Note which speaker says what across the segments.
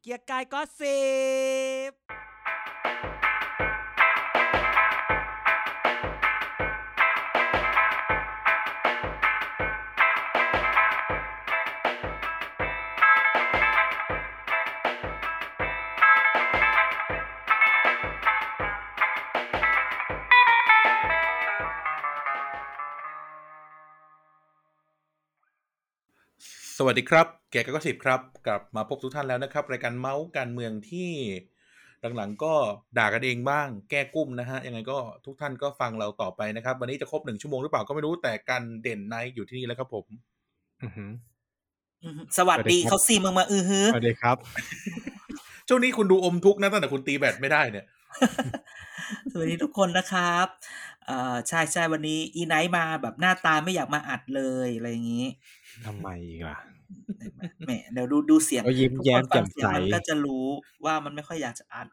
Speaker 1: เกียร์กายก็สิบ
Speaker 2: สวัสดีครับแกะกะก็สิบครับกลับมาพบทุกท่านแล้วนะครับ รายการเมาส์การเมืองที่หลังๆก็ด่ากันเองบ้าง แก้กุ้มนะฮะยังไงก็ทุกท่านก็ฟังเราต่อไปนะครับ วันนี้จะครบหนึ่งชั่วโมงหรือเปล่าก็ไม่รู้แต่การเด่นไนท์อยู่ที่นี่แล้วครับผม
Speaker 3: อือหือ
Speaker 4: อืมสวัส
Speaker 3: ส
Speaker 4: ดี
Speaker 3: วัสดีครับ
Speaker 4: เขาซีมึงมาอือฮือ
Speaker 3: สวัสดีครับ
Speaker 2: ช่วงนี้คุณดูอมทุกข์นะตั้งแต่คุณตีแบตไม่ได้เนี่ย
Speaker 4: สวัสดีทุกคนนะครับเอ่อใช่ใช่วันนี้อีไนท์มาแบบหน้าตาไม่อยากมาอัดเลยอะไรอย่างนี้
Speaker 3: ทำไมอีกล่ะ
Speaker 4: แหมเดี๋ยวดูดูเสียง
Speaker 3: ก็ยิ้ม
Speaker 4: ทุก
Speaker 3: แย้
Speaker 4: ค
Speaker 3: ม
Speaker 4: น
Speaker 3: แจ่
Speaker 4: ฟัง
Speaker 3: ม
Speaker 4: เสีย
Speaker 3: ใส
Speaker 4: งมันก็จะรู้ว่ามันไม่ค่อยอยากจะอัด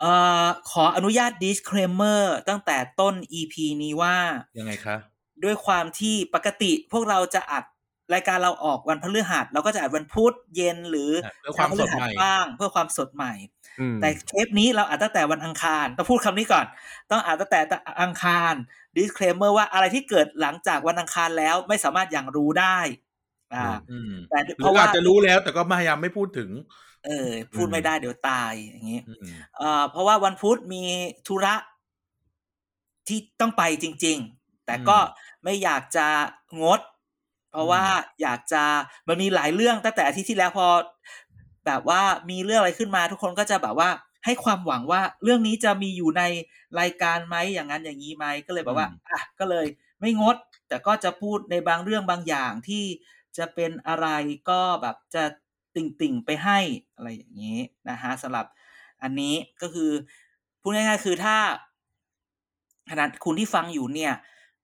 Speaker 4: เอ่อขออนุญาต disclaimer ตั้งแต่ต้น EP นี้ว่า
Speaker 2: ยังไงคะ
Speaker 4: ด้วยความที่ปกติพวกเราจะอัดรายการเราออกวันพฤหัสเราก็จะอัดวันพุธเย็นหรือ
Speaker 2: เพื่อความสดใหม่
Speaker 4: วันพฤหับ้างเพื่อความสดใหม่
Speaker 3: อืม
Speaker 4: แต่เทปนี้เราอ่านตั้งแต่วันอังคารต้องพูดคำนี้ก่อน ต้องอ่านตั้งแต่อังคาร disclaimer ว่าอะไรที่เกิดหลังจากวันอังคารแล้วไม่สามารถอย่างรู้ได้อ่า
Speaker 2: อืม
Speaker 4: แต่
Speaker 2: ห
Speaker 4: เพ
Speaker 2: รือ
Speaker 4: ราะว่า
Speaker 2: อาจจะรู้แล้วแต่ก็พยายามไม่พูดถึง
Speaker 4: เออพูดไม่ได้เดี๋ยวตายอย่างนี้
Speaker 2: อืม
Speaker 4: เอ่อเพราะว่าวันพุธมีธุระที่ต้องไปจริง ๆ แต่ก็ไม่อยากจะงด เพราะว่าอยากจะมันมีหลายเรื่องตั้งแต่อาทิตย์ที่แล้วพอ แบบว่ามีเรื่องอะไรขึ้นมาทุกคนก็จะแบบว่าให้ความหวังว่าเรื่องนี้จะมีอยู่ในรายการไหมอย่างนั้นอย่างนี้ไหมก็เลยแบบว่าอ่ะก็เลยไม่งด แต่ก็จะพูดในบางเรื่องบางอย่างที่จะเป็นอะไรก็แบบจะติ่งๆไปให้อะไรอย่างนี้นะฮะสำหรับอันนี้ก็คือพูดง่ายๆคือถ้าขนาดคุณที่ฟังอยู่เนี่ย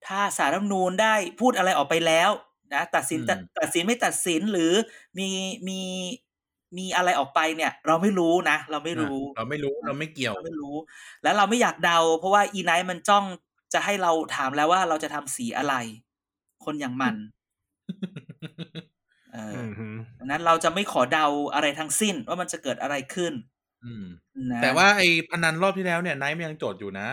Speaker 4: ถ้าสารรัฐธรรมนูญได้พูดอะไรออกไปแล้วนะตัดสินตัดตัดสินไม่ตัดสินหรือมีมีมีอะไรออกไปเนี่ย เราไม่รู้นะ เราไม่รู้
Speaker 2: เราไม่รู้เราไม่เกี่ยว
Speaker 4: เราไม่รู้ แล้วเราไม่อยากเดา เพราะว่าอีไนท์มันจ้องจะให้เราถามแล้วว่าเราจะทำสีอะไร คนอย่างมัน เออ
Speaker 3: อือหือ
Speaker 4: อดังนั้นเราจะไม่ขอเดาอะไรทั้งสิ้นว่ามันจะเกิดอะไรขึ้น
Speaker 2: อืม
Speaker 4: นะ
Speaker 2: แต่ว่าไอ้พนันรอบที่แล้วเนี่ยไนท์มันยังโจทย์อยู่นะ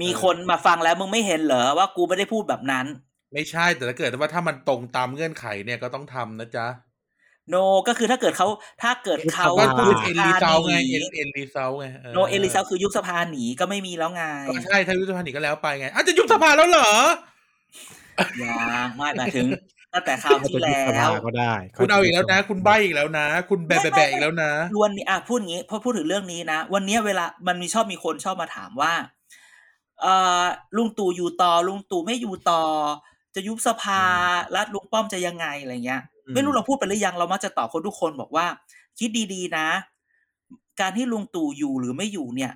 Speaker 4: มีคนมาฟังแล้วมึงไม่เห็นเหรอว่ากูไม่ได้พูดแบบนั้น
Speaker 2: ไม่ใช่แต่ถ้าเกิดว่าถ้ามันตรงตามเงื่อนไขเนี่ยก็ต้องทำนะจ๊ะ
Speaker 4: โน ก็คือถ้าเกิดเขาถ้าเกิดเขา
Speaker 2: ก็คื
Speaker 4: ยุ
Speaker 2: อ
Speaker 4: ส
Speaker 2: เอ็น
Speaker 4: ภา
Speaker 2: รีเซา
Speaker 4: ห
Speaker 2: ไง
Speaker 4: นี
Speaker 2: เอ็นเอ็นรีเซาไง
Speaker 4: โนเอลิซาคือยุบสภาหนีก็ไม่มีแล้วไง
Speaker 2: ก็ใช่ถ้ายุบสภาหนีก็แล้วไปไงอาจจะยุบสภาแล้วเหรอ
Speaker 4: ยังไม่หมายถึงตั้งแต่คราว
Speaker 3: อาจจะ
Speaker 4: ที่
Speaker 3: ยุบ
Speaker 4: แล้
Speaker 3: สภาว ก็ได้
Speaker 2: คุณเอาอีกแล้วนะ คุณใบอีกแล้วนะ คุณแบะแบะแบะอีกแล้วนะ
Speaker 4: วันนี้อ่ะพูดอย่างงี้พอพูดถึงเรื่องนี้นะ วันเนี้ยเวลามันมีชอบมีคนชอบมาถามว่าเออลุงตู่อยู่ต่อลุงตู่ไม่อยู่ต่อ จะยุบสภาแล้วลุงป้อมจะยังไงอะไรเงี้ย ไม่รู้เราพูดไปหรือยังเรามักจะตอบคนทุกคนบอกว่า คิดดีๆนะ การที่ลุงตู่อยู่หรือไม่อยู่เนี่ย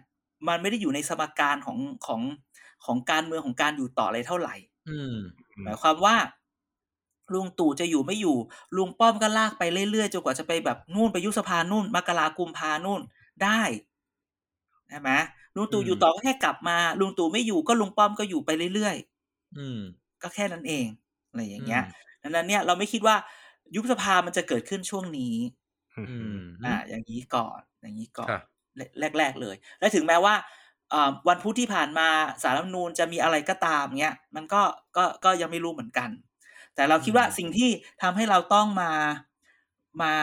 Speaker 4: มันไม่ได้อยู่ในสมการของของของการเมืองของการอยู่ต่ออะไรเท่าไหร่
Speaker 2: อืม
Speaker 4: หมายความว่าลุงตู่จะอยู่ไม่อยู่ ลุงป้อมก็ลากไปเรื่อยๆจนกว่าจะไปแบบนู่นไปยุบสภานู่นมกรากุมพานู่นได้ใช่ไหมลุงตู่อยู่
Speaker 2: อืม
Speaker 4: ต่อก็แค่กลับมา ลุงตู่ไม่อยู่ก็ลุงป้อมก็อยู่ไปเรื่อย
Speaker 2: อืม
Speaker 4: ๆ ก็แค่นั้นเองอะไรอย่างเงี้ยดังนั้นเนี่ยเราไม่คิดว่ายุบสภามันจะเกิดขึ้นช่วงนี้
Speaker 2: อืม
Speaker 4: อ่าอย่างนี้ก่อนอย่างนี้ก่อน
Speaker 2: ค่ะ
Speaker 4: แรกๆเลย และถึงแม้ว่าเอ่อวันพุธที่ผ่านมาสารรัฐธรรมนูญจะมีอะไรก็ตามเนี้ย มันก็ก็ก็ยังไม่รู้เหมือนกัน แต่เราคิดว่าสิ่งที่ทำให้เราต้องมามา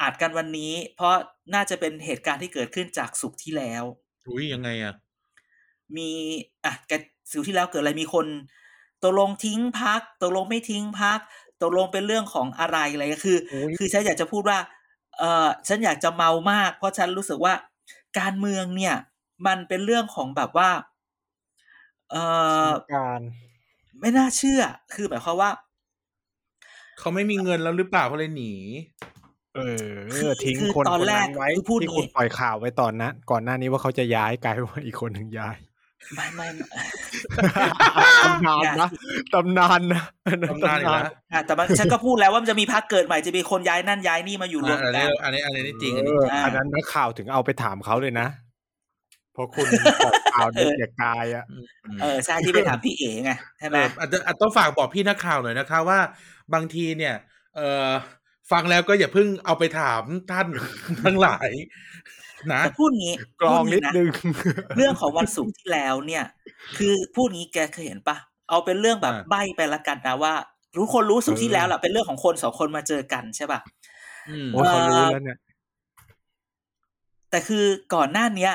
Speaker 4: อัดกันวันนี้ เพราะน่าจะเป็นเหตุการณ์ที่เกิดขึ้นจากสุขที่แล้ว
Speaker 2: อุ้ยยังไงอ่ะ
Speaker 4: มีอ่ะแกสิวที่แล้วเกิดอะไรมีคนตกลงทิ้งพักตกลงไม่ทิ้งพักตกลงเป็นเรื่องของอะไรอะไรก็คือ คือฉันอยากจะพูดว่า เออฉันอยากจะเมามาก เพราะฉันรู้สึกว่า การเมืองเนี่ย มันเป็นเรื่องของแบบว่า เออ
Speaker 3: การ
Speaker 4: ไม่น่าเชื่อ คือหมายความว่า
Speaker 2: เขาไม่มีเงินแล้วหรือเปล่าเขาเลยหนี
Speaker 3: เอ
Speaker 4: คือ
Speaker 3: อทิ้งคน
Speaker 4: คือตอน
Speaker 3: คน
Speaker 4: แรก
Speaker 3: นั้นไว้
Speaker 4: คือพูด
Speaker 3: ที่คุณ
Speaker 4: งี้
Speaker 3: ปล่อยข่าวไว้ตอนนั้นก่อนหน้านี้ว่าเขาจะย้ายกลายเป็นว่าอีกคนหนึ่ง ย้าย
Speaker 4: ไม่ไม่ ไม่
Speaker 3: ตำนานนะตำนานนะ
Speaker 2: ทำงานอีกแล้ว
Speaker 4: อ่ะแต่มันฉันก็พูดแล้วว่ามันจะมีพักเกิดใหม่จะมีคนย้ายนั่นย้ายนี่มาอยู่รวม
Speaker 2: อัน
Speaker 4: กั
Speaker 2: นี้
Speaker 4: น
Speaker 2: อันนี้อันนี้จริง
Speaker 3: เอออันนั้นนักข่าวถึงเอาไปถามเขาเลยนะเพราะคุณปล่อยข่าวเด็กอย่ากายอ่ะ
Speaker 4: เออใช่ที่ไปถามพี่เอ๋ไงใช่ไหม
Speaker 2: เอออาจจะอาจต้องฝากบอกพี่นักข่าวหน่อยนะคะว่า บางทีเนี่ย เออ ฟังแล้วก็อย่าเพิ่งเอาไปถามท่าน ทั้งหลาย นะ
Speaker 4: แต่พูดงี้
Speaker 3: กรอง
Speaker 4: พู
Speaker 3: นิด
Speaker 4: ย่าะ
Speaker 3: นึง
Speaker 4: เรื่องของวันศุกร์ที่แล้วเนี่ย คือพูดงี้แกเคยเห็นปะเอาเป็นเรื่องแบบ
Speaker 2: อ่า
Speaker 4: ใบ้ไปละกันนะว่า รู้คนรู้สุกร์ที่
Speaker 2: เออ
Speaker 4: แล้วล่ะเป็นเรื่องของคนสองคนมาเจอกันใช่ปะ
Speaker 2: อืม
Speaker 3: โอ้ยเขารู้แล้วเนี่ย
Speaker 4: แต่คือก่อนหน้าเนี้ย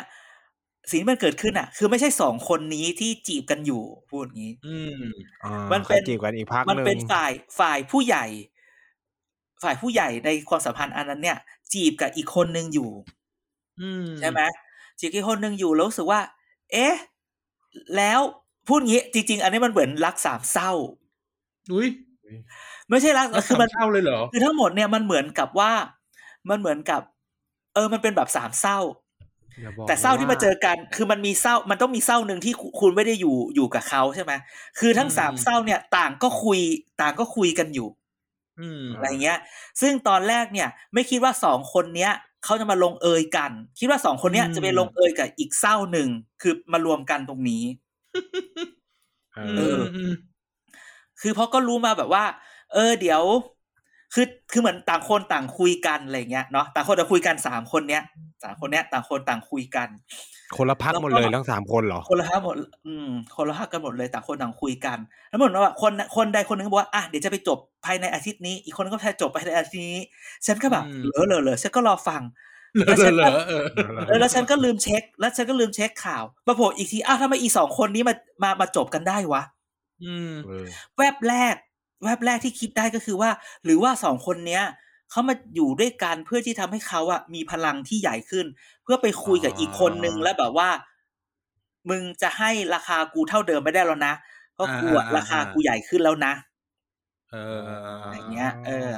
Speaker 4: สิ่งที่มันเกิดขึ้นอ่ะ คือไม่ใช่สองคนนี้ที่จีบกันอยู่พูดงี้
Speaker 2: อืม
Speaker 3: อ่า
Speaker 4: มันเป็น
Speaker 3: เขาจีบกันอีกพัก
Speaker 4: มัน
Speaker 3: หนึ่ง
Speaker 4: เป็นฝ่ายฝ่ายผู้ใหญ่ ฝ่ายผู้ใหญ่ในความสัมพันธ์อันนั้นเนี่ย จีบกับอีกคนนึงอยู่
Speaker 2: อืม
Speaker 4: ใช่ไหมจีบกับอีกคนนึงอยู่แล้วรู้สึกว่า เอ๊ะ แล้วพูดงี้จริง ๆ อันนี้มันเหมือนรักสามเศร้า
Speaker 2: อุ้ย
Speaker 4: ไม่ใช่รัก
Speaker 2: แล้ว
Speaker 4: คือ
Speaker 2: สา
Speaker 4: มั
Speaker 2: ม
Speaker 4: น
Speaker 2: เศร้าเลยเหรอ
Speaker 4: คือทั้งหมดเนี่ยมันเหมือนกับว่ามันเหมือนกับ เออมันเป็นแบบสามเศร้า
Speaker 3: อย่บอก
Speaker 4: แต่เศร้าที่
Speaker 3: ว่
Speaker 4: มาเจอกัน คือมันมีเศร้ามันต้องมีเศร้าหนึ่งที่คุคุณไม่ได้อยู่อยู่กับเขาใช่ไหมคือทั้ง
Speaker 2: อืม
Speaker 4: สามเศร้าเนี่ยต่างก็คุยต่างก็คุยกันอยู่
Speaker 2: อืม
Speaker 4: อะไรเงี้ย ซึ่งตอนแรกเนี่ย ไม่คิดว่าสองคนเนี้ยเขาจะมาลงเอยกัน คิดว่าสองคนเนี้ยจะไปลงเอยกับอีกเศร้าหนึ่งคือมารวมกันตรงนี้
Speaker 3: เอ
Speaker 2: อื
Speaker 3: อ
Speaker 2: มอืม
Speaker 4: คือเพราะก็รู้มาแบบว่า เออเดี๋ยว คือคือเหมือนต่างคนต่างคุยกันอะไรเงี้ยเนาะต่างคนต่างคุยกันสามคนเนี้ยสามคนเนี้ยต่างคนต่างคุยกัน
Speaker 3: คนละพักหมดเลยทั้งสามคนเหรอ
Speaker 4: คนละห้าหมด อืม คนละห้ากันหมดเลยต่างคนต่างคุยกัน แล้วเหมือนว่าคนคนใดคนหนึ่งก็บอกว่าอ่ะเดี๋ยวจะไปจบภายในอาทิตย์นี้ อีกคนนึงก็จะจบภายในอาทิตย์นี้ ฉันก็แบบ
Speaker 2: อืม
Speaker 4: เหลอเหลอเหลอฉันก็รอฟัง
Speaker 2: เหรอเหรอเหรอเออ
Speaker 4: เออแล้วฉันก็ลืมเช็ค แล้วฉันก็ลืมเช็คข่าวมาโผล่อีกทีอ้าวทำไมอีสองคนนี้มามามาจบกันได้วะ
Speaker 2: อืม
Speaker 3: เออ
Speaker 4: แวบแรก แวบแรกที่คิดได้ก็คือว่า หรือว่าสองคนเนี้ยเขามาอยู่ด้วยกันเพื่อที่ทำให้เขาอะมีพลังที่ใหญ่ขึ้น เพื่อไปคุยกับ
Speaker 3: อ๋ออี
Speaker 4: อีกคนนึงแล้วแบบว่า มึงจะให้ราคากูเท่าเดิมไม่ได้แล้วนะเพราะกูอะ
Speaker 2: อ่าอ่าอ่า
Speaker 4: ราคากูใหญ่ขึ้นแล้วนะ
Speaker 2: เออ
Speaker 4: อ
Speaker 2: อย่าง
Speaker 4: เงี้ยเออ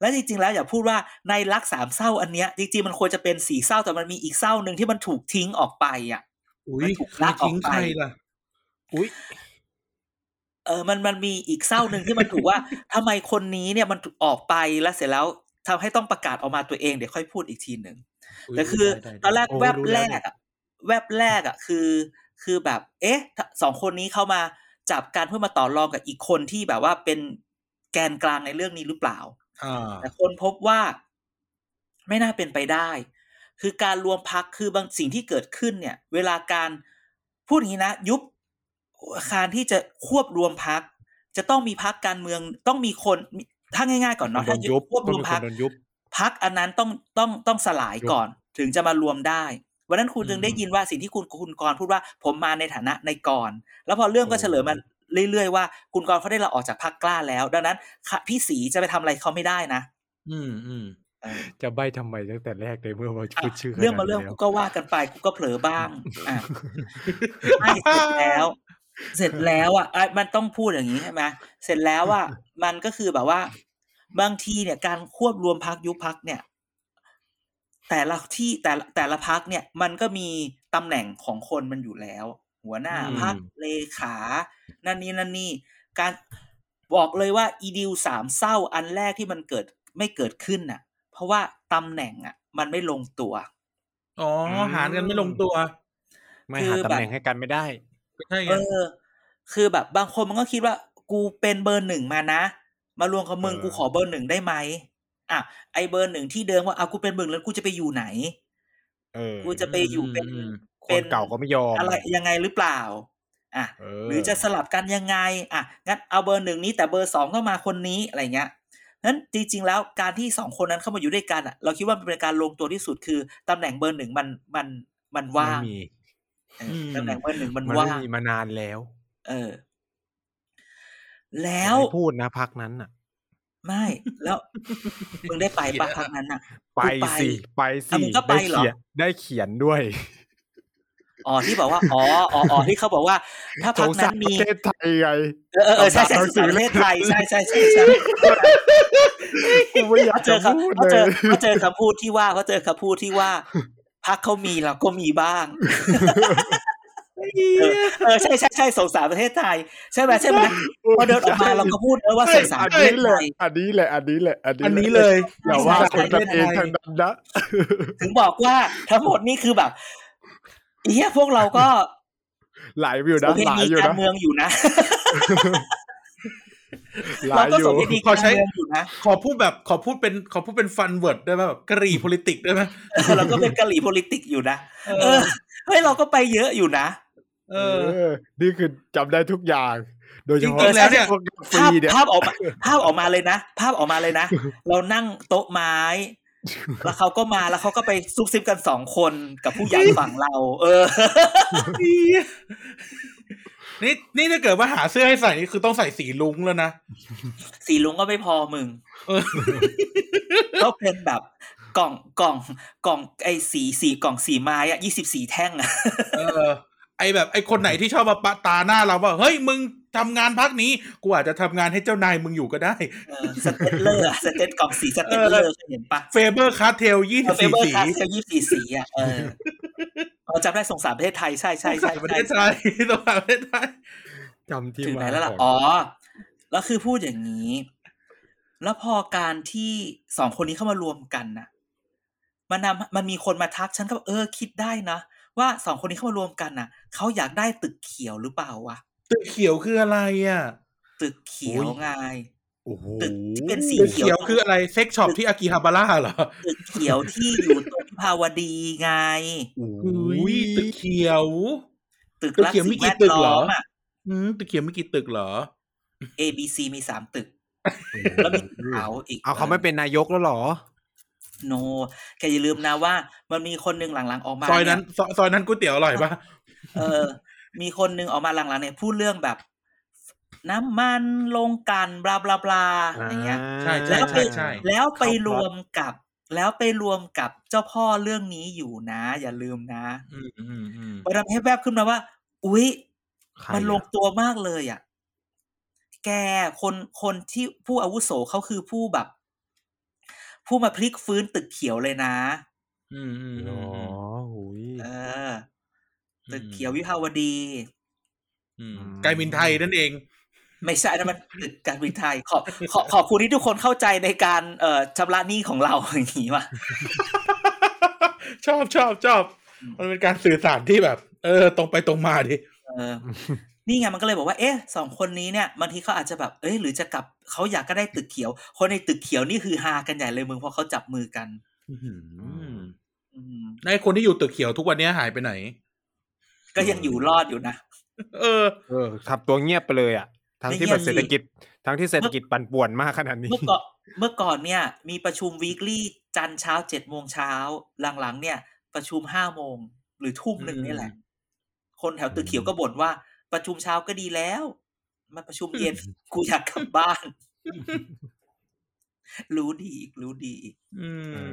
Speaker 4: แล้วจริงๆแล้วอย่าพูดว่าในรักสามเศร้าอันเนี้ยจริงๆมันควรจะเป็นสี่เศร้าแต่มันมีอีกเศร้าหนึ่งที่มันถูกทิ้งออกไปอ่ะ
Speaker 2: อุ้
Speaker 4: มั
Speaker 2: ย
Speaker 4: นถูก
Speaker 2: ใคร
Speaker 4: ลากออก
Speaker 2: ทิ้ง
Speaker 4: ไป
Speaker 2: ใครล่ะ
Speaker 3: อุ้ย
Speaker 4: เออ มันมันมีอีกเศร้าหนึ่งที่มันถูกว่า ทำไมคนนี้เนี่ยมันถูกออกไปแล้วเสร็จแล้วทำให้ต้องประกาศออกมาตัวเองเดี๋ยวค่อยพูดอีกทีหนึ่ง
Speaker 2: ย
Speaker 4: แต่คือ
Speaker 2: ได้ได้ได้
Speaker 4: ตอนแรก
Speaker 3: โอ้
Speaker 4: แวบ
Speaker 3: รู้
Speaker 4: แร
Speaker 3: แล้วเนี่
Speaker 4: ก
Speaker 3: ย
Speaker 4: อะแวบแรกอะคือ คือแบบ เอ๊ะถ้าสองคนนี้เข้ามาจับกันเพื่อมาต่อรองกับอีกคนที่แบบว่าเป็นแกนกลางในเรื่องนี้หรือเปล่า
Speaker 2: อ่า
Speaker 4: แต่คนพบว่าไม่น่าเป็นไปได้ คือการรวมพักคือบางสิ่งที่เกิดขึ้นเนี่ย เวลาการพูดอย่างนี้นะ ยุบการที่จะควบรวมพัก จะต้องมีพักการเมืองต้องมีคนมีถ้าง่ายๆก่อนเนาะ
Speaker 3: โด
Speaker 4: ถ้าน
Speaker 3: ยุบ
Speaker 4: ควบรว
Speaker 3: ต้อ
Speaker 4: ม
Speaker 3: งมีคน
Speaker 4: พัก
Speaker 3: โดนยุบ
Speaker 4: พักอันนั้นต้องต้องต้องสลายก่อน ถึงจะมารวมได้วันนั้นคุณจึงได้ยินว่าสิ่งที่คุณคุณกรณ์พูดว่าผมมาในฐานะในกร แล้วพอเรื่องก็
Speaker 3: โอ้
Speaker 4: เฉลยมาเรื่อยๆว่าคุณกรณ์เขาได้ลาออกจากพักกล้าแล้ว ดังนั้นค่ะพี่ศรีจะไปทำอะไรเขาไม่ได้นะ
Speaker 2: อืมอืม
Speaker 4: เออ
Speaker 3: จะใบทำไมตั้งแต่แรกเลยเมื่อมา
Speaker 4: อ่ะ
Speaker 3: พูดชื่อขนด
Speaker 4: เรื่องมาเรื่อง
Speaker 3: นี้
Speaker 4: กู
Speaker 3: แล้ว
Speaker 4: ก็ว่ากันไปกูก็เผลอบ้าง อ่ะไม่เสร็จแล้ว เสร็จแล้วอ่ะอ่ะมันต้องพูดอย่างนี้ใช่ไหมเสร็จแล้วอ่ะมันก็คือแบบว่า บางทีเนี่ย การควบรวมพักยุบพักเนี่ย แต่ละที่แต่ละแต่ละพักเนี่ย มันก็มีตำแหน่งของคนมันอยู่แล้ว หัวหน้าพักเลขา นั่นนี่นั่นนี่ การบอกเลยว่าอีดิวสามเศร้าอันแรกที่มันเกิดไม่เกิดขึ้นน่ะ เพราะว่าตำแหน่งอ่ะ มันไม่ลงตัว
Speaker 2: อ๋อหารกันไม่ลงตัว
Speaker 3: ไม่
Speaker 4: คือ
Speaker 3: หา
Speaker 4: แบบ
Speaker 3: ตำแหน่งให้กันไม่ได้
Speaker 2: ก็ใช่ไง
Speaker 4: เออ คือแบบบางคนมันก็คิดว่า กูเป็นเบอร์หนึ่งมานะ มารวมกับมึง
Speaker 3: เออ
Speaker 4: กูขอเบอร์หนึ่งได้ไหมอ่ะไอเบอร์หนึ่งที่เดิมว่าเอากูเป็นเบอร์หนึ่งแล้วกูจะไปอยู่ไหน
Speaker 3: เออ
Speaker 4: กูจะไปอยู่เป็น
Speaker 2: อืม
Speaker 3: ค
Speaker 4: เป็น
Speaker 3: เก่าก็ไม่ยอม
Speaker 4: อะไรยังไงหรือเปล่า อ่ะ
Speaker 3: เห
Speaker 4: รือจะสลับกันยังไง อ่ะ งั้นเอาเบอร์หนึ่งนี้แต่เบอร์สองต้องมาคนนี้อะไรเงี้ยนั้นจริงๆแล้วการที่สองคนนั้นเข้ามาอยู่ด้วยกันอ่ะ เราคิดว่ามันเป็นการลงตัวที่สุดคือตำแหน่งเบอร์หนึ่งมันมันมัน
Speaker 3: ไม่
Speaker 4: ว่าง
Speaker 3: มี
Speaker 4: เออตำแหน่งเบอร์หนึ่ง
Speaker 3: มั
Speaker 4: มัน น
Speaker 3: ไม่
Speaker 4: ว่าง
Speaker 3: มีมานานแล้ว
Speaker 4: เออ แล้ว
Speaker 3: อย่าให้พูดนะพักนั้นอ่ะ
Speaker 4: ไม่ แล้ว มึงได้ไป ปะพักนั้นอ่ะ
Speaker 3: ไปสิไป
Speaker 4: อ่ะ
Speaker 3: สิ
Speaker 4: มึงก็ไป
Speaker 3: ได้
Speaker 4: เหรอ
Speaker 3: เขียนได้เขียนด้วย
Speaker 4: อ๋อที่บอกว่าอ๋ออ๋ออ๋อที่เขาบอกว่า ถ้า
Speaker 3: ส
Speaker 4: พัก
Speaker 3: ง
Speaker 4: นั้
Speaker 3: สาร
Speaker 4: น
Speaker 3: ป
Speaker 4: มี
Speaker 3: ระเทศไทยไง
Speaker 4: เออเออเออใช่ใช่
Speaker 3: สงสารหนังสื
Speaker 4: สงสาร
Speaker 3: อ
Speaker 4: ประเทศไทยใช่ใช่ใช่ใช่
Speaker 3: กูไม่ อยาก
Speaker 4: เขาเจ
Speaker 3: จะ
Speaker 4: อ
Speaker 3: พูด
Speaker 4: คำเขา
Speaker 3: เล
Speaker 4: เจอย เขาเจอคำพูดที่ว่าเขาเจอคำพูดที่ว่าพักเขามีเราก็มีบ้าง เออเออใช่ใช่ใช่สงสารประเทศไทย ใช่ไหมใช่ไหมพอเดินออกมาเราก็พูดนะว่าสงสาร
Speaker 3: อัน
Speaker 4: ประเท
Speaker 3: นี้
Speaker 4: ศ
Speaker 3: แห
Speaker 4: ไท
Speaker 3: ละ
Speaker 4: ย
Speaker 3: อันนี้แหละอันนี้แหละอัน
Speaker 2: อันนี้
Speaker 3: นี้แห
Speaker 2: เล
Speaker 3: ละ
Speaker 2: ย
Speaker 3: อย่าว่า
Speaker 4: สง
Speaker 3: ค
Speaker 4: สาร
Speaker 3: นกันเองทางนั้นนะ
Speaker 4: ถึงบอกว่าทั้งหมดนี่คือแบบเฮียพวกเราก็
Speaker 3: หลายอยู่
Speaker 4: ป
Speaker 3: นะ
Speaker 4: ระเพ
Speaker 3: หลาย
Speaker 4: ณี
Speaker 3: อยู่
Speaker 4: การ
Speaker 3: นะ
Speaker 4: เมืองอยู่นะ เราก็สน
Speaker 3: อ
Speaker 4: ใจ
Speaker 3: ยู่
Speaker 4: ดี
Speaker 2: พอ
Speaker 4: การ
Speaker 2: ใช้
Speaker 4: เมืองอยู่นะ
Speaker 2: ขอพูดแบบขอพูดเป็นขอพูดเป็นฟันเวิร์ดได้ไหมแบบกะหรี่ politics ได้ไหม
Speaker 4: เราก็เป็นกะหรี่ politics อยู่นะ
Speaker 2: เอ
Speaker 4: เออเฮ้ยเราก็ไปเยอะอยู่นะ
Speaker 2: เอ
Speaker 3: เอ
Speaker 2: อ
Speaker 3: อ นี่คือจำได้ทุกอย่าง โดยเฉ
Speaker 2: จริ
Speaker 3: พาะ
Speaker 2: งๆแล้วเนี่ย
Speaker 3: พวกฟรี
Speaker 4: ภาพ
Speaker 3: เนี่ย
Speaker 4: ภาพออกมาภาพออกมาเลยนะ ภาพออกมาเลยนะ เรานั่งโต๊ะไม้ แล้วเขาก็มาแล้วเขาก็ไปซุบซิบกันสองคนกับผู้ใหญ่ฝั่งเรา เออ
Speaker 2: นี่นี่ถ้าเกิดว่าหาเสื้อให้ใส่นี่คือต้องใส่สีลุงแล้วนะ
Speaker 4: สีลุงก็ไม่พอมึง
Speaker 2: เออ
Speaker 4: ก็เป็นแบบกล่องกล่องกล่องไอ้สีสีกล่องสีไม้อะยี่สิบสี่แท่งอะ
Speaker 2: เออ ไอแบบไอคนไหนที่ชอบมาปะตาหน้าเราว่า เฮ้ยมึงทำงานพักนี้ กูอาจจะทำงานให้เจ้านายมึงอยู่ก็ได้
Speaker 4: เออสเตตเลอร์อะสเตตกล่องสีสเตตเลอร์เคยเห็นปะ
Speaker 2: เฟเบอร์คาเทลยี่สิบ
Speaker 4: เฟ
Speaker 2: สี่
Speaker 4: เบอร์
Speaker 2: สี
Speaker 4: คาสเซลยี่สิบสี่สีอะเออ เราจำได้สงสารประเทศไทยใช่ใช่ใช่
Speaker 2: ใส่ประเทศ
Speaker 4: ใช่
Speaker 2: ไทยสงสารประเทศไทย
Speaker 3: จำที่
Speaker 4: ถึงไหน
Speaker 3: มา
Speaker 4: แล้วล่ะ
Speaker 3: ข
Speaker 4: อ๋
Speaker 3: อง
Speaker 4: อ แล้วคือพูดอย่างนี้ แล้วพอการที่สองคนนี้เข้ามารวมกันนะมันนำมันมีคนมาทักฉันก็บอกเออคิดได้นะ ว่าสองคนนี้เข้ามารวมกันนะเขาอยากได้ตึกเขียวหรือเปล่าวะ
Speaker 2: ตึกเขียวคืออะไรอ่ะ
Speaker 4: ตึกเขียวไง
Speaker 3: โอ้โห
Speaker 4: ตึกที่เป็นสี
Speaker 2: ตึกเขียวคืออะไรเซ็กช็อปที่อากิฮาบาร่าเหรอ
Speaker 4: ตึกเขียวที่อยู่ตรงวิภาวดีไง
Speaker 3: โอ้โห
Speaker 2: อุ้ยตึกเขียว
Speaker 4: ตึก
Speaker 2: ตึก
Speaker 4: รัก
Speaker 2: เขียวมี
Speaker 4: สิ่ง
Speaker 2: กี่
Speaker 4: แวด
Speaker 2: ตึกเหรอ
Speaker 4: ล้อมอะ
Speaker 2: อืมตึกเขียวไม่กี่ตึกเหรอ
Speaker 4: A B C มีสามตึก แล้วมีตึกขาวอีก
Speaker 3: เอาเขาไม่เป็นนายกแล้วเหรอ
Speaker 4: โน แกอย่าลืมนะว่า มันมีคนหนึ่งหลังๆออกมา
Speaker 2: ซอย
Speaker 4: เย
Speaker 2: นั้นซอยซอยนั้นก๋วยเตี๋ยวอร่อยปะ
Speaker 4: เออ มีคนหนึ่งออกมาหลังๆเนี่ยพูดเรื่องแบบ น้ำมันลงกลันบลาบลาบลาอย่างเงี้ย
Speaker 2: ใช่ใช่ใช่ใช่
Speaker 4: แล้วไปรวมกับ แล้วไปรวมกับเจ้าพ่อเรื่องนี้อยู่นะ อย่าลืมนะ
Speaker 2: อืมอืมอืม
Speaker 4: ประดับให้แวบขึ้นมาว่า อุ๊ย
Speaker 3: ใครอะ
Speaker 4: มันลงตัวมากเลยอ่ะ แกคนคนที่ผู้อาวุโสเขาคือผู้แบบ ผู้มาพลิกฟื้นตึกเขียวเลยนะ
Speaker 2: อืมอืม
Speaker 3: อ๋อโอ้ย
Speaker 4: เออ ตึกเขียววิภาวดี
Speaker 2: อืมไกลมินไทยนั่นเอง
Speaker 4: ไม่ใช่นะมันตึกการบินไทยขอบขอบขอบคุณที่ทุกคนเข้าใจในการเอ่อชำระหนี้ของเรา อย่างนี้ว่ะ
Speaker 2: ชอบชอบชอบ
Speaker 4: อืม
Speaker 2: มันเป็นการสื่อสารที่แบบ เออ ตรงไปตรงมาดิ
Speaker 4: เออ นี่ไงมันก็เลยบอกว่า เอ๊ะสองคนนี้เนี่ยบางทีเขาอาจจะแบบ เอ้ยหรือจะกลับเขาอยากก็ได้ตึกเขียว คนในตึกเขียวนี่คือฮากันใหญ่เลยมึงเพราะเขาจับมือกัน
Speaker 3: ม
Speaker 4: อืม
Speaker 2: ในคนที่อยู่ตึกเขียวทุกวันนี้หายไปไหน
Speaker 4: ก็ยังอยู่รอดอยู่นะ
Speaker 2: เออ
Speaker 3: เออขับตัวเงียบไปเลยอ่ะ ทั้งที่แบบเศรษฐกิจ ทั้งที่เศรษฐกิจปั่นป่วนมากขนาดนี้
Speaker 4: เมื่อก่อนเมื่อก่อนเนี่ย มีประชุม weekly จันทร์เช้าเจ็ดโมงเช้าหลังๆ เนี่ย ประชุมห้าโมงหรือทุ่มหนึ่ง
Speaker 2: อืม
Speaker 4: นี่แหละ คนแถวตึกเขียวก็บ่นว่า ประชุมเช้าก็ดีแล้ว มาประชุมเย็น กูอยากกลับบ้าน รู้ดีอีกรู้ดีอีก
Speaker 2: อืม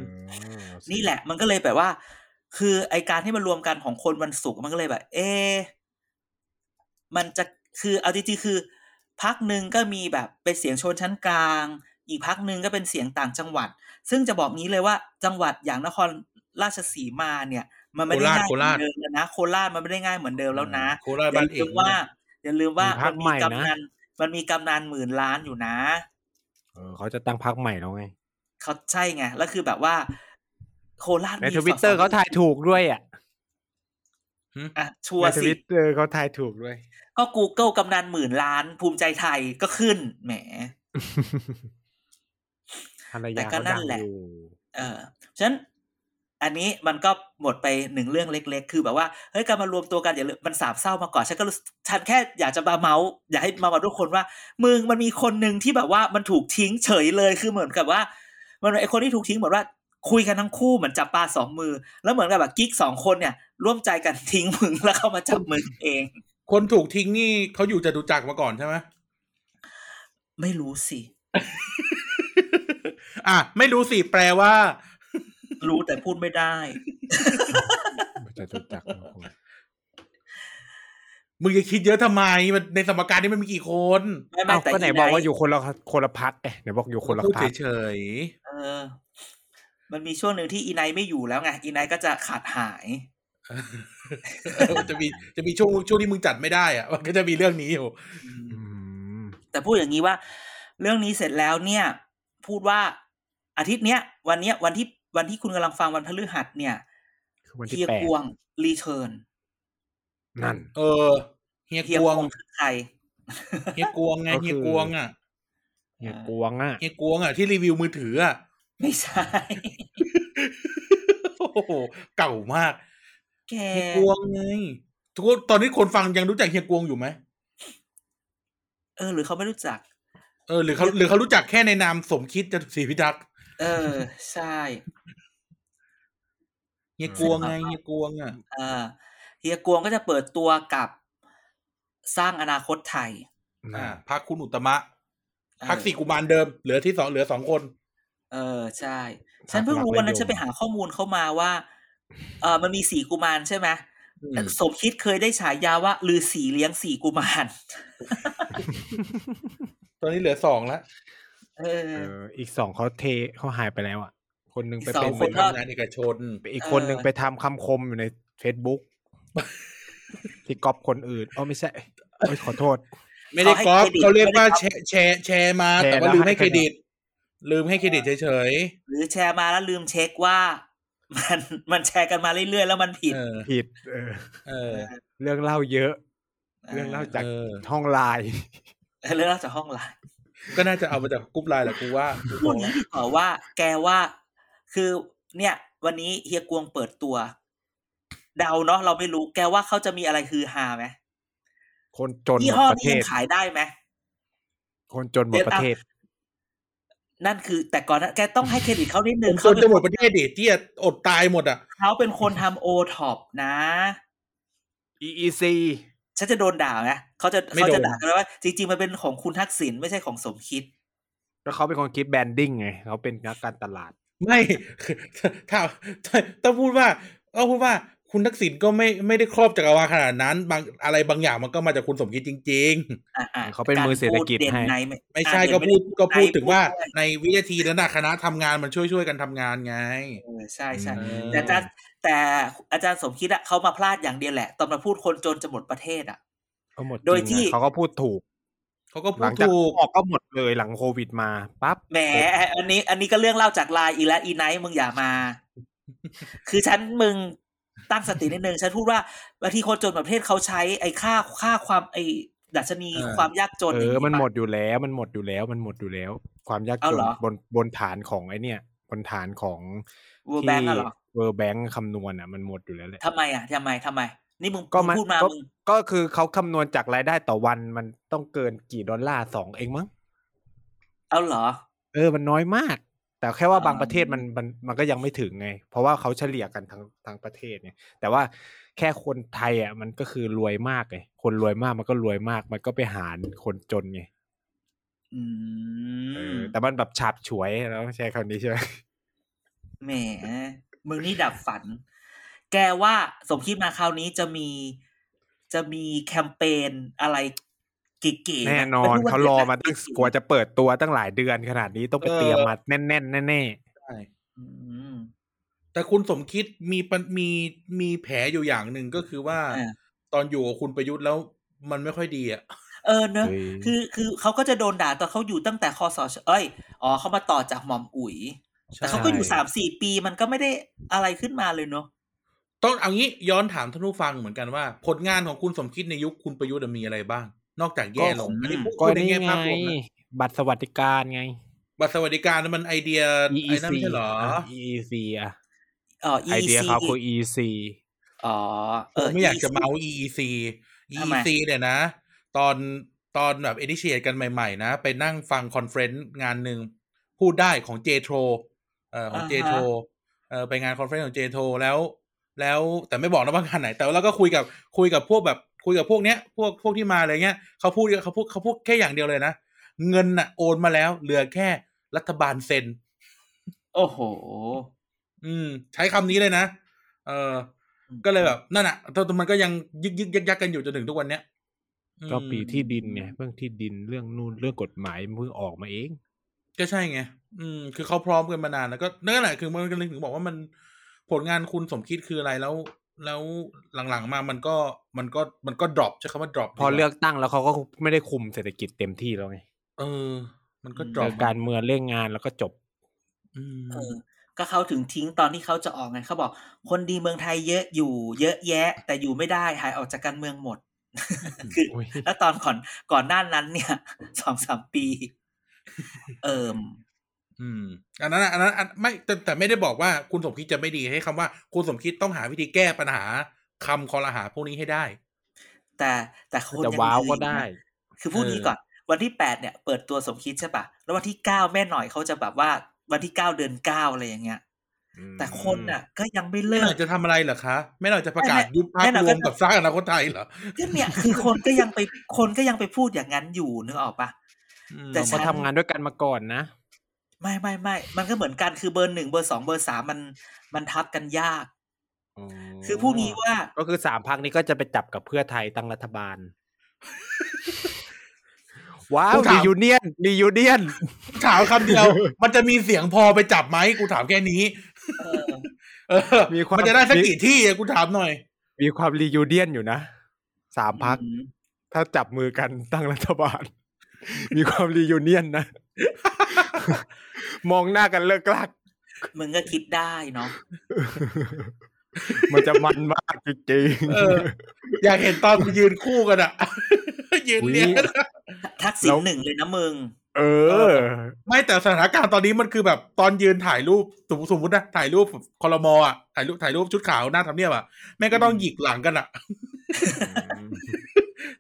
Speaker 4: นี่แหละ มันก็เลยแบบว่า คือไอการที่มันรวมกันของคนวันศุกร์มันก็เลยแบบ เอ๊ะมันจะคือเอาจริงๆคือ พักหนึ่งก็มีแบบเป็นเสียงชนชั้นกลาง อีกพักหนึ่งก็เป็นเสียงต่างจังหวัด ซึ่งจะบอกงี้เลยว่า จังหวัดอย่างนครราชสีมาเนี่ย มันไม่ได้ง่าย
Speaker 2: โคราช
Speaker 4: เหมือนเดิมแล้วนะโคราชมันไม่ได้ง่ายเหมือนเดิมแล้วนะ
Speaker 2: โคราช
Speaker 4: อย่า
Speaker 2: บ้านเอ
Speaker 4: ลื
Speaker 2: ก
Speaker 4: มว่าอย่าลืมว่า
Speaker 3: พรร
Speaker 4: มั
Speaker 3: คน ให
Speaker 4: มี
Speaker 3: ม่นะ
Speaker 4: กำนันมันมีกำนันหมื่นล้านอยู่นะ
Speaker 3: เออเขาจะตั้งพักใหม่แล้วไง
Speaker 4: เขาใช่ไงแล้วคือแบบว่า โคราช
Speaker 3: ใน
Speaker 4: มี
Speaker 3: ทวิตเตอ
Speaker 4: ส
Speaker 3: ร์
Speaker 4: ส
Speaker 3: เขาทายถูกด้วยอ่ะ
Speaker 2: หึ
Speaker 4: อ่ะชัว
Speaker 3: ในท
Speaker 4: ร์สิ
Speaker 3: วิตเตอร์เขาทายถูกด้วย
Speaker 4: ก็ Google กำนันหมื่นล้าน ภูมิใจไทยก็ขึ้นแหม
Speaker 3: ภรร
Speaker 4: แต่
Speaker 3: ยา
Speaker 4: ก็
Speaker 3: เขา
Speaker 4: นั่
Speaker 3: ดั
Speaker 4: น
Speaker 3: ง
Speaker 4: แหละ
Speaker 3: อยู่
Speaker 4: เออฉะนั้น อันนี้มันก็หมดไปหนึ่งเรื่องเล็ก ๆ คือแบบว่าเฮ้ยการมารวมตัวกันอย่าลืมมันสามเศร้ามาก่อนฉันก็รู้สึกฉันแค่อยากจะมาเมาส์อยากให้มาเมาทุกคนว่า มึงมันมีคนหนึ่งที่แบบว่ามันถูกทิ้งเฉยเลยคือเหมือนกับว่า มันไอคนที่ถูกทิ้งเหมือนว่าคุยกันทั้งคู่เหมือนจับปลาสองมือ แล้วเหมือนกับแบบกิ๊กสองคนเนี่ย ร่วมใจกันทิ้งมึงแล้วเข้ามาจับมึงเอง
Speaker 2: คนถูกทิ้งนี่เขาอยู่จตุจักรมาก่อนใช่ไหม
Speaker 4: ไม่รู้สิ
Speaker 2: อ่ะ ไม่รู้สิแปลว่า
Speaker 4: รู้แต่พูดไม่ได้
Speaker 3: จะถูกจักรมาคน
Speaker 2: มึงจะคิดเยอะทำไมมันในสมการนี้มันมีกี่คน
Speaker 4: ไม่ไม่
Speaker 3: เอ้า
Speaker 4: แต่
Speaker 3: ก็ไหน
Speaker 4: อี
Speaker 3: บอกว่า
Speaker 4: ท์
Speaker 3: อยู่คนละคนละพักไงไหนบอกอยู่คนละ
Speaker 2: พูด
Speaker 3: พัก
Speaker 2: เฉย
Speaker 4: เออ มันมีช่วงหนึ่งที่อีไนท์ไม่อยู่แล้วไง อีไนท์ก็จะขาดหาย
Speaker 2: ๆเออ จะมีจะมีช่วงช่วงที่มึงจัดไม่ได้อ่ะมันก็จะมีเรื่องนี้อยู่
Speaker 3: อืม
Speaker 4: แต่พูดอย่างนี้ว่า เรื่องนี้เสร็จแล้วเนี่ย พูดว่าอาทิตย์เนี้ย วันเนี้ย วันที่วันที่คุณกำลังฟังวันพฤหัสเนี่ย
Speaker 3: คือวัน
Speaker 4: เฮี
Speaker 3: ที่
Speaker 4: ย
Speaker 3: แปด
Speaker 4: กวงรีเทิร์น
Speaker 3: นั่น
Speaker 2: เออเฮีย
Speaker 4: เฮีย
Speaker 2: ก
Speaker 4: ก
Speaker 2: ว
Speaker 4: ว
Speaker 2: ง
Speaker 4: งคือใคร
Speaker 2: เฮียกวงไง
Speaker 3: ก็คือ
Speaker 2: เฮียกวงอ่ะ
Speaker 3: เนี่ยกวงอ่ะ
Speaker 2: เฮียกวงอ่ะที่รีวิวมือถืออ่ะ
Speaker 4: ไม่ใช่
Speaker 2: โอ้โหเก่ามาก
Speaker 4: แก
Speaker 2: เฮียกวงไงทุกคนตอนนี้คนฟังยังรู้จักเฮียกวงอยู่ไหม
Speaker 4: เออหรือเขาไม่รู้จัก
Speaker 2: เออหรือเขาหรือเขารู้จักแค่ในนามสมคิดจตุศรีพิทักษ์
Speaker 4: เออ ใช่
Speaker 2: เฮียกวงไงเฮียกวงอ่ะ
Speaker 4: เออเฮียกวงก็จะเปิดตัวกับสร้างอนาคตไทย
Speaker 2: อ่า
Speaker 3: อ่า
Speaker 2: พักคุณอุตตมะ
Speaker 4: เออ
Speaker 2: พักสี่กุมารเดิม เหลือที่สองเหลือสองคน
Speaker 4: เออ ใช่ ฉันเพิ่งรู้วันนั้นฉันไปหาข้อมูลเข้ามาว่า เออมันมีสีกุมารใช่ไหมสมคิดเคยได้ฉายาว่าลือสีเลี้ยงสีกุมาร
Speaker 2: ตอนนี้เหลือสองแล้ว
Speaker 4: เออ
Speaker 3: เอออีกสองเขาเทเขาหายไปแล้วอ่ะ คนหนึ่งไปเป็น
Speaker 4: อีกสอง
Speaker 2: ค
Speaker 4: คน น
Speaker 2: ทำงานเอกชน
Speaker 3: อีกคนหนึ่ง
Speaker 4: เออ
Speaker 3: ไปทำคำคมอยู่ใน Facebook ที่ก๊อปคนอื่นอ๋อไม่ใช่เอ้ยขอโทษ
Speaker 2: ไม่ได้กอปเขาเรียกว่าแชร์แชร์แชร์มา
Speaker 3: แชร์
Speaker 2: แต่ว่า
Speaker 3: แล้ว
Speaker 2: ลืมให้
Speaker 3: ให้
Speaker 2: เคร
Speaker 3: คะแนน
Speaker 2: ดิต ลืมให้เครดิตเฉย
Speaker 4: หรือแชร์มาแล้วลืมเช็คว่า มันมันแชร์กันมาเรื่อยๆแล้วมันผิ
Speaker 2: ๆ
Speaker 4: ด
Speaker 2: เออ
Speaker 3: ผิดเออ
Speaker 2: เออ
Speaker 3: เรื่องเล่าเยอะ เรื่องเล่าจาก
Speaker 2: เออ
Speaker 3: ห้องไลน์
Speaker 4: เออเรื่องเล่าจากห้องไลน์
Speaker 2: ก็น่าจะเอามาจากกรุ๊ปไลน์แหละกู ว่า
Speaker 4: พูดอย่างนี้ดีกว่าว่า แกว่า คือเนี่ย วันนี้เฮียกวงเปิดตัว เดาเนาะเราไม่รู้ แกว่าเขาจะมีอะไรคือฮาไหม
Speaker 3: คนจนห
Speaker 4: ยี่
Speaker 3: ม
Speaker 4: ห้อ
Speaker 3: ดประ
Speaker 4: นี้
Speaker 3: เท
Speaker 4: ยั
Speaker 3: ศ
Speaker 4: งขายได้ไหม
Speaker 3: คนจนหมดประเทศ
Speaker 4: นั่นคือ แต่ก่อนนะแกต้องให้เครดิตเขานิดนึ
Speaker 2: ผ
Speaker 4: ง
Speaker 2: มจ
Speaker 4: เขา
Speaker 2: น
Speaker 4: เป็
Speaker 2: จะ
Speaker 4: น
Speaker 2: หมดประเทศดิเตี้ยอดตายหมดอ่ะ
Speaker 4: เขาเป็นคนทำโอท็อปนะ
Speaker 3: EEC
Speaker 4: ฉันจะโดนด่าไหมเขาจะ
Speaker 2: ไม่
Speaker 4: เขา
Speaker 2: โดน
Speaker 4: จะด่ากันว่า จริงๆมันเป็นของคุณทักษิณไม่ใช่ของสมคิด
Speaker 3: แล้วเขาเป็นคนคิดแบรนดิ้งไงเขาเป็นนักการตลาด
Speaker 2: ไม่ คือถ้าถ้าต้องพูดว่าต้องพูดว่าคุณทักษิณก็ไม่ไม่ได้ครอบจักรวาลขนาดนั้น บางอะไรบางอย่างมันก็มาจากคุณสมคิดจริง ๆ
Speaker 4: อ่ะอ่ะ
Speaker 3: เขาเป็นมือเศรษฐกิจให้
Speaker 4: ารพูดเด่นใน
Speaker 2: ไม่ใช่
Speaker 4: อ่ะ
Speaker 2: ก็พูด
Speaker 4: เน
Speaker 2: ก็พูด
Speaker 4: ใน
Speaker 2: ถึงว่า
Speaker 4: ด้วย
Speaker 2: ในวินาทีนั้นนะคณะทำงานมันช่วยช่วยๆกันทำงานไง
Speaker 4: เออใช่ใช่
Speaker 2: อืม
Speaker 4: แต่อาจารย์แต่อาจารย์สมคิดอะเขามาพลาดอย่างเดียวแหละ ตอนมาพูดคนจนจะหมดประเทศอะ
Speaker 3: เขาหมดจริง
Speaker 4: โดยที่
Speaker 3: อะเขาก็พูดถูก
Speaker 2: เขาก็พู
Speaker 3: หลั
Speaker 2: ด
Speaker 3: งจาก
Speaker 2: ถูก
Speaker 3: ออกก็หมดเลยหลังโควิดมาปั๊บ
Speaker 4: แหมอันนี้ อันนี้ก็เรื่องเล่าจากไลน์อีกแล้วอีไนท์มึงอย่ามา คือฉันมึงตั้งสตินิดนึงฉันพูดว่าบางทีคนจนประเทศเขาใช้ไอ้ค่าค่าความไอ้ดัชนีความยากจน
Speaker 3: เอย่าง อ
Speaker 4: งี้
Speaker 3: มัน
Speaker 4: ปะ
Speaker 3: หมดอยู่แล้วมันหมดอยู่แล้วมันหมดอยู่แล้ว ความยาก
Speaker 4: เอา
Speaker 3: จ
Speaker 4: เห
Speaker 3: น
Speaker 4: รอ
Speaker 3: บนบนฐานของไอเนี่ย บนฐานของ
Speaker 4: เวอร์
Speaker 3: ที่
Speaker 4: แบงก์อะเหรอ
Speaker 3: เวอร์แบงค์คำนวณอ่ะมันหมดอยู่แล้วแหละ
Speaker 4: ทำไมอะทำไมทำไม นี่มึง
Speaker 3: ก็
Speaker 4: มึ
Speaker 3: มั
Speaker 4: ง
Speaker 3: น
Speaker 4: พูดมา
Speaker 3: ก็
Speaker 4: มึง
Speaker 3: ก็คือเขาคำนวณจากรายได้ต่อวันมันต้องเกินกี่ดอลลาร์สองเองมั้ง
Speaker 4: เอาเหรอ
Speaker 3: เออมันน้อยมาก แต่แค่ว่า
Speaker 4: อ่า
Speaker 3: บางประเทศมันมันมันก็ยังไม่ถึงไง เพราะว่าเขาเฉลี่ยกันทั้งทั้งประเทศเนี่ยแต่ว่าแค่คนไทยอ่ะมันก็คือรวยมากไงคนรวยมากมันก็รวยมาก มันก็ไปหารคนจนไง
Speaker 4: อื
Speaker 3: เอ
Speaker 4: ม
Speaker 3: อแต่มันแบบฉาบฉวยแล้วใช้คำนี้ใช่ไหม
Speaker 4: แหมมึงนี่ดับฝัน แกว่าสมคิดมาคราวนี้จะมี จะมีแคมเปญอะไรเก๋ๆะ
Speaker 3: แน่นอน
Speaker 4: พูดว่
Speaker 3: เขารอมา ตั้ง
Speaker 4: เก๋ๆ
Speaker 3: กว่าจะเปิดตัวตั้งหลายเดือนขนาดนี้ต้องไปเตรียมมาแน่นแน่นๆแน่
Speaker 2: ใช่
Speaker 4: อืม
Speaker 2: แต่คุณสมคิดมีปัญมีมีแผลอยู่อย่างหนึ่งก็คือว่า
Speaker 4: อ่า
Speaker 2: ตอนอยู่กับคุณประยุทธ์แล้วมันไม่ค่อยดีอ่ะ
Speaker 4: เออ
Speaker 3: ๆ
Speaker 4: เนอะ
Speaker 3: เฮ้ย
Speaker 4: คือคือเขาก็จะโดนด่าตอนเขาอยู่ตั้งแต่คอสชเอ้ยอ๋อเขามาต่อจากหม่อมอุ๋ย แต่เขาก็อยู่สามสี่ปีมันก็ไม่ได้อะไรขึ้นมาเลยเนอะ
Speaker 2: ต้องเอางี้ย้อนถามท่านผู้ฟังเหมือนกันว่า ผลงานของคุณสมคิดในยุคคุณประยุทธ์มีอะไรบ้าง นอกจากแย่ลงอันนี้พูด
Speaker 3: ก็
Speaker 2: พูดใน
Speaker 3: นี่
Speaker 2: แง่
Speaker 3: ไง
Speaker 2: ภาพรวมนะ
Speaker 3: บัตรสวัสดิการไง
Speaker 2: บัตรสวัสดิการมันไอเดียไอ้นั่นไม่ใช่เหรอ
Speaker 3: อ่ะ EEC อ่ะ
Speaker 4: อ๋อ
Speaker 3: ไอ
Speaker 4: EEC
Speaker 3: เดียเขาคือ EEC
Speaker 4: อ๋อเอ
Speaker 2: ผม
Speaker 4: อ
Speaker 2: ไม่อยาก
Speaker 4: EEC
Speaker 2: จะเมาส์ EEC
Speaker 4: ทำไม
Speaker 2: EEC เนี่ยนะ ตอนตอนแบบเอดิเชียกันใหม่ๆ นะ ไปนั่งฟังคอนเฟรนซ์งานหนึ่งพูดได้ของ j t r o เอ่อของ j
Speaker 4: อ่าฮะ
Speaker 2: t r o เอ่อไปงานคอนเฟรนซ์ของ j t r o แล้ว แล้วแต่ไม่บอกนะว่างานไหน แต่ว่าเราก็คุยกับคุยกับพวกแบบคุยกับพวกเนี้ยพวกพวกที่มาอะไรเงี้ยเขาพูดเขาพูดเขาพูดแค่อย่างเดียวเลยนะ เงินน่ะโอนมาแล้ว เหลือแค่รัฐบาลเซ็น
Speaker 4: โอ้โห
Speaker 2: อืม ใช้คำนี้เลยนะ เออ ก็เลยแบบนั่นอ่ะแต่มันก็ยังยึกยึกยักยักกันอยู่จนถึงทุกวันเนี้ยอืม
Speaker 3: ก็ปีที่ดินไงเรื่องที่ดินเรื่องนู่นเรื่องกฎหมายมันเพิ่งออกมาเอง
Speaker 2: ก็ใช่ไง อืม คือเขาพร้อมกันมานานแล้วก็นั่นแหละคือมันก็เลยถึงบอกว่ามันผลงานคุณสมคิดคืออะไรแล้ว แล้วหลังๆมามันก็มันก็มันก็ดรอปใช้คำว่าดรอป
Speaker 3: พอเลือกตั้งแล้วเขาก็ไม่ได้คุมเศรษฐกิจเต็มที่แล้วไง
Speaker 2: เออ มันก็ดร
Speaker 3: เจ
Speaker 2: อ
Speaker 3: อ
Speaker 2: ป
Speaker 3: การเมืองเรื่องงานแล้วก็จบ
Speaker 2: อืม
Speaker 4: เออ ก็เขาถึงทิ้งตอนที่เขาจะออกไงเขาบอก คนดีเมืองไทยเยอะอยู่ เยอะแยะ แต่อยู่ไม่ได้หายออกจากการเมืองหมด คือ
Speaker 3: อุ๊ย
Speaker 4: แล้วตอนก่อนก่อนหน้านั้นเนี่ยสองสามปี เอิม
Speaker 2: อืม อันนั้นอะอันนั้นอันไม่แต่แต่ไม่ได้บอกว่าคุณสมคิดจะไม่ดีให้คำว่า คุณสมคิดต้องหาวิธีแก้ปัญหาคำคอรหาพวกนี้ให้ได้
Speaker 4: แต่แต่คน
Speaker 3: จะ
Speaker 4: ยัง
Speaker 3: ว้าว
Speaker 4: ดี
Speaker 3: ก็ได้
Speaker 4: นะคือพูด
Speaker 2: เออ
Speaker 4: นี้ก่อน วันที่แปดเนี่ยเปิดตัวสมคิดใช่ปะแล้ววันที่เก้าแม่หน่อยเขาจะแบบว่าวันที่เก้าเดือนเก้าอะไรอย่างเงี้ย แต่คนน่ะ ก็ยังไม่
Speaker 2: แม่
Speaker 4: เลิ
Speaker 2: หน่
Speaker 4: ก
Speaker 2: อยจะทำอะไรเหรอคะแม่หน่อยจะประกาศ
Speaker 4: แม่
Speaker 2: ยุบพรร
Speaker 4: แม่
Speaker 2: ค
Speaker 4: หน่อย
Speaker 2: ร
Speaker 4: ก็
Speaker 2: วมกับสร้างอนาคตไทยเหรอ
Speaker 4: ก็เนี่ยคือคนก็ยังไปคนก็ยังไปพูดอย่างนั้นอยู่นึกออกปะ
Speaker 2: อืม
Speaker 4: แต่ฉั
Speaker 3: เขา
Speaker 4: น
Speaker 3: ทำงานด้วยกันมาก่อนนะ
Speaker 4: ไม่ไม่ไม่ มันก็เหมือนกันคือเบอร์หนึ่งเบอร์สองเบอร์สามมันมันทับกันยาก คือพูดงี้ว่า
Speaker 3: ก็คือสามพักนี้ก็จะไปจับกับเพื่อไทยตั้งรัฐบาล ว้าวรียูเนียนรียูเนียน
Speaker 2: ถามคำเดียว มันจะมีเสียงพอไปจับไหมกูถามแค่นี้เอ
Speaker 4: เออ
Speaker 2: อ
Speaker 3: มีความ
Speaker 2: มันจะได้สักกี่ที่อะกูถามหน่อย
Speaker 3: มีความรียูเนียนอยู่นะสามพัก
Speaker 4: อืม
Speaker 3: ถ้าจับมือกัน ตั้งรัฐบาล มีความรียูเนียนนะ มองหน้ากันเลิกลัก
Speaker 4: มึงก็คิดได้เนาะ
Speaker 3: มันจะมันมากจริง
Speaker 2: เออ อยากเห็นตอนกูยืนคู่กันอะ ยืนเรียงกันอะ
Speaker 4: ทักษิณหนึ่งเลยนะมึง
Speaker 3: ๆเออ
Speaker 2: ไม่แต่สถานการณ์ตอนนี้มันคือแบบตอนยืนถ่ายรูปสมมุติสมมตินะถ่ายรูปคอรมออะถ่ายรูปถ่ายรูปชุดขาวหน้าทำเนียบอะแม่งก็ต้องหยิกหลังกันอะ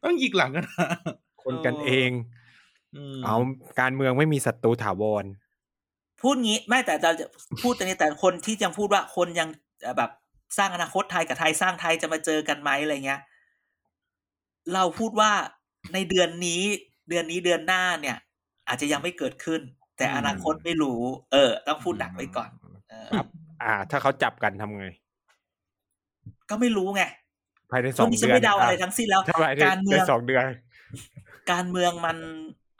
Speaker 2: ต้องหยิกหลังกันอะ
Speaker 3: คนกันเอง
Speaker 2: อืม
Speaker 3: เอาการเมืองไม่มีศัตรูถาวร
Speaker 4: พูดงี้ไม่แต่เราจะพูดตรงนี้แต่คนที่ยังพูดว่าคนยังเอ่อแบบสร้างอนาคตไทยกับไทยสร้างไทยจะมาเจอกันไหมอะไรเงี้ย เราพูดว่าในเดือนนี้ เดือนนี้เดือนหน้าเนี่ย อาจจะยังไม่เกิดขึ้น แต่อนาคตไม่รู้ เออ ต้องพูดดักไว้ก่อนเออ
Speaker 3: อ่า ถ้าเขาจับกันทำไง
Speaker 4: ก็ไม่รู้ไง
Speaker 3: ภายในส
Speaker 4: ช่
Speaker 3: อ
Speaker 4: ว
Speaker 3: ง
Speaker 4: งนี้ฉั
Speaker 3: เดือ
Speaker 4: น
Speaker 3: น
Speaker 4: ไม่เดาอะไร
Speaker 3: อ่
Speaker 4: ทั้งสิ้นแล้ว
Speaker 3: ถ้าภายใน
Speaker 4: การเมื
Speaker 3: ใน
Speaker 4: อง
Speaker 3: สองเดือน
Speaker 4: การเมืองมัน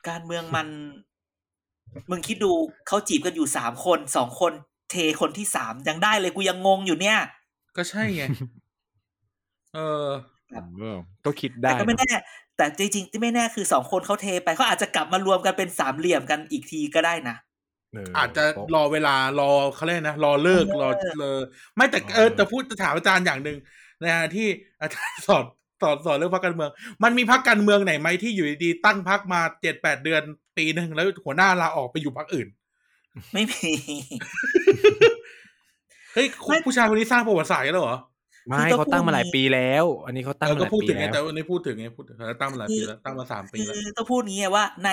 Speaker 4: การเมืองมัน มึงคิดดูเขาจีบกันอยู่สามคนสองคนเทคนที่สามยังได้เลยกูยังงงอยู่เนี่ย
Speaker 2: ก็ใช่ ไง เออ
Speaker 4: ครับ
Speaker 3: ก็คิดได้
Speaker 4: แต่ก็ไม่แน่ แต่จริงๆที่ไม่แน่คือสองคนเขาเทไปเขาอาจจะกลับมารวมกันเป็นสามเหลี่ยมกันอีกทีก็ได้นะ
Speaker 3: เ
Speaker 2: อาจจะรอเวลารอเขาเรียกนะรอเลิกรอเลอไม่แต่เออแต่พูดจะถามอาจารย์อย่างหนึ่งนะฮะที่ อาจารย์สอนสอนสอนเรื่องพรรคการเมือง มันมีพรรคการเมืองไหนไหมที่อยู่ดีๆตั้งพรรคมาเจ็ดแปดเดือนปีหนึ่งแล้วหัวหน้าลาออกไปอยู่พรรคอื่น
Speaker 4: ไม่มี
Speaker 2: เฮ้ย
Speaker 4: ไม่
Speaker 2: ผู้ชายคนนี้สร้างประวัติศาสตร์แล้วเหรอ
Speaker 3: ไม่
Speaker 4: คือก็
Speaker 3: เขาตั้งมาหลาย
Speaker 4: พวกนี้
Speaker 3: ปีแล้ว อันนี้เขาตั้ง
Speaker 2: เออ
Speaker 3: มาห
Speaker 2: ก็
Speaker 3: ลาย
Speaker 2: พูด
Speaker 3: ปี
Speaker 2: ถึงไง
Speaker 3: แล้
Speaker 2: แต่
Speaker 3: ว
Speaker 2: วันนี้พูดถึงไงพูดถึงตั้งมาหลายปีแล้วตั้งมาสามปี
Speaker 4: คื
Speaker 2: แล้ว
Speaker 4: อต้องพูดงี้ไงว่าใน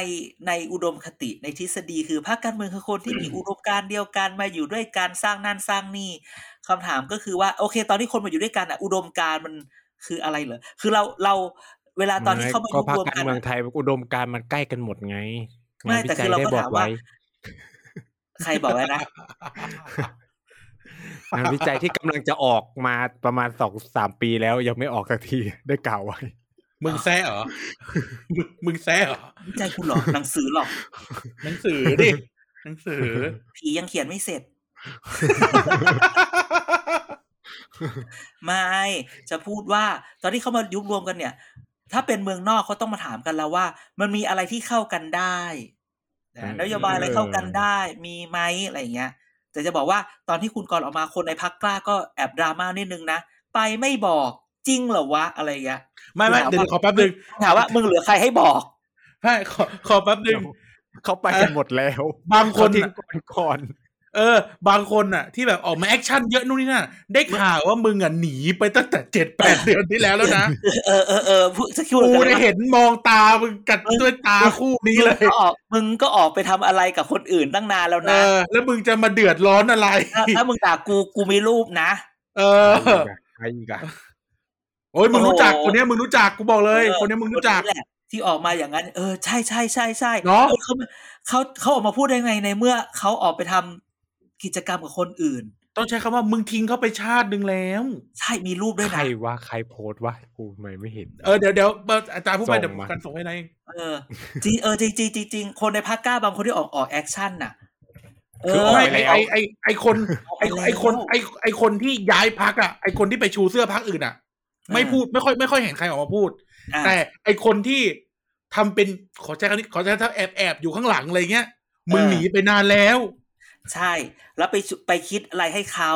Speaker 4: ในอุดมคติในทฤษฎีคือพรรคการเมืองคือคนที่มี อุดมการณ์เดียวกันมาอยู่ด้วยการสร้างนั่นสร้างนี่คำถามก็คือว่าโอเค ตอนที่คนมาอยู่ด้วยกันอ่ะ อุดมการณ์มันคืออะไรเหรอคือเราเราเวลาตอนที่เขามาอ
Speaker 3: ก็พรรค
Speaker 4: ยู่ร
Speaker 3: ว
Speaker 4: ม
Speaker 3: การ
Speaker 4: กัน
Speaker 3: เมือง
Speaker 4: อะ
Speaker 3: ไทยอุดมการณ์มันใกล้กันหมดไง
Speaker 4: ไม่
Speaker 3: งานวิ
Speaker 4: แต่
Speaker 3: จั
Speaker 4: คื
Speaker 3: ย
Speaker 4: อเรา
Speaker 3: ได้
Speaker 4: ก็
Speaker 3: บอ
Speaker 4: ถาก มว่า
Speaker 3: ไว้
Speaker 4: ใครบอกไว้นะ
Speaker 3: งานวิจัยที่กำลังจะออกมาประมาณสองสามปีแล้วยังไม่ออกสักที ได้กล่าวไว้
Speaker 2: มึงแซ่เหรอ มึงมึงแซ่เหรอ
Speaker 4: วิจัยคุณหรอหนังสือหรอ
Speaker 2: หนังสือดิหนัง สือ
Speaker 4: ผียังเขียนไม่เสร็จ ไม่จะพูดว่าตอนที่เขามายุบรวมกันเนี่ย ถ้าเป็นเมืองนอกเขาต้องมาถามกันแล้วว่า มันมีอะไรที่เข้ากันได้นะ
Speaker 3: เออน
Speaker 4: โยบายอะไรเข้ากันได้ มีไหมอะไรอย่างเงี้ย แต่จะบอกว่าตอนที่คุณกรณ์ออกมาคนในพักกล้าก็แอบดราม่านิดนึงนะ ไปไม่บอกจริงเหรอวะอะไรอย่างเงี้ย
Speaker 2: ไม่ไม่เดี๋ยวขอแป๊บนึง
Speaker 4: ถามว่ามึงเหลือใครให้บอก
Speaker 2: ไม่ขอขอแป๊บนึง
Speaker 3: เขาไปกันหมดแล้ว
Speaker 2: บางคน
Speaker 3: เขทิ้งก่อนก่อน
Speaker 2: เออบางคนน่ะ ที่แบบออกมาแอคชั่นเยอะนู่นนี่นั่นได้ข่าวว่ามึงอ่ะหนีไปตั้งแต่เจ็ดแปดเดือนที่แล้วแล้ว นะ
Speaker 4: เออเออเออพูดจะคิดว่า
Speaker 2: กู
Speaker 4: มึง
Speaker 2: ได้เห็นมองตามึงกัดด้วยตาคู่นี้เลย
Speaker 4: ก็ออกมึงก็ออกไปทำอะไรกับคนอื่นตั้งนานแล้ว
Speaker 2: เอ
Speaker 4: นะ
Speaker 2: อ แล้วมึงจะมาเดือดร้อน อะไร
Speaker 4: ถ้าถ้ามึงด่ากูกูมีรูปนะ
Speaker 2: เออ
Speaker 3: ใครอีกอะ
Speaker 2: โอ้ยมึงรู้จัก
Speaker 4: โอ้โห
Speaker 2: คนเนี้ยมึงรู้จักกูบอกเลย
Speaker 4: ออ
Speaker 2: คนเนี้ยมึงรู้จัก
Speaker 4: คนนี้แหละที่ออกมาอย่างนั้น เออใช่ใช่ใช่ใช่
Speaker 2: เนอะ
Speaker 4: ออเขาเขาเขาออกมาพูดได้ไงในเมื่อเขาออกไปทำกิจกรรมกับคนอื่น
Speaker 2: ต้องใช้คำว่ามึงทิ้งเขาไปชาติหนึ่งแล้ว
Speaker 4: ใช่มีรูปด้วย
Speaker 3: ใคร
Speaker 4: นะ
Speaker 3: วะใครโพสต์วะกูทำไมไม่เห็น
Speaker 2: เออเดี๋ยวเดี๋ยวเอ่ออาจารย์พูดไป
Speaker 3: ส่งมา
Speaker 2: เดี๋ยวกันส่งให้นายเอง
Speaker 4: เออจริงเออจริงจริงจริงจริงคนในพักกล้าบางคนที่ออกออกแอคชั่นน่ะเอ
Speaker 3: คือ
Speaker 4: อ
Speaker 3: ออก
Speaker 2: ไม่
Speaker 3: ปแล้
Speaker 2: ไอ
Speaker 3: ว
Speaker 2: ไอไอไอคนไอ
Speaker 4: กปแล้ว
Speaker 2: ไอคนไอไอคนที่ย้ายพักอ่ะไอคนที่ไปชูเสื้อพักอื่นอ่ะ ไม่พูดไม่ค่อยไม่ค่อยเห็นใครออกมาพูด
Speaker 4: อ่ะ
Speaker 2: แต่ไอคนที่ทำเป็นขอใช้คำนี้ขอใช้คำว่าแอบแอบอยู่ข้างหลังอะไรเงี้ยมึง
Speaker 4: เออ
Speaker 2: หนีไปนานแล้ว
Speaker 4: ใช่ แล้วไปชุไปคิดอะไรให้เขา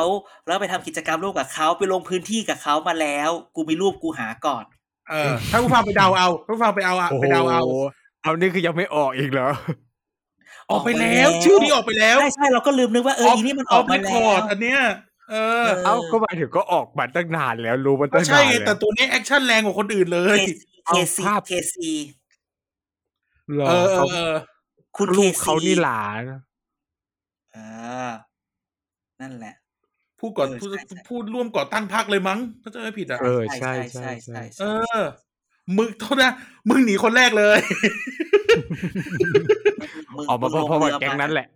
Speaker 4: แล้วไปทำกิจกรรมร่วมกับเขาไปลงพื้นที่กับเขามาแล้ว กูมีรูปกูหาก่อน
Speaker 2: เออ ถ้าผู้ฟังไปเดาเอาถ้าผู้ฟังไปเอาอะไปเดาเอา
Speaker 3: โโหเอานี่คือยังไม่ออกอีกเหรอ
Speaker 2: ออกไปแล้วชื่อนี้ออกไปแล้ว
Speaker 4: ใช่ใช่เราก็ลืมนึกว่าเอออีนี่มันออกมา
Speaker 2: เร
Speaker 4: แล้
Speaker 2: คว อร์ดอันเนี้ยเออ
Speaker 4: เอ
Speaker 3: เอ้าก็หมายถึงก็ออกมาตั้งนานแล้วรู้มา
Speaker 2: ก็
Speaker 3: ตั้ง
Speaker 2: ใช่
Speaker 3: นาน
Speaker 2: ไง
Speaker 3: แล้
Speaker 2: แต่
Speaker 3: ว
Speaker 2: ตัวนี้แอคชั่นแรงกว่าคนอื่นเลย
Speaker 4: เค
Speaker 3: เอา
Speaker 4: ซี
Speaker 3: ภาพ
Speaker 4: เคซี
Speaker 3: หรอ
Speaker 2: เออเอ
Speaker 3: เขา
Speaker 2: อเออ
Speaker 4: คุณเค
Speaker 3: ลูก
Speaker 4: ซี
Speaker 3: เขานี่หลาน
Speaker 4: อ่านั่นแหละ
Speaker 2: ผู้ก่อน
Speaker 4: เออ
Speaker 2: ผู้
Speaker 4: ใช่ใช่
Speaker 2: ผู้ร่วมก่อตั้งพรรคเลยมั้งถ้าจะไม่ผิดอ่ะ
Speaker 3: เออใช่ใช่ใช่
Speaker 2: เออ มึงโทษนะมึงหนีคนแรกเลย
Speaker 4: ง
Speaker 3: ออกมาเพ
Speaker 4: ง
Speaker 3: ราะ
Speaker 4: ล
Speaker 3: เพราะว่า
Speaker 4: เรือ
Speaker 3: แก๊งนั้นแหละ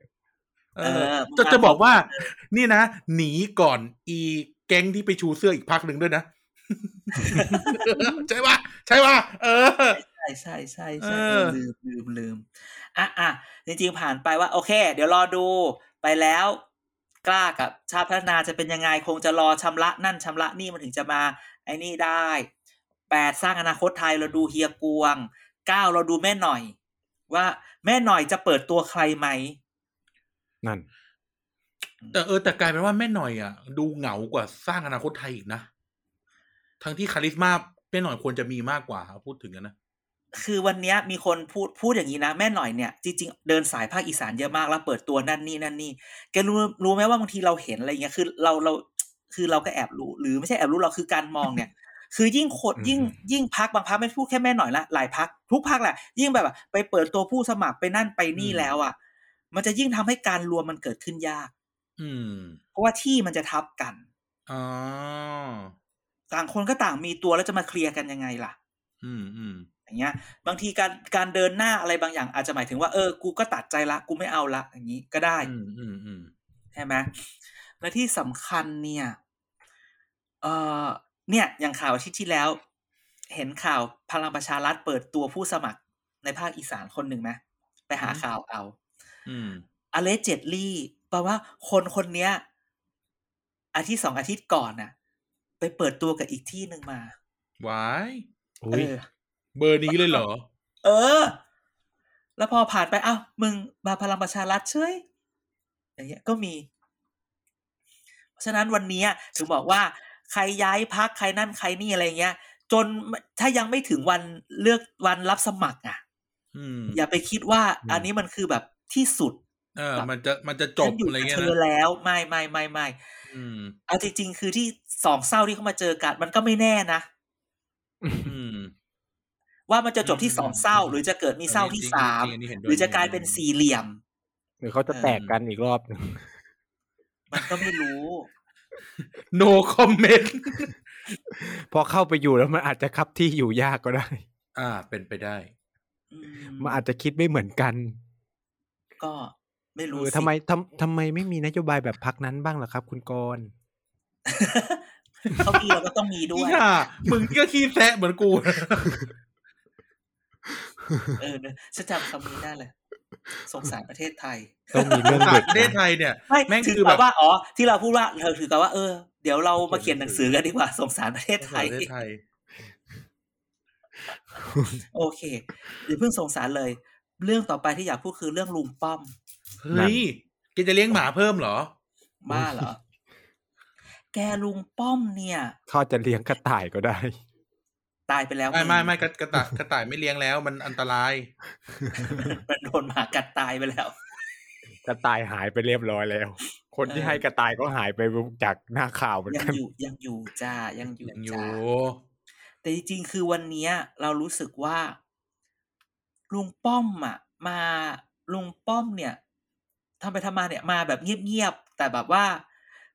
Speaker 2: เอ
Speaker 4: เอ
Speaker 2: อ
Speaker 4: อ
Speaker 2: จะจะบอกว่า นี่นะหนีก่อนอีแก๊งที่ไปชูเสื้ออีกพรรคหนึ่ง ด้วยนะ ใช่ปะใช่ปะเออ
Speaker 4: ใช่ใช่ใช่ใช่
Speaker 2: เออ
Speaker 4: ลืมลืมลืมอ่ะอ่ะจริงๆผ่านไปว่า โอเค เดี๋ยวรอดูไปแล้ว กล้ากับชาติพัฒนาจะเป็นยังไง คงจะรอชำระนั่นชำระนี่มันถึงจะมา ไอ้นี่ได้แปดสร้างอนาคตไทยเราดูเฮียกวงเก้าเราดูแม่หน่อย ว่าแม่หน่อยจะเปิดตัวใครไหม
Speaker 3: นั่น
Speaker 2: แต่เออแต่กลายเป็นว่าแม่หน่อยอ่ะ ดูเหงากว่าสร้างอนาคตไทยอีกนะ ทั้งที่คาริสมาแม่หน่อยควรจะมีมากกว่าเอาพูดถึงกันนะ
Speaker 4: คือวันเนี้ยมีคนพูดพูดอย่างนี้นะแม่หน่อยเนี่ยจริงๆเดินสายภาคอีสานเยอะมากแล้วเปิดตัวนั่นนี่นั่นนี่แกรู้รู้ไหมว่าบางทีเราเห็นอะไรเงี้ยคือเราเราคือเราก็แอบรู้ หรือไม่ใช่แอบรู้เราคือการมองเนี่ย คือยิ่งโคด
Speaker 3: อืม
Speaker 4: ยิ่งยิ่งพักบางพักไม่พูดแค่แม่หน่อยละหลายพักทุกพักแหละ ยิ่งแบบว่าไปเปิดตัวผู้สมัครไปนั่นไปนี่
Speaker 2: อืม
Speaker 4: แล้วอ่ะ มันจะยิ่งทำให้การรวมมันเกิดขึ้นยาก
Speaker 2: อืม
Speaker 4: เพราะว่าที่มันจะทับกัน
Speaker 2: อ๋อ
Speaker 4: ต่างคนก็ต่างมีตัวแล้วจะมาเคลียร์กันยังไงล่ะ
Speaker 2: อืมอืม
Speaker 4: อย่างเงี้ยบางทีการการเดินหน้าอะไรบางอย่างอาจจะหมายถึงว่าเออกูก็ตัดใจละกูไม่เอาละอย่างนี้ก็ได้
Speaker 2: อืมอืมอืม
Speaker 4: ใช่ไหมและที่สำคัญเนี่ยเออเนี่ยอย่างข่าวอาทิตย์ที่แล้ว เห็นข่าวพลังประชารัฐเปิดตัวผู้สมัครในภาคอีสานคนหนึ่งไหมไปหาข่าวเอา
Speaker 2: อืม
Speaker 4: อเลเจดลี่แปลว่าคนคนเนี้ย อาทิตย์สองอาทิตย์ก่อนน่ะ ไปเปิดตัวกับอีกที่หนึ่งมาว
Speaker 2: าย
Speaker 3: อุ้
Speaker 4: เอย อ
Speaker 2: เบอร์นี้เลยเหรอ
Speaker 4: เออ แล้วพอผ่านไปอ้าวมึงมาพลังประชารัฐเฉยอย่างเงี้ยก็มี เพราะฉะนั้นวันเนี้ยถึงบอกว่า ใครย้ายพักใครนั่นใครนี่อะไรเงี้ย จนถ้ายังไม่ถึงวันเลือกวันรับสมัคร อ่ะ
Speaker 2: อืม
Speaker 4: อย่าไปคิดว่า อันนี้มันคือแบบที่สุด
Speaker 2: เออ มันจะมันจะจบ
Speaker 4: ฉันอยู่
Speaker 2: อะไร
Speaker 4: กับ
Speaker 2: เงี้
Speaker 4: เธ
Speaker 2: ย
Speaker 4: อ
Speaker 2: นะ
Speaker 4: แล้วไม่ไม่ไม่ไม่
Speaker 2: อืม
Speaker 4: เอาจริงๆคือที่สองเศร้าที่เขามาเจอกันมันก็ไม่แน่นะ
Speaker 2: อืม
Speaker 4: ว่ามันจะจบที่สองเศร้า หรือจะเกิดมีเศร้าที่สาม
Speaker 2: อันนี้เนด้ว
Speaker 4: หรือจะกลายเป็นสี่เหลี่ยม
Speaker 3: หรือเขาจะแตกกันอีกรอบหนึ่ง
Speaker 4: มันก็ไม่รู้
Speaker 2: โนคอมเมนต์
Speaker 3: พอเข้าไปอยู่แล้วมันอาจจะคับที่อยู่ยากก็ได้
Speaker 2: อ่า เป็นไปได้
Speaker 4: อื
Speaker 3: มันอาจจะคิดไม่เหมือนกัน
Speaker 4: ก็ไม่
Speaker 3: เอ
Speaker 4: รู้
Speaker 3: อ
Speaker 4: สิ
Speaker 3: ทำไม ทำทำไมไม่มีนโยบายแบบพักนั้นบ้างล่ะครับ คุณกรณ์
Speaker 4: เขามีเราก็ต้องมีด้วย
Speaker 2: อีห่ามึงก็ขี้แซะเหมือน กู
Speaker 4: เออเนี่ยฉันจำคำนี้ได้เลยสงสารประเทศไทย
Speaker 3: ต้องมีเรื่องเด็ก
Speaker 2: ประเทศ
Speaker 3: นะ
Speaker 2: ไทยเนี่ย
Speaker 4: ไม่
Speaker 2: แม่ง
Speaker 4: ถือ
Speaker 2: คือ
Speaker 4: แบบ
Speaker 2: แบบ
Speaker 4: ว่าอ๋อที่เราพูดว่าเธอถือกับว่าเออเดี๋ยวเรามาเขียนหนังสือกันดีกว่าสงสารประเทศไทย
Speaker 2: ประเทศไทย
Speaker 4: โอเคหรือเพิ่งสงสารเลย เรื่องต่อไปที่อยากพูดคือเรื่องลุงป้อม
Speaker 2: เฮ้ยแกจะเลี้ยงหมาเพิ่มเหรอ
Speaker 4: บ้าเหรอ แกลุงป้อมเนี่ย
Speaker 3: เขาอาจจะเลี้ยงกระต่ายก็ได้
Speaker 4: ตายไปแล้ว
Speaker 2: ไม่ไม่ไม่กระกระต่ายกระต่ายไม่เลี้ยงแล้ว มันอันตราย
Speaker 4: มันโดนหมากัดตายไปแล้ว
Speaker 3: กระต่ายหายไปเรียบร้อยแล้ว คนที่
Speaker 4: เออ
Speaker 3: ให้กระต่ายก็หายไปจากหน้าข่าวเหมือน
Speaker 4: ยัง
Speaker 3: กัน
Speaker 4: อยู่ยังอยู่จ้ายังอยู่
Speaker 2: ยังอยู่
Speaker 4: จ้า แต่จริงๆ คือวันเนี้ย เรารู้สึกว่า ลุงป้อมอ่ะ มาลุงป้อมเนี่ยทำไปทำมาเนี่ยมาแบบเงียบๆแต่แบบว่า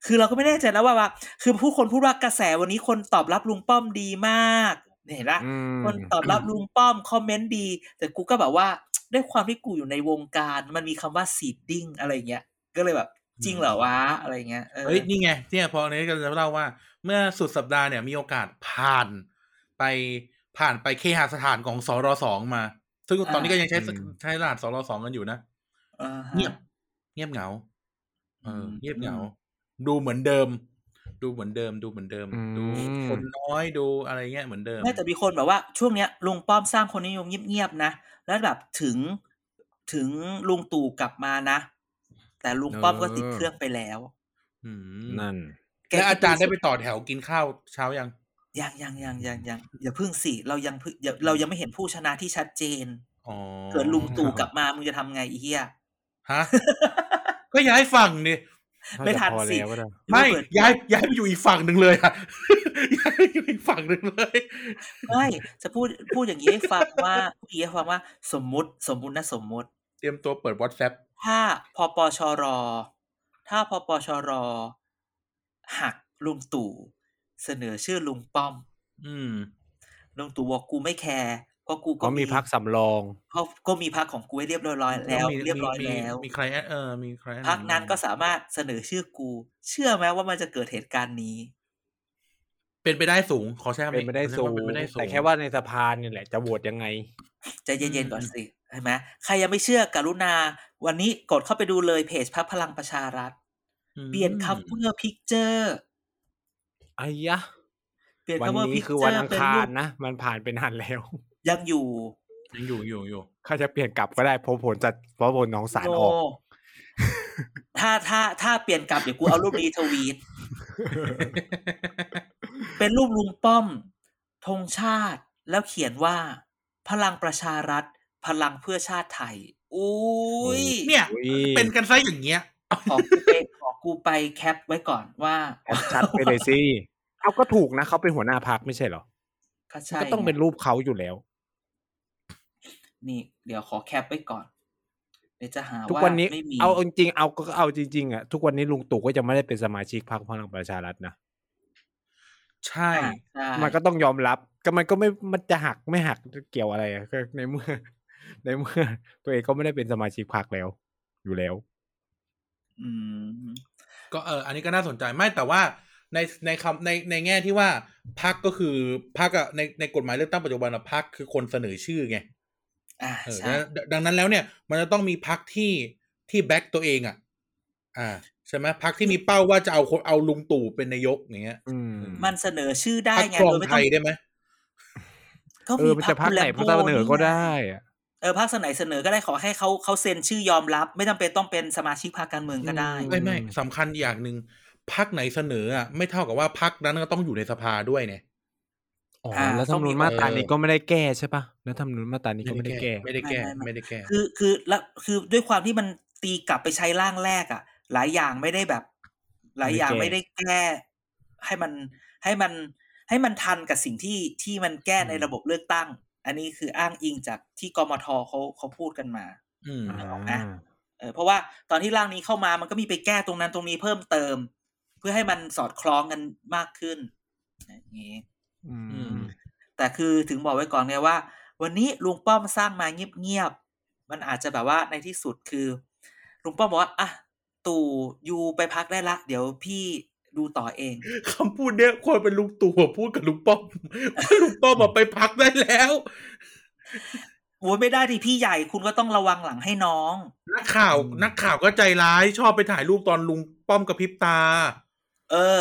Speaker 4: คือเราก็ไม่แน่ใจแล้วว่าว่าคือผู้คนพูดว่ากระแสวันนี้คนตอบรับลุงป้อมดีมากเนี่ยเห็นละ
Speaker 3: อืม
Speaker 4: คนตอบรับลุงป้อมคอมเมนต์ดี แต่กูก็แบบว่า ด้วยความที่กูอยู่ในวงการ มันมีคำว่าซีดดิ้งอะไรเงี้ยก็เลยแบบ จริงเหรอวะอะไรเงี้ยเออ
Speaker 2: เฮ้ยนี่ไงเนี่ยพอเนี้ก็จะเล่าว่า เมื่อสุดสัปดาห์เนี่ยมีโอกาสผ่านไปผ่านไปเคหสถานของสรสองมา ซึ่งตอนนี้ก็ยังใช้
Speaker 3: อืม
Speaker 2: ใช้รหัสสรสองกันอยู่นะ
Speaker 4: อ่าฮะ
Speaker 2: เงียบ เงียบเหงา เออ
Speaker 4: ม
Speaker 2: เงียบเหงา ดูเหมือนเดิม ดูเหมือนเดิม ดูเหมือนเดิม
Speaker 3: อืม
Speaker 2: ดูคนน้อยดูอะไรเงี้ยเหมือนเดิม
Speaker 4: ไม่แต่มีคนแบบว่าช่วงเนี้ยลุงป้อมสร้างคนนิยมเงียบๆนะแล้วแบบถึงถึงลุงตู่กลับมานะ แต่ลุงป้อมก็ติดเครื่องไปแล้ว
Speaker 2: อืม
Speaker 3: นั่น
Speaker 2: แล้วอาจารย์ได้ไปต่อแถวกินข้าวเช้ายัง
Speaker 4: ยังยังยังยังยังอย่าพึ่งสิเรายังพึ่งอย่าเรายังไม่เห็นผู้ชนะที่ชัดเจน
Speaker 2: อ๋อ
Speaker 4: เกิดลุงตู่
Speaker 3: ครับ
Speaker 4: กลับมามึงจะทำไงอีเหี้ย
Speaker 2: ฮะ ก็ย้ายฝั่งดิ
Speaker 4: ไม่ทันสิ
Speaker 3: าจะพอแล้วก็ได้
Speaker 2: ไม่
Speaker 4: เปิด
Speaker 2: ย้ายย้ายไปอยู่อีกฝั่งหนึ่งเลยอะ ย้ายไปอยู่อีกฝั่งหนึ่งเลย
Speaker 4: ไม่จะพูดพูดอย่างนี้ให้ฟังว่าพูดอย่างนี้ให้ฟังว่าสมมุติสมมุตินะสมมุติ
Speaker 2: เตรียมตัวเปิด WhatsApp
Speaker 4: ถ้าพปชร ถ้าพปชร หักลุงตู่ เสนอชื่อลุงป้อม
Speaker 2: อืม
Speaker 4: ลุงตู่บอกกูไม่แคร์เพราะกู
Speaker 3: ก็
Speaker 4: ก็
Speaker 3: มีพักสำรอง
Speaker 4: เขาก็มีพักของกูให้เรียบร้อยแล้ว
Speaker 2: มี
Speaker 4: เรียบร้อย
Speaker 2: มี
Speaker 4: แล้ว
Speaker 2: มีใครแอดเออมีใครแอด
Speaker 4: พักนั้นก็สามารถเสนอชื่อกู เชื่อไหมว่ามันจะเกิดเหตุการณ์นี้
Speaker 2: เป็นไปได้สูง ขอใช้คำ
Speaker 3: เป็นไม่ได้สูง
Speaker 2: เป็นไปได้สูง
Speaker 3: แต่แค่ว่าในสภาเนี่ยแหละจะโหวตยังไง
Speaker 4: ใจเย็นๆก่อน
Speaker 2: อืม
Speaker 4: สิใช่ไหมใครยังไม่เชื่อกรุณา วันนี้กดเข้าไปดูเลยเพจพักพลังประชารัฐ
Speaker 2: อืม
Speaker 4: เปลี่ยนคัฟเวอร์พิกเจอร์
Speaker 3: ไอ้ยะ
Speaker 4: เปลี่ยน
Speaker 3: วัน
Speaker 4: คัฟเวอร์
Speaker 3: นี้
Speaker 4: พิก
Speaker 3: คือ
Speaker 4: เจอ
Speaker 3: วัน
Speaker 4: ร์
Speaker 3: อัง
Speaker 4: เป็น
Speaker 3: คา
Speaker 4: รู
Speaker 3: ร
Speaker 4: ป
Speaker 3: นะ มันผ่านเป็นหันแล้ว
Speaker 4: ยังอยู่
Speaker 2: ยังอยู่อยู่อยู่
Speaker 3: ข้าจะเปลี่ยนกลับก็ได้เพราะผลจัดเพราะผลน้องสารออก
Speaker 4: โถ้าถ้าถ้าเปลี่ยนกลับเดี๋ยวกูเอารูปนี้ทวีต เป็นรูปลุงป้อมธงชาติแล้วเขียนว่า พลังประชารัฐ พลังเพื่อชาติไทยอุ้ย
Speaker 2: เนี่ย
Speaker 3: อุ๊ย
Speaker 2: เป็นกันไซะอย่างเงี้ย
Speaker 4: ขอกูไปขอกูไปแคปไว้ก่อนว่า
Speaker 3: แอปชัดไปเลย สิเอาก็ถูกนะเขาเป็นหัวหน้าพักไม่ใช่เหรอ
Speaker 4: ก็ใช่
Speaker 3: ก็ต้องเป็นรูปเขาอยู่แล้ว
Speaker 4: นี่ เดี๋ยวขอแคปไว้ก่อน เดี๋ยวจะหา
Speaker 3: ทุก
Speaker 4: ว่า
Speaker 3: วันนี้
Speaker 4: ไม่มี
Speaker 3: เอาจริงๆเอาก็เอาจริงๆอ่ะทุกวันนี้ลุงตู่ก็ยังไม่ได้เป็นสมาชิกพรรคพลังประชารัฐนะ
Speaker 2: ใช่
Speaker 4: อ่ะใช่
Speaker 3: มันก็ต้องยอมรับก็มันก็ไม่มันจะหักไม่หักเกี่ยวอะไรอะก็ในเมื่อ ในเมื่อ ตัวเองก็ไม่ได้เป็นสมาชิกพรรคแล้ว อยู่แล้ว
Speaker 4: อืม
Speaker 2: ก็เอออันนี้ก็น่าสนใจไม่แต่ว่าในในคำในในแง่ที่ว่าพักก็คือพักอะในในกฎหมายเลือกตั้งปัจจุบันอะพักคือคนเสนอชื่อไง
Speaker 4: อ่า
Speaker 2: เออ
Speaker 4: ใช่
Speaker 2: ดังดังนั้นแล้วเนี่ย มันจะต้องมีพักที่ที่แบ็กตัวเองอ่ะ อ่าใช่ไหมพักที่มีเป้าว่าจะเอาคนเอาลุงตู่เป็นนายกอย่างเงี้ย
Speaker 3: อืม
Speaker 4: มันเสนอชื่อได้
Speaker 2: พัก
Speaker 4: ไง
Speaker 2: กรอ
Speaker 4: โด
Speaker 2: ง
Speaker 4: ยไม่
Speaker 2: ไท
Speaker 4: ต้อง
Speaker 2: ยได้ไหม
Speaker 4: ก็
Speaker 3: เอ
Speaker 4: มี
Speaker 3: อมันจะพักไหนพักเสนอก็ได้อะ
Speaker 4: เออพักไหนเสนอก็ได้ขอให้เขาเขาเซ็นชื่อยอมรับ ไม่จำเป็นต้องเป็นสมาชิกพรรคการเมืองก็ได้
Speaker 2: ไม่ไม่สำคัญอย่างหนึ่งพักไหนเสนออ่ะไม่เท่ากับว่าพักนั้นก็ต้องอยู่ในสภาด้วยเนี่ย
Speaker 3: อ๋อ
Speaker 4: อ่า
Speaker 3: แล้วทำนูนมาตรานี้ก็ไม่ได้แก้ใช่ปะแล้วทำนูนมาตรานี้ก็ไม่ได้แก้
Speaker 2: ไม่ได้แก้
Speaker 4: ไม่
Speaker 2: ไม่
Speaker 4: ได้
Speaker 2: ได้
Speaker 4: แก้
Speaker 2: แก้
Speaker 4: คือคือแล้วคือด้วยความที่มันตีกลับไปใช้ร่างแรกอ่ะ หลายอย่างไม่ได้แบบ หลายอย่าง
Speaker 3: ไม่
Speaker 4: ไม่
Speaker 3: ได้
Speaker 4: ได้
Speaker 3: แก้
Speaker 4: แก้ให้มันให้มันให้มันทันกับสิ่งที่ที่มันแก้ในระบบเลือกตั้ง อันนี้คืออ้างอิงจากที่กมทเขาเขาพูดกันมา
Speaker 2: อืม
Speaker 4: ออกนะ เออเพราะว่าตอนที่ร่างนี้เข้ามามันก็มีไปแก้ตรงนั้นตรงนี้เพิ่มเติม เพื่อให้มันสอดคล้องกันมากขึ้นอย่างนี้
Speaker 3: อื
Speaker 2: อื
Speaker 3: ม
Speaker 2: ม
Speaker 4: แต่คือถึงบอกไว้ก่อนไงว่า วันนี้ลุงป้อมสร้างมาเงียบๆมันอาจจะแบบว่าในที่สุดคือลุงป้อมบอกว่าอ่ะตู่ยูไปพักได้ละ เดี๋ยวพี่ดูต่อเอง
Speaker 2: คำพูดเนี้ยควรเป็นลุงตู่อะพูดกับลุงป้อม ว่าลุงป้อมมาไปพักได้แล้ว
Speaker 4: โอ้ยไม่ได้ดิพี่ใหญ่คุณก็ต้องระวังหลังให้น้อง
Speaker 2: นักข่าว นักข่าวก็ใจร้ายชอบไปถ่ายรูปตอนลุงป้อมกระพริบตา
Speaker 4: เออ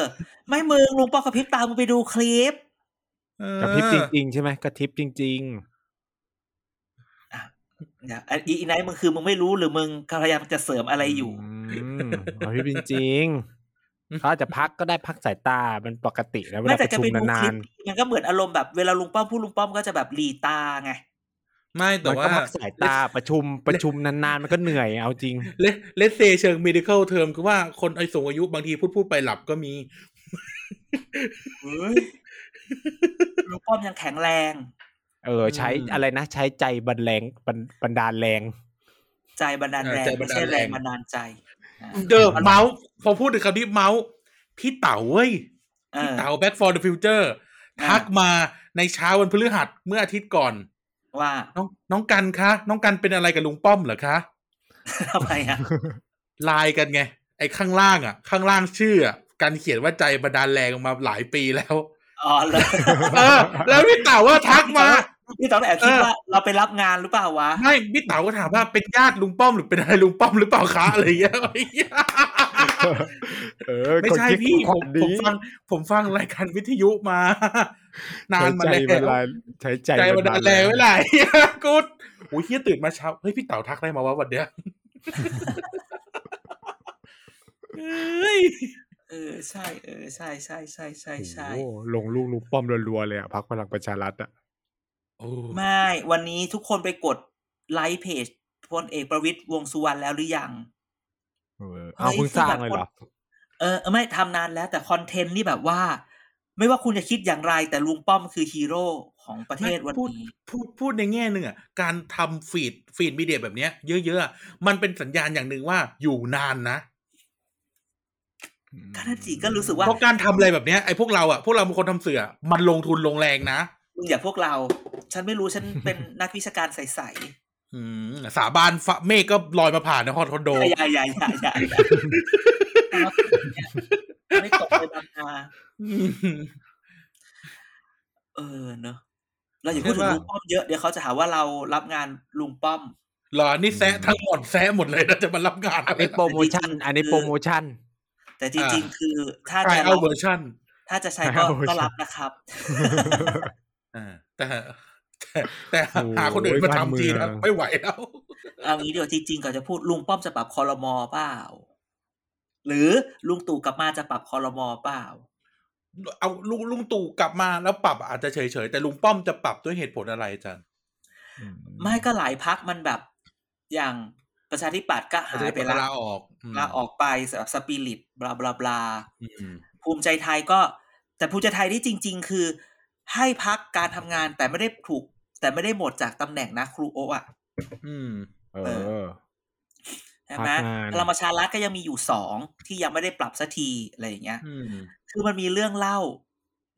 Speaker 4: ไม่มึงลุงป้อมกระพริบตามึงไปดูคลิป
Speaker 2: เออก
Speaker 3: ระพริบจริงๆใช่ไหมกระพริบจริง
Speaker 4: เนี่ยอันอีไนท์มึงคือมึงไม่รู้หรือมึงพยายามจะเสริม
Speaker 3: ๆ
Speaker 4: อะไรอยู่
Speaker 3: มกระพริบจริงๆเขาอาจจะพักก็ได้พักสายตามันปกติแล้วเว
Speaker 4: ไม่
Speaker 3: ลาป
Speaker 4: แต่
Speaker 3: ระ
Speaker 4: แก
Speaker 3: ชุม
Speaker 4: ไปดู
Speaker 3: นาน
Speaker 4: คลิปมันก็เหมือนอารมณ์แบบเวลาลุงป้อมพูดลุงป้อมก็จะแบบหลีตาไง
Speaker 2: ไม่
Speaker 3: ๆ
Speaker 2: แต่
Speaker 3: มัน
Speaker 2: ว่า
Speaker 3: ก็พักสายตาประชุมประชุมนานๆมันก็เหนื่อยเอาจริง
Speaker 2: เลเลสเซเชิง medical term คือว่าคนไอสูงอายุบางทีพูดพูดไปหลับก็มี
Speaker 4: ลุงป้อมยังแข็งแรง
Speaker 3: เออ ใช้
Speaker 2: อืม
Speaker 3: อะไรนะ ใช้ใจบันแรงบันบันดาลแรง
Speaker 4: ใจบันดาลแรง
Speaker 2: ใจบัน
Speaker 4: ไม่
Speaker 2: ดาล
Speaker 4: ใช่
Speaker 2: แรง
Speaker 4: แรงบันดาลใจอ่ะ
Speaker 2: เดอเมาส์พอพูดถึงคำนี้เมาส์พี่เต๋าเว้ย
Speaker 4: เออ
Speaker 2: เต๋า back for the future
Speaker 4: อ่า
Speaker 2: ทักมาในเช้าวันพฤหัสเมื่ออาทิตย์ก่อน
Speaker 4: ว่า
Speaker 2: น้องน้องกันคะ น้องกันเป็นอะไรกับลุงป้อมเหรอคะ
Speaker 4: ทำไม อ่ะ
Speaker 2: ไลายกันไง ไอ้ข้างล่างอ่ะ ข้างล่างชื่ออ่ะกันเขียนว่าใจบันดาลแรงมาหลายปีแล้ว
Speaker 4: อ๋อ เลย
Speaker 2: เออ แล้วพี่เต๋าว่าทักมา
Speaker 4: พี่ต๋องแอบคิดว่าเราไปรับงานหรือเปล่าวะ
Speaker 2: ไม่พี่เต๋าก็ถามว่าเป็นญาติลุงป้อมหรือเป็นอะไรลุงป้อมหรือเปล่าคะอะไรอย่างเงี้ ย
Speaker 3: เออ
Speaker 2: ไม่ใช่
Speaker 3: คนคิด
Speaker 2: พี่
Speaker 3: ค
Speaker 2: ผ
Speaker 3: วาม ดี
Speaker 2: ผมฟัง ผมฟังรายการวิทยุมา นานมา
Speaker 3: ใช้
Speaker 2: แล้ว
Speaker 3: ใจบันดาลใช้ใจ
Speaker 2: ใจบันดาลแรง
Speaker 3: บั
Speaker 2: ไม่
Speaker 3: น
Speaker 2: ไห
Speaker 3: ดา
Speaker 2: ล กูโอ้ยเฮียตื่นมาเช้า เฮ้ย พี่เต๋าทักอะไรมาวะ วันเนี้ยเอ้ย
Speaker 4: เออใช่เออใช่ใช่ใช่ใช่
Speaker 3: โอ้
Speaker 4: ใช่
Speaker 3: โหลงลูกลูกป้อมรัวๆเลยอะพักพลังประชารัฐอะ
Speaker 2: โอ้
Speaker 4: ไม่วันนี้ทุกคนไปกดไลค์เพจ พลเอกประวิตยวงษ์สุวรรณแล้วหรือยัง
Speaker 3: เออเอาเพิ่งสร้างเลยเหรอ
Speaker 4: เออไม่ทำนานแล้วแต่คอนเทนต์นี่แบบว่า ไม่ว่าคุณจะคิดอย่างไร แต่ลุงป้อมคือฮีโร่ของประเทศวัน
Speaker 2: พูด
Speaker 4: นี้
Speaker 2: พูดพูดในแง่หนึ่งอ่ะการทำฟีดฟีดมีเดียแบบเนี้ยเยอะๆอะมันเป็นสัญญาณอย่างหนึ่งว่าอยู่นานนะ
Speaker 4: ก็นั่นสิก็รู้สึกว่
Speaker 2: เพราะการทำอะไรแบบเนี้ยไอ้พวกเราอ่ะพวกเราเป็นคนทำเสืออะมันลงทุนลงแรงนะ
Speaker 4: มึงอย่าพวกเรา ฉันไม่รู้ฉันเป็น นักวิชาการใส
Speaker 2: อืมสาบานฟะเมฆก็ลอยมาผ่านนครคอนโด
Speaker 4: ๆอย่าอย่าอย่าอย่าอย่าไม่ตกไปบางนาเออเนอะเราอย่าพูดถึงลุงป้อมเยอะเดี๋ยวเขาจะหาว่าเรารับงานลุงป้อม
Speaker 2: เหรอนี่แซะทั้งหมดแซะหมดเลยนะจะมารับงาน
Speaker 3: อันนี้โปรโมชั่น อันนี้โปรโมชั่น
Speaker 4: แต่จริงๆ คือถ้า
Speaker 2: ใช่
Speaker 4: จะ
Speaker 2: เอาเวอร์ชัน
Speaker 4: ถ้าจะใช้
Speaker 3: ใช่
Speaker 4: ก็
Speaker 3: เอาเวอร์ชัน
Speaker 4: ก็รับนะครับ
Speaker 2: อ่าแต่ แต่แต่
Speaker 3: โอ้ย
Speaker 2: หาคนอื่นมาทำทีนะ
Speaker 3: บ้านเมือง
Speaker 2: ไม่ไหวแล้ว
Speaker 4: เอางี้เดี๋ยวจริงๆก่อนจะพูดลุงป้อมจะปรับคอรมอเปล่า หรือลุงตู่กลับมาจะปรับคอรมอเปล่า
Speaker 2: เอาลุงลุงตู่กลับมาแล้วปรับอาจจะเฉยๆแต่ลุงป้อมจะปรับด้วยเหตุผลอะไรอาจัน
Speaker 4: ไม่ก็หลายพักมันแบบอย่างประชาธิปัตย์ก็หาย
Speaker 2: ประชาธิปั
Speaker 4: ไป
Speaker 2: ตย์ก็
Speaker 4: ละ
Speaker 2: ลาออกอืม
Speaker 4: ลาออกไปสำหรับสปิริตบลาบลาบลา
Speaker 2: อืม
Speaker 4: ภูมิใจไทยก็ แต่ภูมิใจไทยที่จริง ๆ คือ ให้พักการทำงานแต่ไม่ได้ถูก แต่ไม่ได้หมดจากตำแหน่งนะครูโออะ
Speaker 2: อืม
Speaker 3: เออ
Speaker 4: ใช่ไหม
Speaker 3: พักงาน
Speaker 4: พลังประชารัฐก็ยังมีอยู่สองที่ยังไม่ได้ปรับสักทีอะไรอย่างเงี้ย
Speaker 2: อืม
Speaker 4: คือมันมีเรื่องเล่า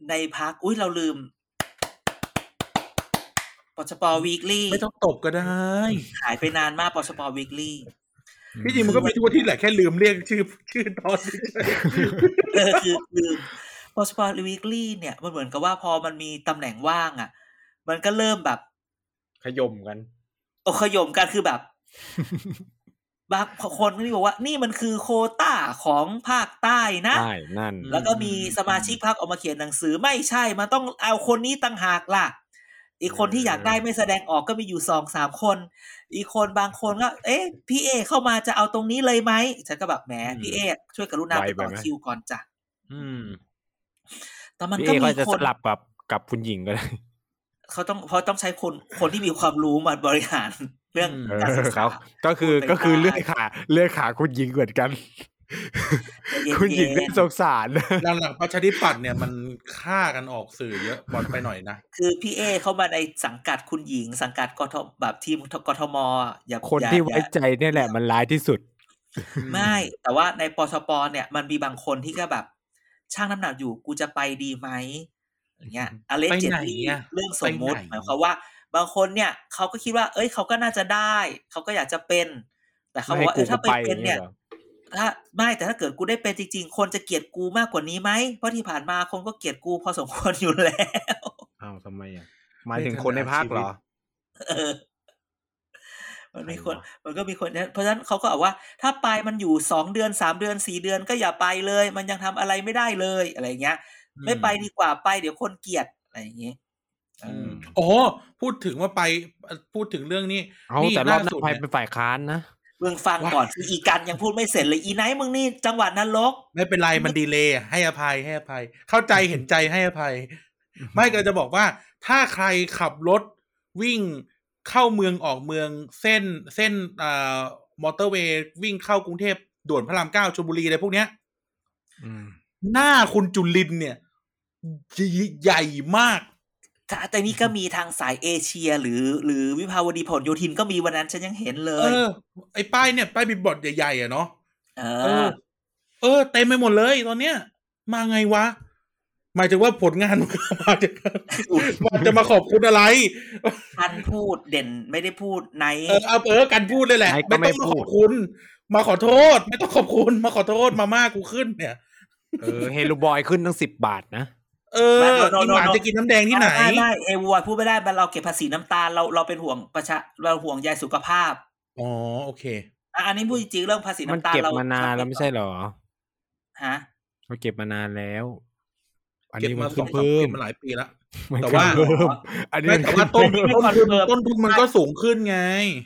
Speaker 4: ในพักอุ้ยเราลืมปชปวีคลี่
Speaker 2: ไม่ต้องตบก็ได้
Speaker 4: หายไปนานมากปชปวีคลี่
Speaker 2: ที่จริงมันก็มีทั่วที่แหละแค่ลืมเรียกชื่อ ชื่อตอนนี้
Speaker 4: เออคือคือพอสปอร์ตวีคลี่เนี่ยมันเหมือนกับว่าพอมันมีตำแหน่งว่างอ่ะ มันก็เริ่มแบบ
Speaker 3: ขยมกัน
Speaker 4: โอขยมกันคือแบบ บางคนก็นี่บอกว่า นี่มันคือโควต้าของภาคใต้นะ
Speaker 3: ได้ นั่น
Speaker 4: แล้วก็มีสมาชิกพรรคออกมาเขียนหนังสือไม่ใช่ มันต้องเอาคนนี้ต่างหากล่ะ อีกคนที่อยากได้ไม่แสดงออกก็มีอยู่สองสามคน อีกคนบางคนก็ เอ๊ะพี่เอเข้ามาจะเอาตรงนี้เลยไหมฉันก็แบบแหมพี่เอช่วยกรุณาไปต่อ
Speaker 3: ไวไปไหม
Speaker 4: คิวก่อนจ้ะ
Speaker 2: อืม
Speaker 4: แต่มัน
Speaker 3: พี่
Speaker 4: ก็
Speaker 3: เอก็
Speaker 4: มี
Speaker 3: จะ
Speaker 4: ค
Speaker 3: ส
Speaker 4: น
Speaker 3: ลับกับกับคุณหญิงก็ได้
Speaker 4: เขาต้องเพราะต้องใช้คนคนที่มีความรู้มาบริหาร เรื่อง
Speaker 2: อืม
Speaker 3: เอ
Speaker 4: การศึ
Speaker 3: อก ค
Speaker 4: ษา
Speaker 3: รับ ก็คือ
Speaker 4: พูดไป
Speaker 3: ก็คือ
Speaker 4: ได้
Speaker 3: เลื่อยขาเลื่อยขาคุณหญิงเหมือนกัน คุณหญิง
Speaker 4: เย็
Speaker 3: น่าน สงสารนะ
Speaker 2: หลังๆประชาธิปัตย์เนี่ยมันฆ่ากันออกสื่อเยอะบอลไปหน่อยนะ
Speaker 4: ๆคือพี่เอเข้ามาในสังกัดคุณหญิง สังกัดกทแบบทีมกทมอ่ะอย่า
Speaker 3: คน
Speaker 4: อย่า
Speaker 3: ที่ไว้
Speaker 4: อย่า
Speaker 3: ใจเนี่ยแหละมันร้ายที่สุด
Speaker 4: ไม่ แต่ว่าในปชปเนี่ยมันมีบางคนที่ก็แบบช่างน้ำหนักอยู่กูจะไปดีไหมอย่างเงี้ยอเล็ก
Speaker 2: ไป
Speaker 4: เจ
Speaker 2: ไหน
Speaker 4: ตลี่
Speaker 2: อ่ะ
Speaker 4: เรื่องสมมุติ
Speaker 2: ไปไหน
Speaker 4: หมายความว่า บางคนเนี่ยเขาก็คิดว่า เอ้ยเขาก็น่าจะได้เขาก็อยากจะเป็น แต่เขา
Speaker 3: ไม่
Speaker 4: บอ
Speaker 3: ให้กู
Speaker 4: กว่าเออถ้าไป
Speaker 3: ไป
Speaker 4: เป็น
Speaker 3: เนี่
Speaker 4: เนี่ย ย
Speaker 3: เหรอ
Speaker 4: ถ้าไม่แต่ถ้าเกิดกูได้เป็นจริง ๆ คนจะเกลียดกูมากกว่านี้ไหมเพราะที่ผ่านมาคนก็เกลียดกูพอสมควรอยู่แล้ว
Speaker 3: อ้าวทำไมอ่ะหมายถึงคนในภาคเหรอ
Speaker 4: เออ มันมีคน
Speaker 3: ใครวะ
Speaker 4: มันก็มีคนเนี่ยเพราะฉะนั้นเขาก็บอกว่า ถ้าไปมันอยู่สองเดือนสามเดือนสี่เดือนก็อย่าไปเลย มันยังทำอะไรไม่ได้เลยอะไรอย่างเงี้ย ไม่ไปดีกว่าไปเดี๋ยวคนเกลียดอะไรอย่างเงี้ยเอออ
Speaker 3: ม
Speaker 2: โอ้พูดถึงว่าไปพูดถึงเรื่องนี้
Speaker 3: เอา
Speaker 2: นี่
Speaker 3: แต่รอบ
Speaker 2: ล่า
Speaker 3: หน้า
Speaker 2: สุด
Speaker 3: ไป
Speaker 2: เนี่ย
Speaker 3: เป็นฝ่ายค้านนะ
Speaker 4: มึงฟัง
Speaker 2: ว้า
Speaker 4: ก่อนสิอีกันยังพูดไม่เสร็จเลยอีไนท์มึงนี่จังหวัดนรก
Speaker 2: ไม่เป็นไร มันดีเลยให้อภัยให้อภัย เข้าใจเห็นใจให้อภัย ไม่ก็จะบอกว่า ถ้าใครขับรถวิ่งเข้าเมืองออกเมืองเส้นเส้นอ่ามอเตอร์เวย์วิ่งเข้ากรุงเทพด่วนพระรามเก้าชลบุรีอะไรพวกเนี้ย
Speaker 3: อืม
Speaker 2: หน้าคุณจุลินเนี่ยใหญ่มาก
Speaker 4: ค่ะแต่นี่ก็มีทางสายเอเชียหรือ หรือวิภาวดีผลโยธินก็มีวันนั้นฉันยังเห็นเล
Speaker 2: เอย อ ไอ้ป้ายเนี่ย ป้ายบิลบอร์ดใหญ่ๆอ่ะเนาะ
Speaker 4: เอ
Speaker 2: เอ
Speaker 4: อ
Speaker 2: อ เออ เต็มไปหมดเลยตอนเนี้ย มาไงวะ หมายถึงว่าผลงาน มันมาจากมันจะมาขอบคุณอะไร
Speaker 4: ท่านพูดเด่นไม่ได้พูดใน
Speaker 2: เออเอาเออกันพูดเลยแหละ
Speaker 3: ไม่ก็
Speaker 2: ไม่
Speaker 3: ไม่
Speaker 2: ต้องมา
Speaker 3: พู
Speaker 2: ข
Speaker 3: ด
Speaker 2: อบคุณ มาขอโทษ ไม่ต้องขอบคุณ มาขอโทษมาม่ากูขึ้นเนี่ย
Speaker 3: เออเฮลูบอยขึ้นตั้งสิบบาทนะ
Speaker 2: เออกินหวานจะกินน้ำแดงที่ไหน
Speaker 4: ไม่ได้เอวัวพูดไม่ได้มันเราเก็บภาษีน้ำตาลเราเราเป็นห่วงประชาเราห่วงใยสุขภาพ
Speaker 2: อ๋อโอเค
Speaker 4: อ่ะอันนี้พูดจริงๆเรื่องภาษี
Speaker 3: มัน
Speaker 4: น้ำตาล
Speaker 3: เก็บมา
Speaker 4: เราาน
Speaker 3: มานแล้วไม่ใช่เหรอ
Speaker 4: ฮะ
Speaker 3: เขาเก็บมานานแล้ว อัน
Speaker 2: เก็บ
Speaker 3: นี้มั
Speaker 2: มาน ส
Speaker 3: ขึ้
Speaker 2: อน งสามปี
Speaker 3: เพิ่ม
Speaker 2: มาหลายปีละ
Speaker 3: มัน
Speaker 2: แต่
Speaker 3: ขึ้
Speaker 2: ว่า
Speaker 3: นเพิ่มอันนี้
Speaker 2: ไม่
Speaker 3: มัน
Speaker 2: แต่
Speaker 3: ขึ้
Speaker 2: ว่าน ต้น
Speaker 3: เพิ่ม
Speaker 2: ต้นทุนต้นทุนมันก็สูงขึ้นไง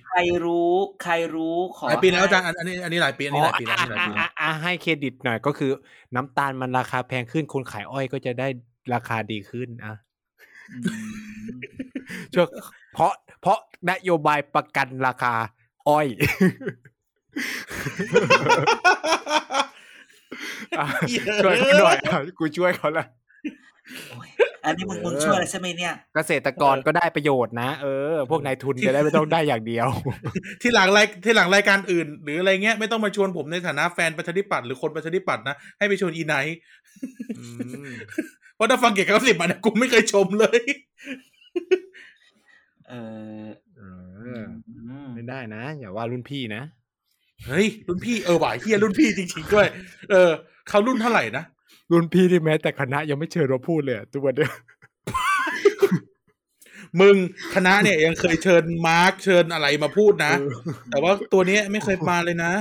Speaker 4: ใครรู้ ใครรู้ขอ
Speaker 2: หลายปีแล้วอาจารย์
Speaker 4: ให้
Speaker 2: อันอันนี้อันนี้หลายปีอัน
Speaker 3: อ๋
Speaker 2: นี้
Speaker 3: อ
Speaker 2: หลายปีแล้วอันนี้หลาย
Speaker 3: อ่ะ
Speaker 2: ปี
Speaker 3: อ่ะ
Speaker 2: แล้ว
Speaker 3: อ่ะอ่ะให้เครดิตหน่อยก็คือ น้ำตาลมันราคาแพงขึ้นคนขายอ้อยก็จะได้ราคาดีขึ้นอ่ะ
Speaker 4: อืม
Speaker 3: ช่วงเพราะเพราะนโยบายประกันราคา อ้อย อ่ะช่วยเขาหน่อยอ่ะกูช่วยเขาละ
Speaker 4: โอ้ยอันนี้มึงมึงช่วยอะไรใช่ไหมเนี่ย
Speaker 3: เกษตรกรก็ได้ประโยชน์นะ เออ พวกนายทุนจะได้ไม่ต้องได้อย่างเดียว
Speaker 2: ที่หลังรายที่หลังรายการอื่น หรืออะไรเงี้ยไม่ต้องมาชวนผมในฐานะแฟนประชาธิปัตย์หรือคนประชาธิปัตย์นะให้ไปชวนอีไนท์เพราะถ้าฟังเกียรติกับสิบมาเนี่ยกูไม่เคยชมเลย
Speaker 4: เอออืม
Speaker 3: ไม่ได้นะ อย่าว่ารุ่นพี่นะ
Speaker 2: เฮ้ย รุ่นพี่เออว่ะเฮียรุ่นพี่จริงๆด้วย เออเขารุ่นเท่าไหร่นะ
Speaker 3: รุ่นพี่ที่แม้แต่คณะยังไม่เชิญเราพูดเลยอะทุกวันเนี้ย
Speaker 2: มึงคณะเนี่ยยังเคยเชิญมาร์คเชิญอะไรมาพูดนะ แต่ว่าตัวเนี้ยไม่เคยมาเลยนะ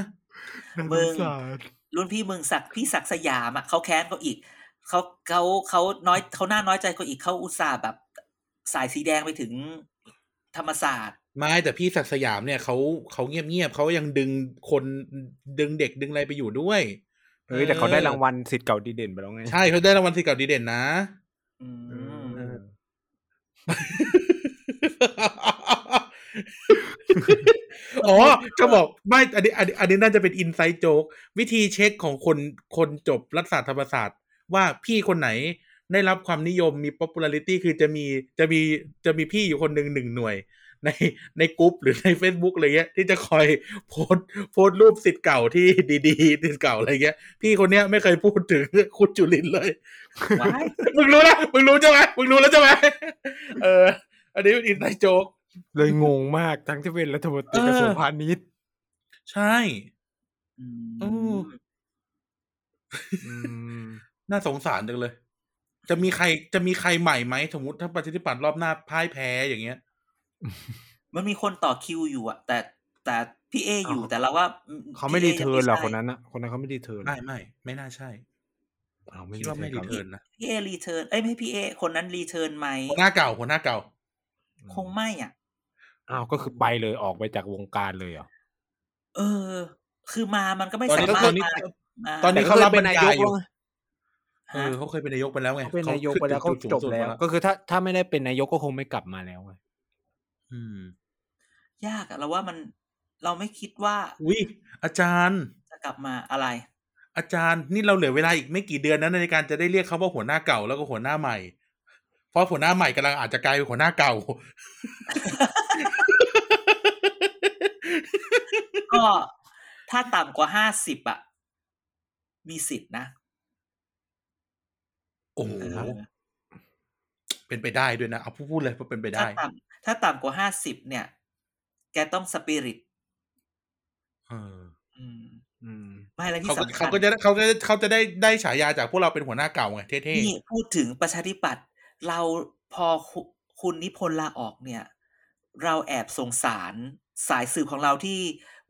Speaker 3: น่าสงสาร
Speaker 4: รุ่นพี่มึงศักดิ์พี่ศักดิ์สยามอ่ะเขาแค้นเขาอีกเขาเขาเขาน้อยเขาหน้าน้อยใจเขาอีกเขาอุตส่าห์แบบ สายสีแดงไปถึงธรรมศาสตร์
Speaker 2: ไม่แต่พี่ศักดิ์สยามเนี่ยเขาเขาเงียบๆเขายังดึงคนดึงเด็กดึงอะไรไปอยู่ด้วย
Speaker 3: เฮ้ยแต่เขาได้รางวัลสิทธิ์เก่าดีเด่นไปแล้วไง
Speaker 2: ใช่เขาได้รางวัลศิลป์เก่าดีเด่นนะ
Speaker 4: อื
Speaker 3: เอ
Speaker 4: ม
Speaker 3: อ
Speaker 2: อ๋อ จะบอกไม่อันนี้อันนี้อันนี้น่าจะเป็นอินไซ e ์โจ๊กวิธีเช็คของคนคนจบรัฐศาสตร์ธรรมศาสตร์ ว่าพี่คนไหนได้รับความนิยมมี popularity คือจะมีจะมีจะมีพี่อยู่คนหนึ่งหนึ่งหน่วย ในในกรุ๊ปหรือใน Facebook อะไรเงี้ย ที่จะคอยโพสต์โพสต์รูปสิทธิ์เก่าที่ดีๆสิทธิ์เก่าอะไรเงี้ย พี่คนเนี้ยไม่เคยพูดถึง คุณจุลินทร์เลย
Speaker 4: ว้าย
Speaker 2: มึงรู้นะมึงรู้ใช่ไหมมึงรู้แล้วใช่ไหมเออ อันนี้เป็นอินไซด์โจ๊ก
Speaker 3: เลยงงมากทั้งที่เป็นรัฐมนตรีกระทรวง
Speaker 2: เออ
Speaker 3: พาณิชย์
Speaker 2: ใช่
Speaker 4: อื
Speaker 2: โอ้
Speaker 4: ม
Speaker 2: น่าสงสารจังเลย จะมีใครจะมีใครใหม่ไหมสมมติถ้าประชาธิปัตย์รอบหน้าพ่ายแพ้อย่างเงี้ย
Speaker 4: มันมีคนต่อคิวอยู่อ่ะ แต่แต่พี่เออยู่แต่เราว่า
Speaker 3: เขาไม่รีเทิร์น
Speaker 4: พี่
Speaker 3: เหรอ
Speaker 4: ยัง
Speaker 3: คนนั้นอะคนนั้นเขาไม่รีเทิร์น
Speaker 2: ไม่ไม่ไม่น่าใช่
Speaker 3: อ้าวไม่
Speaker 2: คิ
Speaker 3: รี
Speaker 2: ดว่าไม่
Speaker 3: เทิร์นค
Speaker 2: รี
Speaker 3: รับ
Speaker 2: เทิร์นนะ
Speaker 4: พี่เอรีเทิร์นเอ้ยไม่ใช่พี่เอคนนั้นรีเทิร์นไหม
Speaker 2: หัวหน้าเก่าหัวหน้าเก่า
Speaker 4: คงไม่อ่ะ
Speaker 3: อ้าวก็คือไปเลยออกไปจากวงการเลยเหรอ
Speaker 4: เออ คือมามันก็ไม่
Speaker 2: ตอน
Speaker 4: สา
Speaker 2: นี้
Speaker 4: มารถ
Speaker 2: ตอนนี้ตอน
Speaker 4: มามา
Speaker 2: นี้
Speaker 3: แต่
Speaker 2: เขารับเป็นนายก
Speaker 3: แล้วไง
Speaker 2: เออเขาเคยเป็นนายกไปแล้วไง
Speaker 3: เขาเป็นนายกไปแล้วเขา
Speaker 2: ขึ้นถึง
Speaker 3: จ
Speaker 2: จุด
Speaker 3: บ
Speaker 2: สูงสุด
Speaker 3: แล้ว ก็คือถ้าถ้าไม่ได้เป็นนายกก็คงไม่กลับมาแล้วไง
Speaker 2: อืม
Speaker 4: ยากอะเราว่ามันเราไม่คิดว่า
Speaker 2: อุ้ยอาจารย์
Speaker 4: จะกลับมาอะไร
Speaker 2: อาจารย์นี่เราเหลือเวลาอีกไม่กี่เดือนนะในการจะได้เรียกเขาว่าหัวหน้าเก่าแล้วก็หัวหน้าใหม่ เพราะหัวหน้าใหม่กำลังอาจจะกลายเป็นหัวหน้าเก่า
Speaker 4: ก็ถ้าต่ำกว่าห้าสิบอะมีสิทธินะ
Speaker 2: โอ้โห
Speaker 4: เออ
Speaker 2: เป็นไปได้ด้วยนะเอาพูดเลยว่าเป็นไป
Speaker 4: ถ้า
Speaker 2: ได้
Speaker 4: ต่ำถ้าต่ำกว่าห้าสิบเนี่ย แกต้องสปิริต
Speaker 2: เออ
Speaker 4: อืม
Speaker 3: อืม
Speaker 4: ไม่อะไรที่
Speaker 2: เขาก็
Speaker 4: สำคั
Speaker 2: เขา
Speaker 4: ญ
Speaker 2: ก็จะได้เขาก็จะเขาจะได้ได้ฉายาจากพวกเราเป็นหัวหน้าเก่าไงเท่
Speaker 4: นี่พูดถึงประชาธิปัตย์เราพอคุคุณนิพนธ์ลาออกเนี่ย เราแอบสงสารสายสืบของเราที่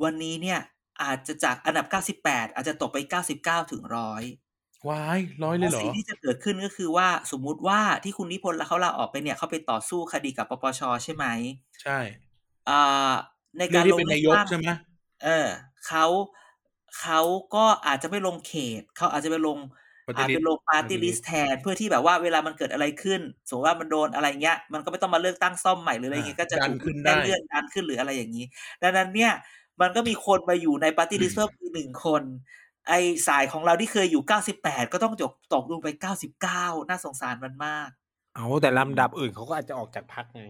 Speaker 4: วันนี้เนี่ย อาจจะจากอันดับ 98 อาจจะตกไป 99 ถึงร้อย
Speaker 2: ๆวายร้อยเลยเหรอ
Speaker 4: สิ่งที่จะเกิดขึ้นก็คือว่าสมมุติว่าที่คุณนิพนธ์แล้วเขาลาออกไปเนี่ยเขาไปต่อสู้คดีกับปปชใช่ไหม
Speaker 2: ใช่
Speaker 4: อ่าใน
Speaker 2: เรื่
Speaker 4: กา
Speaker 2: อง
Speaker 4: ร
Speaker 2: ที่
Speaker 4: ลง
Speaker 2: เป็น
Speaker 4: ลื
Speaker 2: นา
Speaker 4: อย
Speaker 2: ก
Speaker 4: ตั้ง
Speaker 2: ใช่ไหม
Speaker 4: เออเขาเขาก็อาจจะไม่ลงเขตเขาอาจจะไปลง
Speaker 2: ปฏิ
Speaker 4: อาจ
Speaker 2: ริ
Speaker 4: จะ
Speaker 2: ษี
Speaker 4: ลงปาร์ตี้ลิสแทนเพื่อที่แบบว่าเวลามันเกิดอะไรขึ้น สมมติว่ามันโดนอะไรเงี้ย มันก็ไม่ต้องมาเลือกตั้งซ่อมใหม่หรืออะไรเงี้ยก็จะ
Speaker 2: ดัน
Speaker 4: ถูก
Speaker 2: ขึ้นได้
Speaker 4: เลื่อนดันขึ้นหรืออะไรอย่างนี้ ดังนั้นเนี่ยมันก็มีคนมาอยู่ในปาร์ตี้ลิสเพิ่มอีกหนึ่งคน ไอสายของเราที่เคยอยู่ 98 ก็ต้องจบตกลงไป 99 น่าสงสารมันมาก
Speaker 3: เอาแต่ลำดับอื่นเขาก็อาจจะออกจากพักไง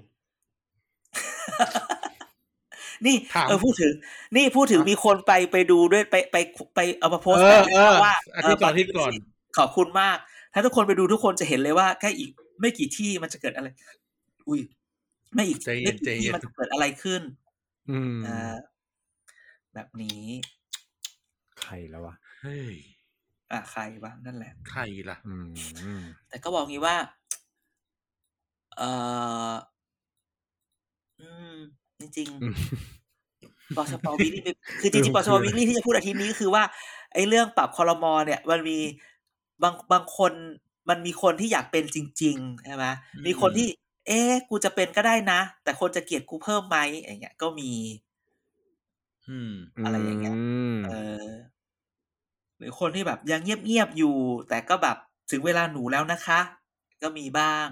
Speaker 4: นี่
Speaker 2: ถาม
Speaker 4: เออพูดถึง นี่พูดถึง
Speaker 2: ครับ
Speaker 4: มีคนไปไปดูด้วยไปไปไปเอามาโพส
Speaker 2: เอ
Speaker 4: ต์
Speaker 2: อน
Speaker 4: กั
Speaker 2: เออ
Speaker 4: ว่า
Speaker 2: อาทิตย์ก่อนอา
Speaker 4: เ
Speaker 2: ทิตย์ก่อน
Speaker 4: ขอบคุณมาก ถ้าทุกคนไปดูทุกคนจะเห็นเลยว่าแค่อีกไม่กี่ที่มันจะเกิดอะไร อุ้ย ไม่อีก
Speaker 2: ใจเย็
Speaker 4: ไม่
Speaker 2: นใจ
Speaker 4: กี่
Speaker 2: เย็
Speaker 4: ที่
Speaker 2: น
Speaker 4: มันจะเกิดอะไรขึ้น
Speaker 3: อืม
Speaker 4: เอ่อแบบนี้
Speaker 3: ใครแล้ววะ
Speaker 2: เฮ้ย
Speaker 4: อ่ะใครบ้างนั่นแหละ
Speaker 2: ใครล่ะ
Speaker 3: อืม
Speaker 4: แต่ก็บอกงี้ว่า เอออืม จริง
Speaker 3: อืม
Speaker 4: ๆปชปวิลลี่คือจริงๆปชปวิลลี่ที่จะพูดอาทิตย์นี้ก็คือว่า ไอ้เรื่องปรับคอรมอเนี่ย มันมีบางบางคนมันมีคนที่อยากเป็นจริงๆใช่ไหม
Speaker 2: อืม
Speaker 4: มีคนที่ เอ๊ะ กูจะเป็นก็ได้นะ แต่คนจะเกลียดกูเพิ่มไหมอย่างเงี้ย ก็มี
Speaker 2: อืม
Speaker 4: อะไรอย่างเงี้ย เออ หรือคนที่แบบยังเงียบๆอยู่ แต่ก็แบบถึงเวลาหนูแล้วนะคะ ก็มีบ้าง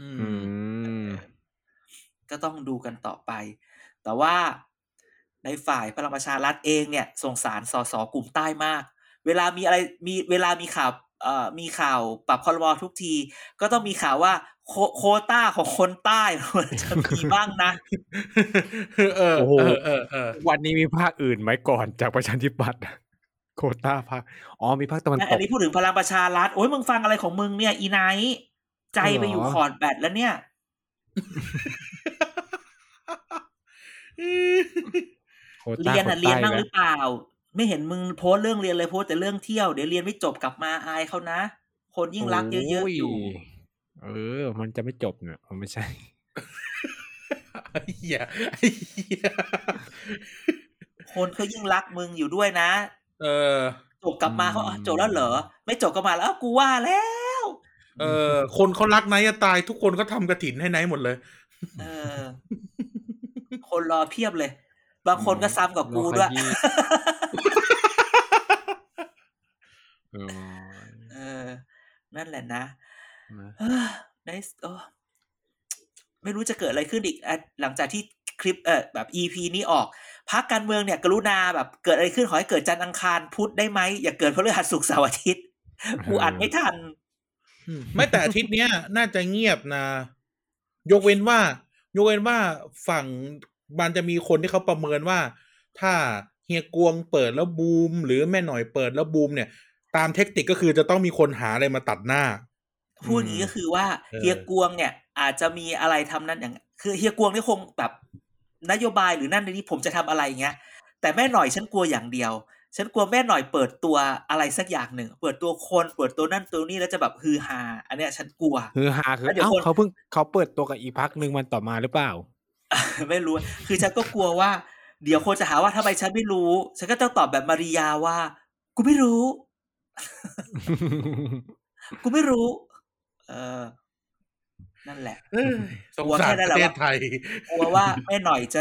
Speaker 2: อื
Speaker 3: อื
Speaker 2: ม
Speaker 3: ม
Speaker 4: ก็ต้องดูกันต่อไป แต่ว่า ในฝ่ายพลังประชารัฐเองเนี่ยสงสารสสกลุ่มใต้มาก เวลามีอะไรมีเวลามีข่าวเอ่อมีข่าวปรับคอรมอทุกที ก็ต้องมีข่าวว่าโคโควต้าของคนใต้มันจะมีบ้างนะ
Speaker 2: เออ
Speaker 3: โอ้โห
Speaker 2: เออเออเออ
Speaker 3: วันนี้มีภาคอื่นไหมก่อนจากประชาธิปัตย์อะ โควต้าภาคอ๋อมีภาคตะวันต
Speaker 4: อั
Speaker 3: ก
Speaker 4: นนี้พูดถึงพลังประชารัฐโอ้ยมึงฟังอะไรของมึงเนี่ยอีไนท์ใจไปอยู่
Speaker 3: เหรอ
Speaker 4: ขอดแบตแล้วเนี่ย
Speaker 3: โควต้า
Speaker 4: เรียน
Speaker 3: ค
Speaker 4: อ่ะ
Speaker 3: น
Speaker 4: เรียน
Speaker 3: ใต้
Speaker 4: บ้าง
Speaker 3: แล้ว
Speaker 4: หรือเปล่า ไม่เห็นมึงโพสต์เรื่องเรียนเลยโพสต์แต่เรื่องเที่ยวเดี๋ยวเรียนไม่จบกลับมาอายเขานะ คนยิ่งรักเยอะๆอยู่
Speaker 3: โเออ มันจะไม่จบเนี่ยมันไม่ใช่
Speaker 2: ไอ้เหี้ยไอ้เหี้ย
Speaker 4: คนเขายิ่งรักมึงอยู่ด้วยนะ
Speaker 2: เออ
Speaker 4: จบกลับมาเขาอ่ะ
Speaker 3: อืม
Speaker 4: จบแล้วเหรอ ไม่จบกลับมาแล้วอ้าวกูว่าแล้ว
Speaker 2: เออ คนเขารักไนท์จะตาย ทุกคนก็ทำกระถินให้ไนท์หมดเลย
Speaker 4: เออ คนรอเพียบเลย บางคนก็ซ้ำกับกูด้วย
Speaker 3: รอ ขยี้ เออ
Speaker 4: เออ นั่นแหละนะ
Speaker 3: นะ
Speaker 4: เอ้อได้สโอ้ไม่รู้จะเกิดอะไรขึ้นอีกอ่ะหลังจากที่คลิปเออแบบ EP นี้ออกพักการเมืองเนี่ย กรุณาแบบเกิดอะไรขึ้นขอให้เกิดจันทร์อังคารพุธได้ไหมอย่าเกิดพฤหัสศุกร์เสาร์อาทิตย์กูอ่านไม่ทัน
Speaker 2: ไม่แต่อาทิตย์เนี้ยน่าจะเงียบนะ ยกเว้นว่า ยกเว้นว่าฝั่งมันจะมีคนที่เขาประเมินว่า ถ้าเฮียกวงเปิดแล้วบูม หรือแม่หน่อยเปิดแล้วบูมเนี่ย ตามเทคนิคก็คือจะต้องมีคนหาอะไรมาตัดหน้า
Speaker 4: พูดอย่างนี้ก็คือว่า
Speaker 2: เออ
Speaker 4: เฮียกวงเนี่ย อาจจะมีอะไรทำนั่นอย่าง คือเฮียกวงนี่คงแบบนโยบายหรือนั่นในนี้ผมจะทำอะไรอย่างเงี้ย แต่แม่หน่อยฉันกลัวอย่างเดียว ฉันกลัวแม่หน่อยเปิดตัวอะไรสักอย่างหนึ่ง เปิดตัวคน เปิดตัวนั่นตัวนี่แล้วจะแบบฮือฮาอันเนี้ยฉันกลัว
Speaker 3: ฮือฮาคือ
Speaker 4: แล้วเดี๋ยว
Speaker 3: เอ้า
Speaker 4: คน
Speaker 3: เขาเพิ่งเขาเปิดตัวกับอีกพักหนึ่งวันต่อมาหรือเปล่า
Speaker 4: ไม่รู้ คือฉันก็กลัวว่า เดี๋ยวคนจะหาว่าทำไมฉันไม่รู้ ฉันก็ต้องตอบแบบมาริยาว่า กูไม่รู้ กูไม่รู้ เออ นั่นแหละ
Speaker 2: เอ้ยสงสารประเทศไทย
Speaker 4: กลัวว่าแม่หน่อยจะ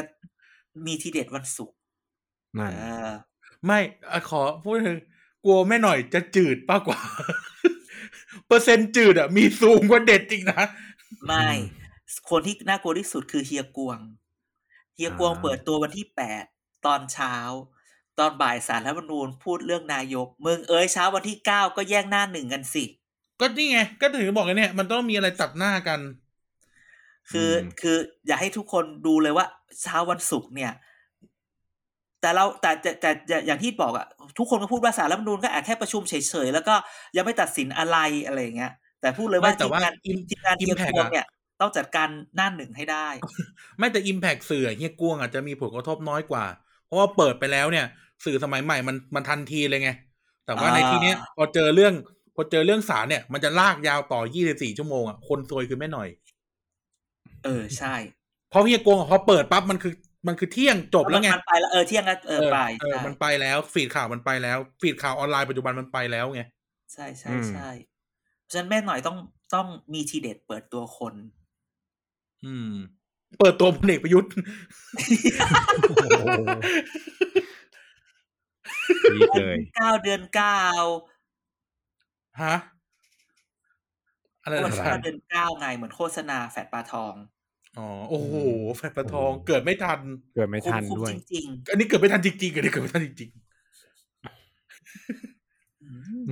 Speaker 4: มีทีเด็ดวันศุกร์
Speaker 3: นั่น
Speaker 4: เออ
Speaker 2: ไม่อ่ะขอพูดถึงกลัวแม่หน่อยจะจืดมากกว่า เปอร์เซ็นต์จืดอ่ะ มีสูงกว่าเด็ดจริงนะ
Speaker 4: ไม่ คนที่น่ากลัวที่สุดคือเฮียกวง เฮียกวงเปิดตัววันที่แปดตอนเช้า ตอนบ่ายสารรัฐธรรมนูญพูดเรื่องนายกมึงเอ้ยเช้าวันที่เก้าก็แย่งหน้าหนึ่งกันสิ
Speaker 2: ก็นี่ไง ก็ถึงบอกไงเนี่ย มันต้องมีอะไรตัดหน้ากัน
Speaker 4: คืออ
Speaker 3: ม
Speaker 4: คืออยากให้ทุกคนดูเลยว่าเช้าวันศุกร์เนี่ย แต่เราแต่แต่แต่แต่อย่างที่บอกอะทุกคนก็พูดว่าสารรัฐธรรมนูญก็อาจแค่ประชุมเฉยๆแล้วก็ยังไม่ตัดสินอะไรอะไรอย่างเงี้ย แต่พูดเลยว่า
Speaker 2: ไม่แต่ว่า
Speaker 4: ทีมงาน
Speaker 2: อิม
Speaker 4: ทีมงานเกียร์ก
Speaker 2: impact
Speaker 4: วง
Speaker 2: อะ
Speaker 4: เนี่ย ต้องจัดการหน้าหนึ่งให้ ได้
Speaker 2: ไม่แต่ Impact สื่ออะเฮียกวงอาจจะมีผลกระทบน้อยกว่า เพราะว่าเปิดไปแล้วเนี่ย สื่อสมัยใหม่มันมันทันทีเลยไง แต่ว่า
Speaker 4: อ่า
Speaker 2: ในที่เนี้ยพอเจอเรื่องพอเจอเรื่องสารเนี่ย มันจะลากยาวต่อ 24 ชั่วโมงอ่ะคนซวยคือแม่หน่อย
Speaker 4: เออใช่
Speaker 2: เพราะเฮียกวงอะพอเปิดปั๊บมันคือมันคือเที่ยงจบแล้วไง
Speaker 4: มันไปแล้วเออเที่ยงแล้วเออไป
Speaker 2: เออ
Speaker 4: ใช่
Speaker 2: มันไปแล้วฟีดข่าวมันไปแล้ว ฟีดข่าวออนไลน์ปัจจุบันมันไปแล้วไง
Speaker 4: ใช่ใช่ใช่เพราะฉะนั้นแม่หน่อยต้องต้องมีทีเด็ดเปิดตัวคน
Speaker 2: อืม เปิดตัวพลเอกประยุทธ์
Speaker 3: โอ้โหดีเลย
Speaker 4: เก้าเดือนเก้า
Speaker 2: ฮะอะไร
Speaker 4: วัน
Speaker 2: นะค
Speaker 4: เก้า
Speaker 2: รับ
Speaker 4: เดือนเก้าไงเหมือนโฆษณาแฝดปลาทอง
Speaker 2: อ๋อโอ้โหแฟนประทองเกิดไม่ทัน
Speaker 3: เกิดไม่ทันด้วย
Speaker 4: คุ้มๆจริง
Speaker 2: อันนี้เกิดไม่ทันจริงๆอันนี้เกิดไม่ทันจริง
Speaker 4: ๆอืม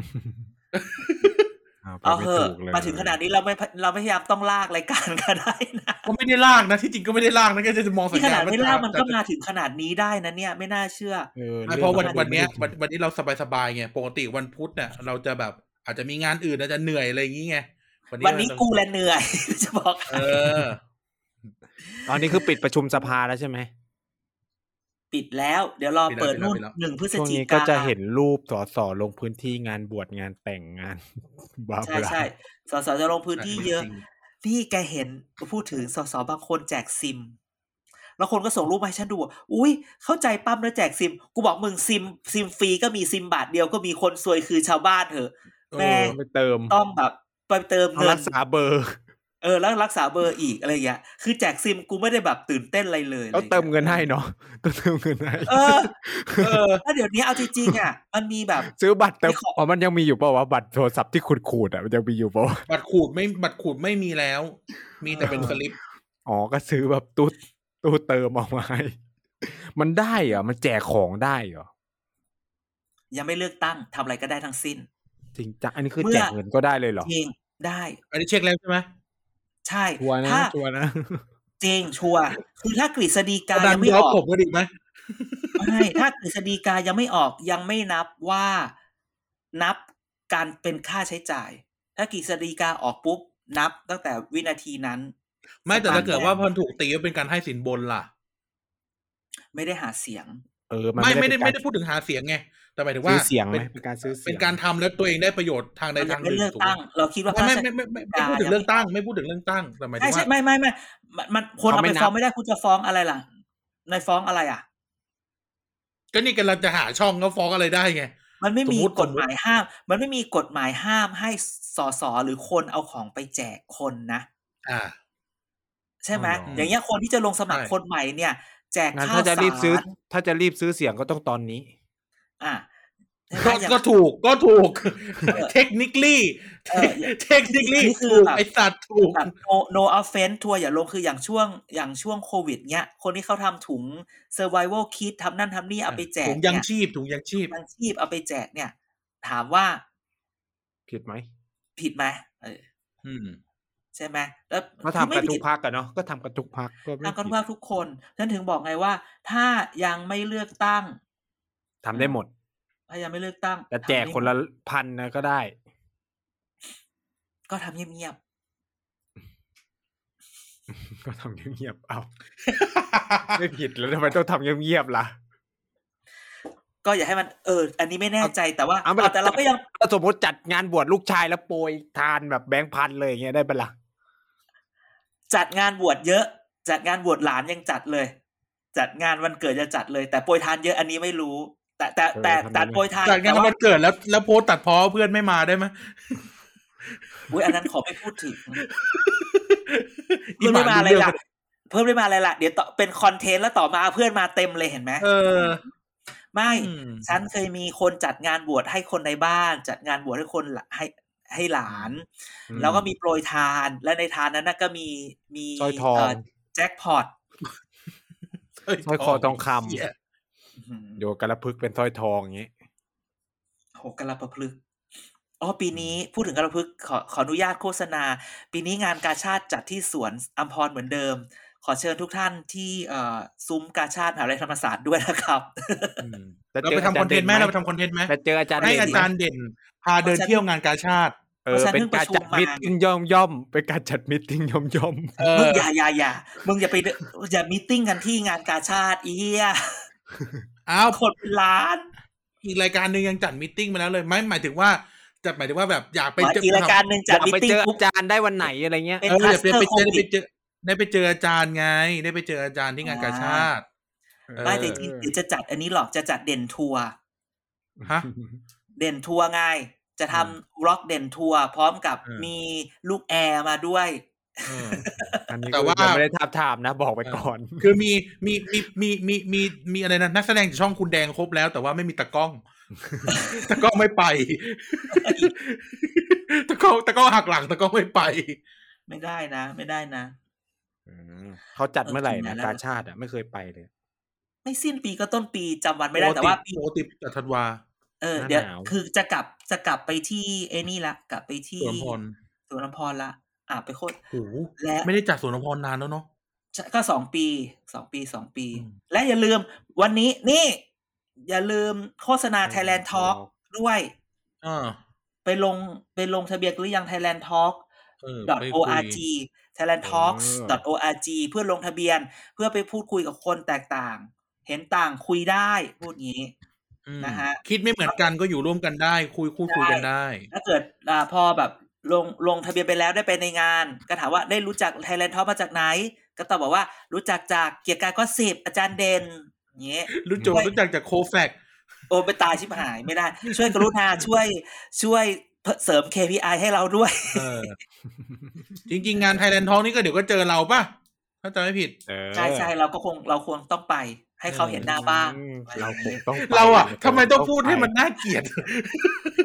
Speaker 3: เอาไป
Speaker 4: เอา
Speaker 3: ไม่
Speaker 4: เห
Speaker 3: ถูก
Speaker 4: อะ
Speaker 3: เลย
Speaker 4: มาถึงขนาดนี้เราไม่เราไม่พยายามต้องลากรายการก็ได้นะ
Speaker 2: ๆก็ไม่ได้ลากนะที่จริงก็ไม่ได้ลากนะแค่จะมองสัญ
Speaker 4: ที่ข
Speaker 2: ญา
Speaker 4: นา
Speaker 2: ณ
Speaker 4: ดไม่ลากมันก็
Speaker 2: แต่
Speaker 4: มาถึงขนาดนี้ได้นะเนี่ย ไม่น่าเชื่อ
Speaker 3: เออ
Speaker 2: ไม่เพราะวัน
Speaker 3: องมั
Speaker 2: วันเนี้ย
Speaker 3: ไม่
Speaker 2: วันวัน
Speaker 3: ได้
Speaker 2: นี้เราสบายๆไงปกติวันพุธเนี่ยเราจะแบบอาจจะมีงานอื่นอาจจะเหนื่อยอะไรอย่างงี้ไง
Speaker 4: วันนี้
Speaker 2: เรา
Speaker 4: กูแลเหนื่อย จะบอก
Speaker 2: เออ
Speaker 3: ตอนนี้คือปิดประชุมสภาแล้วใช่ไหม
Speaker 4: ปิดแล้ว เดี๋ยวรอเปิดนู่น
Speaker 2: ปิดแล้ว
Speaker 4: หนึ่งพฤศ
Speaker 3: ช่วง
Speaker 4: จิ
Speaker 3: นี้
Speaker 4: กา
Speaker 3: ก็จะเห็นรูปสอสอลงพื้นที่งานบวชงานแต่งงานบา
Speaker 4: ใช่
Speaker 3: บลา
Speaker 4: ใช่สสจะลงพื้นที่เยอะ นี่แกเห็นพูดถึงสสบางคนแจกซิม แล้วคนก็ส่งรูปมาให้ฉันดู อุ้ยเข้าใจปั๊มแล้วแจกซิม กูบอกมึงซิม ซิมฟรีก็มีซิมบาทเดียวก็มีคนซวยคือชาวบ้านเถอะ
Speaker 2: เออ
Speaker 4: แม่ง
Speaker 3: ไปเติม
Speaker 4: ต้องแบบไปเติม
Speaker 3: เอา
Speaker 4: เงิ
Speaker 3: รั
Speaker 4: น
Speaker 3: กษาเบอร์
Speaker 4: เออแล้วรักษาเบอร์อีกอะไรอย่างเงี้ยคือแจกซิมกูไม่ได้แบบตื่นเต้นอะไรเลย
Speaker 3: แล้วเติมเงินให้เนาะ ต้องเติมเงินให้
Speaker 4: เออ
Speaker 2: เออ
Speaker 4: แล้วเดี๋ยวนี้เอาจริงๆอ่ะ มันมีแบบ
Speaker 3: ซื้อบัตรเติม
Speaker 4: ไม่ขอ
Speaker 3: อ๋อมันยังมีอยู่เปล่าวะบัตรโทรศัพท์ที่ขูดขูดๆอ่ะมันยังมีอยู่เปล่าวะ
Speaker 2: บัตรขูดไม่บัตรขูดไม่มีแล้ว มีแต่เป็นสลิป
Speaker 3: อ๋อก็ซื้อแบบตู้ตู้เติมออกมาให้ มันได้เหรอมันแจกของได้เหรอ
Speaker 4: ยังไม่เลือกตั้งทำอะไรก็ได้ทั้งสิ้น
Speaker 3: จริงจังอันนี้คือ
Speaker 4: เมื่อ
Speaker 3: แจกเงินก็ได้เลยเหรอ
Speaker 4: จริงได้
Speaker 2: อันนี้เช็คแล้วใช่ไหม
Speaker 4: ใช่
Speaker 3: ชัวร์นะ
Speaker 4: ถ้า
Speaker 3: ชัวร์นะ
Speaker 4: จริงชัวร์คือถ้ากฤษฎีกา
Speaker 2: ดัน
Speaker 4: ยังไม่
Speaker 2: ย้อ
Speaker 4: อ
Speaker 2: ม
Speaker 4: อก
Speaker 2: ผมก็ดีไหม
Speaker 4: ไม่ถ้ากฤษฎีกายังไม่ออกยังไม่นับว่านับการเป็นค่าใช้จ่าย ถ้ากฤษฎีกาออกปุ๊บนับตั้งแต่วินาทีนั้น
Speaker 2: ไม่แต่ถ้าเกิดว่ามันถูกตีว่าเป็นการให้สินบนล่ะ
Speaker 4: ไม่ได้หาเสียง
Speaker 3: เออมัน
Speaker 2: ไม่ไม่
Speaker 3: ไม่
Speaker 2: ได้
Speaker 3: ได้
Speaker 2: ไม่
Speaker 3: ไม่
Speaker 2: ได้
Speaker 3: ได้
Speaker 2: พูดถึงหาเสียงไงแต่หมายถึง
Speaker 3: ซื้
Speaker 2: ว่า
Speaker 3: อเสียงไหม
Speaker 2: เป็น
Speaker 3: เป็นการซื้อเสียง
Speaker 2: เป็นการทำแล้วตัวเองได้ประโยชน์ทางใด
Speaker 4: เรา
Speaker 2: ทางห
Speaker 4: ไม่
Speaker 2: นึ่ง
Speaker 4: เลือก
Speaker 2: ถูกไหม
Speaker 4: ตั้ง เราคิดว่า
Speaker 2: ไม่
Speaker 4: ค่าใช้
Speaker 2: ไม่ไม่ไม่ไม่พูดถึงเรื่องตั้ง ไม่พูดถึงเรื่องตั้งแต่หมายถึ
Speaker 4: ใช่
Speaker 2: ง
Speaker 4: ใช่
Speaker 2: ว่า
Speaker 4: ไม่ไม่ไม่มันมันคนเอาไปฟ้องไม่ได้คุณจะฟ้องอะไรล่ะ ในฟ้องอะไรอ่ะ
Speaker 2: ก็นี่กำลังจะหาช่องก็ฟ้องอะไรได้ไง
Speaker 4: มันไม่มี
Speaker 2: สมมุติ
Speaker 4: กฎหมายห้าม มันไม่มีกฎหมายห้ามให้สสหรือคนเอาของไปแจกคนนะ
Speaker 2: อ่า
Speaker 4: ใช่ไหม
Speaker 3: อ๋อเหรออ
Speaker 4: อย่างเงี้ยคนที่จะลงสมัคร
Speaker 2: ใช่
Speaker 4: คนใหม่เนี่ย แจก
Speaker 3: งั้น
Speaker 4: ข้าว
Speaker 3: ถ้าจะ
Speaker 4: สาร
Speaker 3: รีบซื้อ ถ้าจะรีบซื้อเสียงก็ต้องตอนนี้
Speaker 4: อ่ะใช่ไหม
Speaker 2: ก็
Speaker 4: อย่าง
Speaker 2: ก็ถูกก็ถูก
Speaker 4: เออ
Speaker 2: technically
Speaker 4: เออ
Speaker 2: technically
Speaker 4: นี่คื
Speaker 2: ถู
Speaker 4: อ
Speaker 2: ก
Speaker 4: แบบ
Speaker 2: ไอสัตว์ถูก
Speaker 4: แบบ no no offense ทัวร์อย่าลงคืออย่างช่วงอย่างช่วงโควิดเนี้ย คนที่เขาทำถุง survival kit ทำนั่นทำนี่เอาไปแจก
Speaker 2: ถุง
Speaker 4: เนี่
Speaker 2: ยังชีพถุงยังชีพ
Speaker 4: ยังชีพเอาไปแจกเนี่ย ถามว่า
Speaker 3: ผิดไหม
Speaker 4: ผิดไหมเออ
Speaker 2: อืม
Speaker 4: ใช่ไหมแล้ว
Speaker 3: ก็ทำกันทุกพักกันเนาะก็ทำกันทุกพักก็ไม่
Speaker 4: ทำกัน
Speaker 3: ผิด
Speaker 4: ว่าทุกคนฉันถึงบอกไงว่า ถ้ายังไม่เลือกตั้ง
Speaker 3: ทำได้หมด
Speaker 4: ถ้ายังไม่เลือกตั้ง
Speaker 3: แต่แจกคนละพันนะก็ได้
Speaker 4: ก็ทำเงียบ
Speaker 3: ก็ทำเงียบๆเอา ไม่ผิดแล้วทำไมต้องทำเงียบๆล่ะ
Speaker 4: ๆก็อย่าให้มันเออ อันนี้ไม่แน่ใจแต่ว่า
Speaker 3: เอาไป
Speaker 4: เอาแต่เราก็ยัง
Speaker 3: ถ้าสมมติจัดงานบวชลูกชายแล้วโปรยทานแบบแบงค์พันเลยอย่างเงี้ยได้ปะล่ะ
Speaker 4: จัดงานบวชเยอะ จัดงานบวชหลานยังจัดเลย จัดงานวันเกิดจะจัดเลย แต่โปรยทานเยอะอันนี้ไม่รู้ แต่แต่แต่แต่โปรยทาน
Speaker 2: จากงาน
Speaker 4: แต่
Speaker 2: วันเกิดแล้วแล้วโพสต์ตัดพ้อเพื่อนไม่มาได้ไหม
Speaker 4: อุ้ยอันนั้นขอไม่พูดถึง
Speaker 2: อี
Speaker 4: เพื่อ
Speaker 2: ห
Speaker 4: นไม่มาอะไร
Speaker 2: เง
Speaker 4: ล่ะเพื่อนไม่มาอะไรล่ะเดี๋ยวต่อเป็นคอนเทนต์แล้วต่อมาเพื่อนมาเต็มเลยเห็นไหม
Speaker 2: เออ
Speaker 4: ไม่
Speaker 2: อืม
Speaker 4: ฉันเคยมีคนจัดงานบวชให้คนในบ้าน จัดงานบวชให้คนหลให้ให้หลาน แล้วก็มีโปรยทานและในทานนั้นน่ะก็มีมี
Speaker 3: สร้อยทอง
Speaker 4: เแจ็คพอต
Speaker 3: สร้อยคอทองค
Speaker 2: เหี้ย
Speaker 4: อื้อหือ
Speaker 3: ำโยกระพึกเป็นสร้อยทองอย่างงี้
Speaker 4: โหกระประพฤกษ์อ๋อปีนี้พูดถึงกระพึกษ์ขอขออนุญาตโฆษณา ปีนี้งานกาชาติจัดที่สวนอัมพรเหมือนเดิม ขอเชิญทุกท่านที่เอ่อซุ้มกาชาติมหาวิทยาลัยธรรมศาสตร์ด้วยนะครับ
Speaker 2: อืม
Speaker 3: แล้ว
Speaker 2: เรา
Speaker 3: เจอ
Speaker 2: ไปทำคอนเทนต์ไหม
Speaker 3: อาจารย์เด่นไหม
Speaker 2: เราไปทำคอนเทนต์ไหม
Speaker 3: แต่เจออาจารย์
Speaker 2: ให้
Speaker 3: เด่น
Speaker 2: อาจารย์เด่น พาเดินเที่ยวงานกาชาติ
Speaker 3: เออ
Speaker 4: อาจารย์
Speaker 3: เป็น
Speaker 4: เพิ่งป
Speaker 3: การ
Speaker 4: ระชุม
Speaker 3: จัด
Speaker 4: มา
Speaker 3: มิตติ้งย่อมย่อมๆเป็นการจัดมิตติ้งย่อมย่อม
Speaker 2: เอ
Speaker 4: มึง
Speaker 2: อ
Speaker 4: อย่าอย่าอย่ามึงอย่าไปเดินอย่ามีตติ้งกันที่งานกาชาติอีเหี้ย
Speaker 2: อ้าว
Speaker 4: คนเป็นล้าน
Speaker 2: อีกรายการหนึ่งยังจัดมิทติ้งมาแล้วเลยไม่หมายถึงว่าจัดหมายถึงว่าแบบอยากไป
Speaker 4: หมาย
Speaker 2: เจอ
Speaker 4: อีรายการหนึ่ง
Speaker 3: ๆอ
Speaker 4: จัด
Speaker 3: ยาก
Speaker 4: มีต
Speaker 3: ไป
Speaker 4: ติ้ง
Speaker 3: เจอ
Speaker 4: ปุ๊บ
Speaker 3: อาจารย์ได้วันไหนอะไรเงี้ย
Speaker 4: เป็น
Speaker 2: เอออยากไปไปเจอไป
Speaker 4: cluster
Speaker 2: เจอได้ไปเจออาจารย์ไง ได้ไปเจออาจารย์ที่งานกาชาติ
Speaker 4: ไม่
Speaker 2: เออ
Speaker 4: แต่จริงๆเดี๋ยวจะจัดอันนี้หรอกจะจัดเด่นทัวร์
Speaker 2: ฮะ
Speaker 4: เด่นทัวร์ไง จะทำร็อกเด่นทัวร์พร้อมกับ
Speaker 2: เออ
Speaker 4: มีลูกแอร์มาด้วย
Speaker 2: เออ
Speaker 3: อันนี้
Speaker 2: แต่
Speaker 3: แต่
Speaker 2: ว่า
Speaker 3: ว่าไม่ได้ทาบทามนะ บอกไปก่อน
Speaker 2: คือมีมีมีมีมีมีมีอะไรนะนักแสดงจากช่องคุณแดงครบแล้วแต่ว่าไม่มีตะกล้อง ตะกล้องไม่ไป ตะกล้องตะกล้องหักหลังตะกล้องไม่ไป
Speaker 4: ไม่ได้นะ ไม่ได้นะ
Speaker 3: เขาจัดเมื่อไหร่นะ
Speaker 4: เออ
Speaker 3: กาชาติอ่ะไม่เคยไปเลย
Speaker 4: ไม่สิ้นปีก็ต้นปีจำวันไม่ได้
Speaker 2: ปก
Speaker 4: แต่ว่าปี
Speaker 2: ปกติแต่ธันวา
Speaker 4: เออ
Speaker 3: หน้า
Speaker 4: เดี๋ยว
Speaker 3: หนาว
Speaker 4: คือจะกลับจะกลับไปที่ไอ้นี่ละ กลับไปที่
Speaker 2: สวนพร
Speaker 4: สวนลำพรละอ่ะไปโคตร
Speaker 2: โอ้โห
Speaker 4: และ
Speaker 2: ไม่ได้จัดสวนพรนานแล้วเนาะ
Speaker 4: ก็สองปีสองปีสองปี
Speaker 2: อืม
Speaker 4: และอย่าลืมวันนี้นี่ อย่าลืมโฆษณา Thailand Talk ด้วย
Speaker 2: อ่า
Speaker 4: ไปลงไปลงทะเบียนหรือยัง Thailand Talk
Speaker 2: เออไปคุย
Speaker 4: .org Thailand Talks
Speaker 3: เออ
Speaker 4: .org เพื่อลงทะเบียนเพื่อไปพูดคุยกับคนแตกต่าง เห็นต่างคุยได้พูดงี้
Speaker 2: อืม
Speaker 4: นะฮะ
Speaker 2: คิดไม่เหมือนกันก็อยู่ร่วมกันได้ คุยคู่คุยกันได้
Speaker 4: ถ้าเกิดอาพอแบบลงลงทะเบียนไปแล้วได้ไปในงาน ก็ถามว่าได้รู้จัก Thailand Talk มาจากไหน ก็ตอบบอกว่ารู้จักจากเกียรติการก็สิบอาจารย์เด่นอย่างเงี้ย
Speaker 2: รู้จัก
Speaker 4: ด้วย
Speaker 2: รู้จักจากโคแฟก
Speaker 4: โอ้ไปตายชิบหายไม่ได้ ช่วยก รุณาช่วยช่วยเสริม KPI ให้เราด้วย
Speaker 2: เออ จริง ๆ งานไทยแลนด์ท้องนี่ก็เดี๋ยวก็เจอเราป่ะถ้าจำไม่ผิด
Speaker 3: เออ
Speaker 4: ใช่ใช่เราก็คงเราควรต้องไป ให้เขาเห็นหน้าบ้าง
Speaker 3: อืมเราคงต้องไป
Speaker 2: เราอ่ะทำไมต้องพูดให้มันน่าเกลียด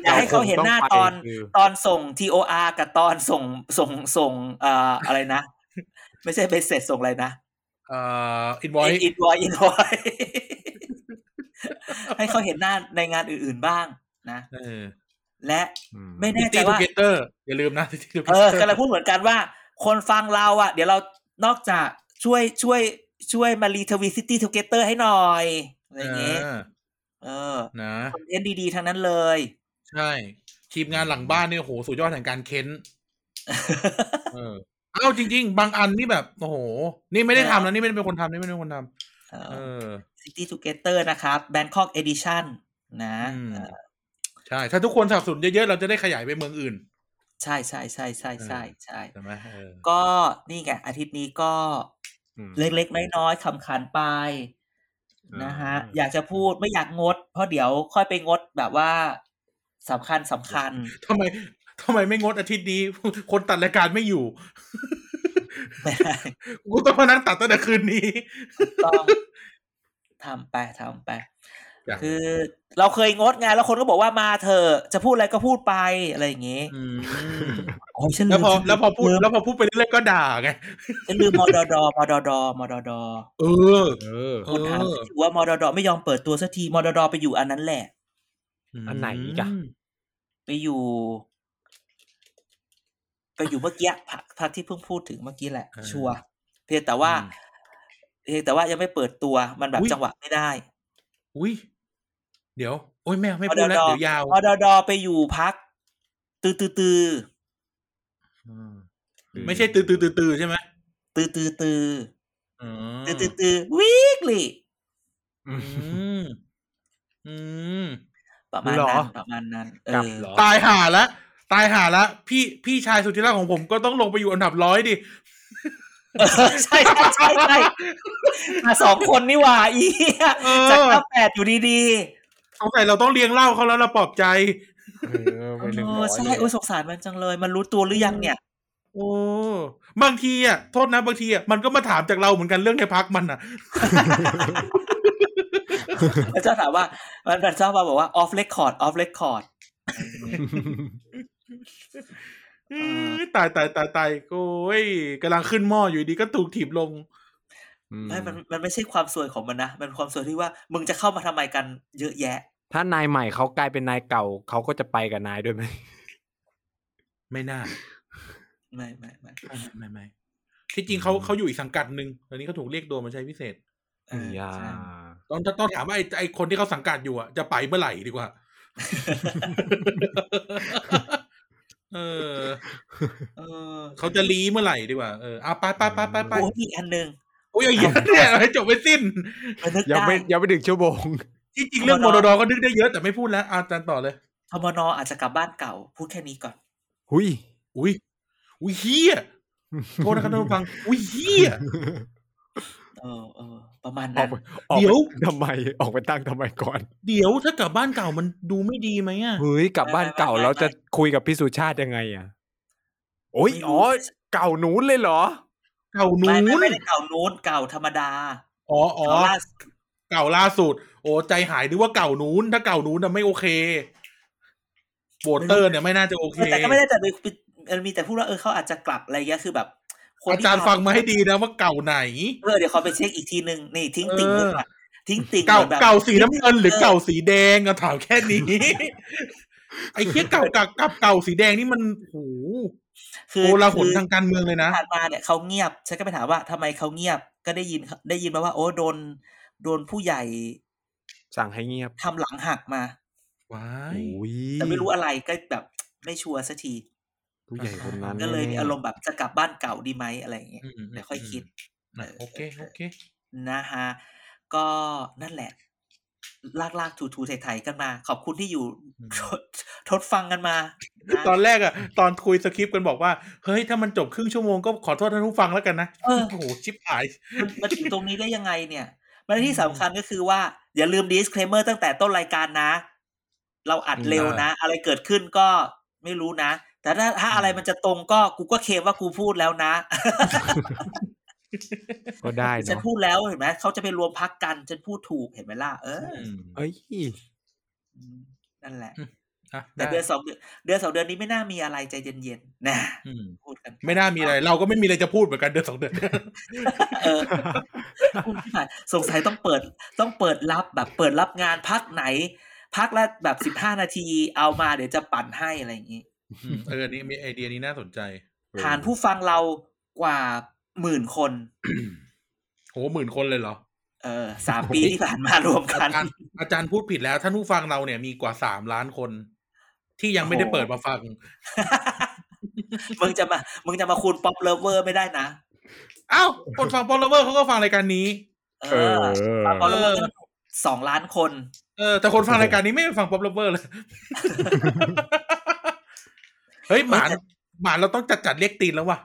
Speaker 4: อยากให้เขาเห็นหน้าตอน
Speaker 3: เราคงงไปคือ
Speaker 4: ตอนส่ง TOR กับตอนส่งส่งส่งเอ่ออะไรนะ ไม่ใช่เบสเสร็จส่งอะไรนะ
Speaker 2: เ อ่าอินวอย
Speaker 4: อินวอยอินวอย ให้เขาเห็นหน้าในงานอื่นๆบ้างนะ
Speaker 2: เออ
Speaker 4: และ
Speaker 3: อืม
Speaker 4: ไม่แน่ใจ
Speaker 2: ตีทู
Speaker 4: ว่า
Speaker 2: เกเตอร์อย่าลืมนะตีทูเก
Speaker 4: เอ
Speaker 2: เตอ
Speaker 4: อ
Speaker 2: ร์
Speaker 4: กำลังพูดเหมือนกันว่า คนฟังเราอ่ะ เดี๋ยวเรานอกจากช่วยช่วยช่วยมารีทวีซิตี้ทูเกเตอร์ให้หน่อยอะไรอย่างเงี้ยเออ
Speaker 2: นะ
Speaker 4: คอนเทนต์ดีๆทั้งนั้นเลย
Speaker 2: ใช่ ทีมงานหลังบ้านเนี่ยโอ้โหสุดยอดแห่งการเค้น เออเอาจริง ๆ บางอันนี่แบบโอ้โห นี่ไม่ได้ทำนะนี่ไม่ได้เป็นคนทำนี่ไม่ได้เป็นคนท
Speaker 4: เอ
Speaker 2: ำเอ
Speaker 4: อ
Speaker 2: อ
Speaker 4: City Together นะครับ Bangkok Edition นะ
Speaker 2: อืม
Speaker 4: เออ
Speaker 2: ใช่ ถ้าทุกคนสนับสนุนเยอะๆเราจะได้ขยายไปเมืองอื่น
Speaker 4: ใช่ใช่ใช่ใช่ใช่ใช่
Speaker 2: ใช่ไหมเออ
Speaker 4: ก็นี่ไงอาทิตย์นี้ก็
Speaker 3: อืม
Speaker 4: เล็กๆ น้อยๆคำขันไปนะฮะ
Speaker 3: อืม
Speaker 4: อยากจะพูดไม่อยากงด เพราะเดี๋ยวค่อยไปงดแบบว่าสำคัญสำคัญ
Speaker 2: ทำไมทำไมไม่งดอาทิตย์นี้ คนตัดรายการไม่อยู่
Speaker 4: ไม่ได้
Speaker 2: กูต้องมานั่งตัดตั้งแต่คืนนี้
Speaker 4: ต้องทำไปทำไป
Speaker 2: จ้ะ
Speaker 4: คือเราเคยงดไงานแล้วคนก็บอกว่ามาเถอะจะพูดอะไรก็พูดไปอะไรอย่างงี้โอ้ยฉัน
Speaker 2: แล้วพอ
Speaker 4: ม
Speaker 2: แล้วพอพูด
Speaker 4: ฉันม
Speaker 2: แล้วพอพูดไปเรื่อยๆก็ด่าไง
Speaker 4: ฉันลืมมอดอดอมอดอดอมอดอดอ
Speaker 2: เออ
Speaker 3: เออ
Speaker 2: เอ
Speaker 4: คนถามถือว่ามอดอดอไม่ยอมเปิดตัวสักทีมอดอดอไปอยู่อันนั้นแหละ
Speaker 3: อันไหนอีกอะ
Speaker 4: ไปอยู่ ไปอยู่เมื่อกี้ พักพักที่เพิ่งพูดถึงเมื่อกี้แหละ
Speaker 2: เออ
Speaker 4: ชัวร์เพียงแต่ว่า
Speaker 2: อืม
Speaker 4: เพียงแต่ว่ายังไม่เปิดตัวมันแบบ
Speaker 2: อุ๊ย
Speaker 4: จังหวะไม่ได้
Speaker 2: อุ้ยเดี๋ยว โอ้ยแม่ไม่พูดแล้ว
Speaker 4: อ
Speaker 2: เดี๋ยวยาว
Speaker 4: อดอดอไปอยู่พักตือตือตือ
Speaker 2: อืมไม่ใช่ตื่นตื่นตื่นตื่นใช่ไหม
Speaker 4: ตือตือตือ
Speaker 2: อืม
Speaker 4: ตือตือตือวิกฤต
Speaker 3: อื
Speaker 2: อื
Speaker 3: ม
Speaker 2: มอืม
Speaker 4: ประมาณ
Speaker 3: เหรอ
Speaker 4: นั้นประมาณนั้น เออก
Speaker 3: ลับเหรอ
Speaker 2: ตายห่าละตายห่าละพี่พี่ชายสุดที่รักของผมก็ต้องลงไปอยู่อันดับร้อยดิ
Speaker 4: เออใช่ใช่ใช่ใช่มาสองคนนี่หว่าอีเหี้ย
Speaker 2: เออ
Speaker 4: จากข้าแปดอยู่ดี
Speaker 2: สงสัยเราต้องเลี้ยงเหล่าเขาแล้วเราปลอบใจ
Speaker 3: เออ
Speaker 4: ๆ
Speaker 3: ไปหนึ่ง
Speaker 4: เอ
Speaker 3: ร้
Speaker 4: อ
Speaker 3: อย
Speaker 4: ใช่
Speaker 3: เลย
Speaker 4: โอ้ยสงสารมันจังเลย มันรู้ตัวหรือยังเนี่ย
Speaker 2: โอ้บางทีอ่ะโทษนะบางทีอ่ะมันก็มาถามจากเราเหมือนกันเรื่องในพักมันอ่ะ
Speaker 4: แล้วเจ้าถามว่า มันมันชอบมาบอกว่า off record off record
Speaker 2: เอ้ยตายตายตายตายโอ้ยกำลังขึ้นหม้ออยู่ดีก็ถูกถีบลง
Speaker 3: อืม
Speaker 4: ไม่มันมันไม่ใช่ความสวยของมันนะ มันความสวยที่ว่ามึงจะเข้ามาทำไมกันเยอะแยะ
Speaker 3: ถ้านายใหม่เขากลายเป็นนายเก่าเขาก็จะไปกับนายด้วยไหม
Speaker 2: ไม่น่า
Speaker 4: ไม่ไม่ไม่
Speaker 2: ไม่ไม่ไม่ที่จริงเขา
Speaker 3: อืม
Speaker 2: เขาอยู่อีกสังกัดหนึ่งตอนนี้เขาถูกเรียกตัวมาใช้พิเศษ
Speaker 4: เออ
Speaker 3: อย่า
Speaker 4: ใช่
Speaker 2: ต้องต้องถามว่าไอ้ไอ้คนที่เขาสังกัดอยู่อ่ะจะไปเมื่อไหร่ดี กว่า เออ
Speaker 4: เออ
Speaker 2: เขาจะลีเมื่อไหร่ดีกว่าเออเอาไปไปไปไปไป
Speaker 4: โอ้ยอีกอันหนึ่ง
Speaker 2: โอ้ย อย่างเนี้ยให้จบไปสิ้น
Speaker 4: เรานึก
Speaker 3: ยัง
Speaker 4: ได้
Speaker 3: ไม่ยังไม่ถึงชั่วโมง
Speaker 2: ที่จริงเรื่องโมโนดอก็นึกได้เยอะแต่ไม่พูดแล้วอาจารย์ต่อเลย
Speaker 4: ทมนอาจจะกลับบ้านเก่า พูดแค่นี้ก่อน
Speaker 3: หุย
Speaker 2: อุ้ยอุ้ยเฮียโทษนะครับท่านผู้ฟังอุ้ยเฮี ย
Speaker 4: เออเออประมาณ
Speaker 3: อ
Speaker 4: นั้
Speaker 3: อก
Speaker 4: น
Speaker 3: ไปออก
Speaker 2: เดี๋
Speaker 3: ไป
Speaker 2: ยว
Speaker 3: ทำไมออกไปตั้งทำไมก่อน
Speaker 2: เดี๋ยวถ้ากลับบ้านเก่ามันดูไม่ดีไหมอ่ะ
Speaker 3: เฮ้ยกลับบ้านเก่า แล้วจะคุยกับพี่สุชาติยังไงอ่ะ โอ้ยอ๋อเก่าหนูนเลยเหรอ
Speaker 2: เก่านู้
Speaker 4: ไม่ไม่
Speaker 2: น
Speaker 4: ไม่ได้เก่านู้นเก่าธรรมดา
Speaker 2: อ๋ออ๋อ
Speaker 4: เขาล่า
Speaker 2: เก่าล่าสุด โอ้ใจหายนึกว่าเก่านู้นถ้าเก่านู้นน่ะไม่โอเคโบเตอร์เนี่ยไม่น่าจะโอเค
Speaker 4: แต่ก็ไม่ได้แต่ไปมีแต่พูดว่าเออเขาอาจจะกลับอะไรเงี้ยคือแบบ
Speaker 2: อาจารย์
Speaker 4: ที่เข
Speaker 2: ฟังมาให้ดีนะว่าเก่าไหน
Speaker 4: เออเดี๋ยวเขาไปเช็คอีกทีนึงนี่ทิ้งติ่ง
Speaker 2: เออ
Speaker 4: ไว้ก่อนทิ้งติ่ง
Speaker 2: เก่า
Speaker 4: แบบ
Speaker 2: เก่าสีน้ำเงินหรือเก่าสีแดงอะถามแค่นี้ ไอ้เคี้ยเก่ากับกับเก่าสีแดงนี่มันโอ้โห
Speaker 4: คือ
Speaker 2: โกลาหล
Speaker 4: คือ
Speaker 2: ทางการเมืองเลยนะ
Speaker 4: ผ่านมาเนี่ยเขาเงียบฉันก็ไปถามว่าทำไมเขาเงียบก็ได้ยินได้ยินมาว่า โอ้โดน โดนผู้ใหญ่
Speaker 3: สั่งให้เงียบ
Speaker 4: ทำหลังหักมา
Speaker 2: ว้า
Speaker 3: โอย ้ย
Speaker 4: แต่ไม่รู้อะไรก็แบบไม่ชัวร์สักที
Speaker 3: ผู้ใหญ่คนนั้น
Speaker 4: ก็เลยมี
Speaker 3: แน่ๆ
Speaker 4: อารมณ์แบบจะกลับบ้านเก่าดีไหมอะไรอย่างเงี้ย
Speaker 2: อืม
Speaker 4: เดี๋ยวค่อยคิด
Speaker 2: อ่ะโอเคโอเค
Speaker 4: นะฮะ ก็นั่นแหละ ลากลากถูถูไถๆกันมา ขอบคุณที่อยู่
Speaker 2: อืม
Speaker 4: ทดทดฟังกันมานะ
Speaker 2: ตอนแรกอะตอนคุยสคริปต์กันบอกว่า เฮ้ย ถ้ามันจบครึ่งชั่วโมงก็ขอโทษท่านผู้ฟังแล้วกันนะ
Speaker 4: เออ
Speaker 2: โอ้โห ชิบหาย
Speaker 4: มัน มาถึงตรงนี้ได้ยังไงเนี่ยมันที่สำคัญก็คือว่า อย่าลืม disclaimer ตั้งแต่ต้นรายการนะ เราอัดเร็วนะ อะไรเกิดขึ้นก็ไม่รู้นะ แต่ถ้าถ้าอะไรมันจะตรงก็กูก็เคลมว่ากูพูดแล้วนะ
Speaker 3: ก็ได้
Speaker 4: ฉัน
Speaker 3: เนาะ
Speaker 4: พูดแล้วเห็นไหมเขาจะไปรวมพักกันฉันพูดถูกเห็นไหมล่ะเออ
Speaker 3: เอ้ย
Speaker 4: อืมนั่นแหละ
Speaker 2: อ่ะ
Speaker 4: แต่
Speaker 2: ได้
Speaker 4: เดือนสองเดือนเดือนสองเดือนนี้ไม่น่ามีอะไรใจเย็นๆนะ
Speaker 2: อืม
Speaker 4: พูดกัน
Speaker 2: ไม่น่ามีอะไร เราก็ไม่มีอะไรจะพูดเหมือนกันเดือนสองเดือน
Speaker 4: เอ อคุณพี่ผ่านสงสัยต้องเปิดต้องเปิดรับแบบเปิดรับงานพักไหน พักละแบบสิบห้านาทีเอามาเดี๋ยวจะปั่นให้อะไรอย่างนี้
Speaker 2: อืมเอออันนี้มีไอเดียนี้น่าสนใจ
Speaker 4: ฐานผู้ฟังเรากว่าหมื่นคน
Speaker 2: โหหมื่นคนเลยเหรอ
Speaker 4: เออสามปีที่ผ่านมารวมกั
Speaker 2: อาน จารย์อาจารย์พูดผิดแล้วท่านผู้ฟังเราเนี่ยมีกว่าสามล้านคน ที่ยังไม่ได้
Speaker 4: โอ้โห
Speaker 2: เปิดมาฟัง
Speaker 4: มึงจะมามึงจะมาคูณป๊อปเลเวอร์ไม่ได้นะ
Speaker 2: อ้าวคนฟัง p o ลเวอร์เขาก็ฟังรายการนี้
Speaker 4: เอ
Speaker 3: เอ
Speaker 4: อ
Speaker 3: อ
Speaker 4: ป๊อปเลเวอร์สองล้านคน
Speaker 2: เออแต่คนฟังรายการนี้ไม่ฟัง p o ลเวอร์เลย เฮ้ยหมานหมานเราต้องจัดจัดเรียกตีนแล้วว่ะ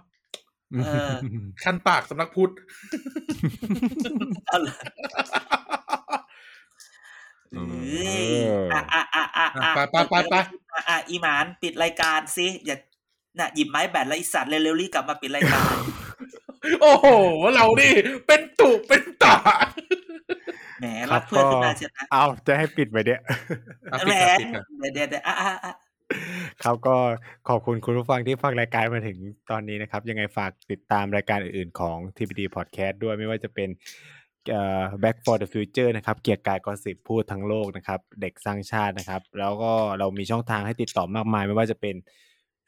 Speaker 4: เออ
Speaker 2: คันปากสำนักพุทธ
Speaker 4: เอาเลย
Speaker 3: เอ
Speaker 4: เอ
Speaker 3: อ
Speaker 4: ออ่ะอ่ะอ่ะอ่ะอ่ะ
Speaker 2: ไปไปไปไป
Speaker 4: อ่ะอ่ะอีหมานปิดรายการซิอย่าน่ะหยิบไม้แบตแล้วอีสัตว์เร็วๆรีบกลับมาปิดรายการ
Speaker 2: โอ้โห เรานี่เป็นตุเป็นตา
Speaker 4: แหม
Speaker 3: ครั
Speaker 4: รับ กเพื่อนขึ้นมาเชียวนะ
Speaker 3: เอาจะให้ปิดไปเนี่ย
Speaker 2: อ่ะ
Speaker 4: แหม
Speaker 2: ปิดครับปิดครับ
Speaker 4: เดี๋ยวเดี๋ยวอ่ะอ่ะอ่ะ
Speaker 3: ครับก็ขอบคุณคุณผู้ฟังที่ฟังรายการมาถึงตอนนี้นะครับ ยังไงฝากติดตามรายการอื่นๆของ TPD Podcast ด้วยไม่ว่าจะเป็นเอ่อ Back for the Future นะครับ เกียร์กายกอสิบพูดทั้งโลกนะครับ เด็กสร้างชาตินะครับ แล้วก็เรามีช่องทางให้ติดต่อมากมาย ไม่ว่าจะเป็น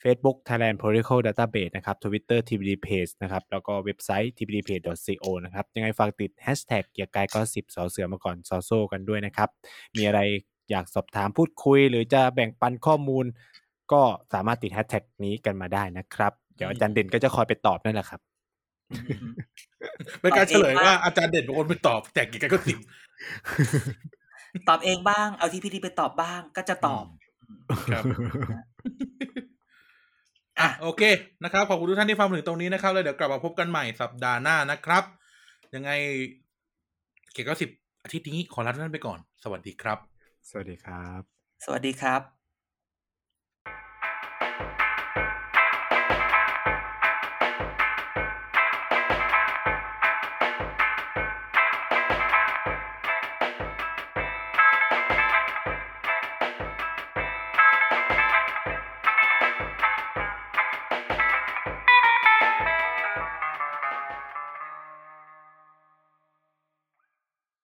Speaker 3: Facebook Thailand Political Database นะครับ Twitter TPD Page นะครับ แล้วก็เว็บไซต์ tpdpage.co นะครับ ยังไงฝากติด Hashtag เกียร์กายกอสิบสอเสือมาก่อนซอโซกันด้วยนะครับ มีอะไรอยากสอบถามพูดคุย หรือจะแบ่งปันข้อมูล ก็สามารถติดแฮชแท็กนี้กันมาได้นะครับ เดี๋ยวอาจารย์เด่นก็จะคอยไปตอบนั่นแหละครับ
Speaker 4: อืม
Speaker 2: เป็นการเฉลยว่าอาจารย์เด่นเป็นคนไปตอบแจกกี่กันก็สิบ
Speaker 4: ตอบเองบ้าง เอาที่พี่ดีไปตอบบ้างก็จะตอบ
Speaker 2: ครับ
Speaker 4: อ่ะ
Speaker 2: โอเคนะครับ ขอบคุณทุกท่านที่ฟังมาถึงตรงนี้นะครับ แล้วเดี๋ยวกลับมาพบกันใหม่สัปดาห์หน้านะครับ ยังไงเกียรติสิบอาทิตย์นี้ขอลาทุกท่านไปก่อน สวัสดีครับ
Speaker 3: สวัสดีครับ
Speaker 4: สวัสดีครับ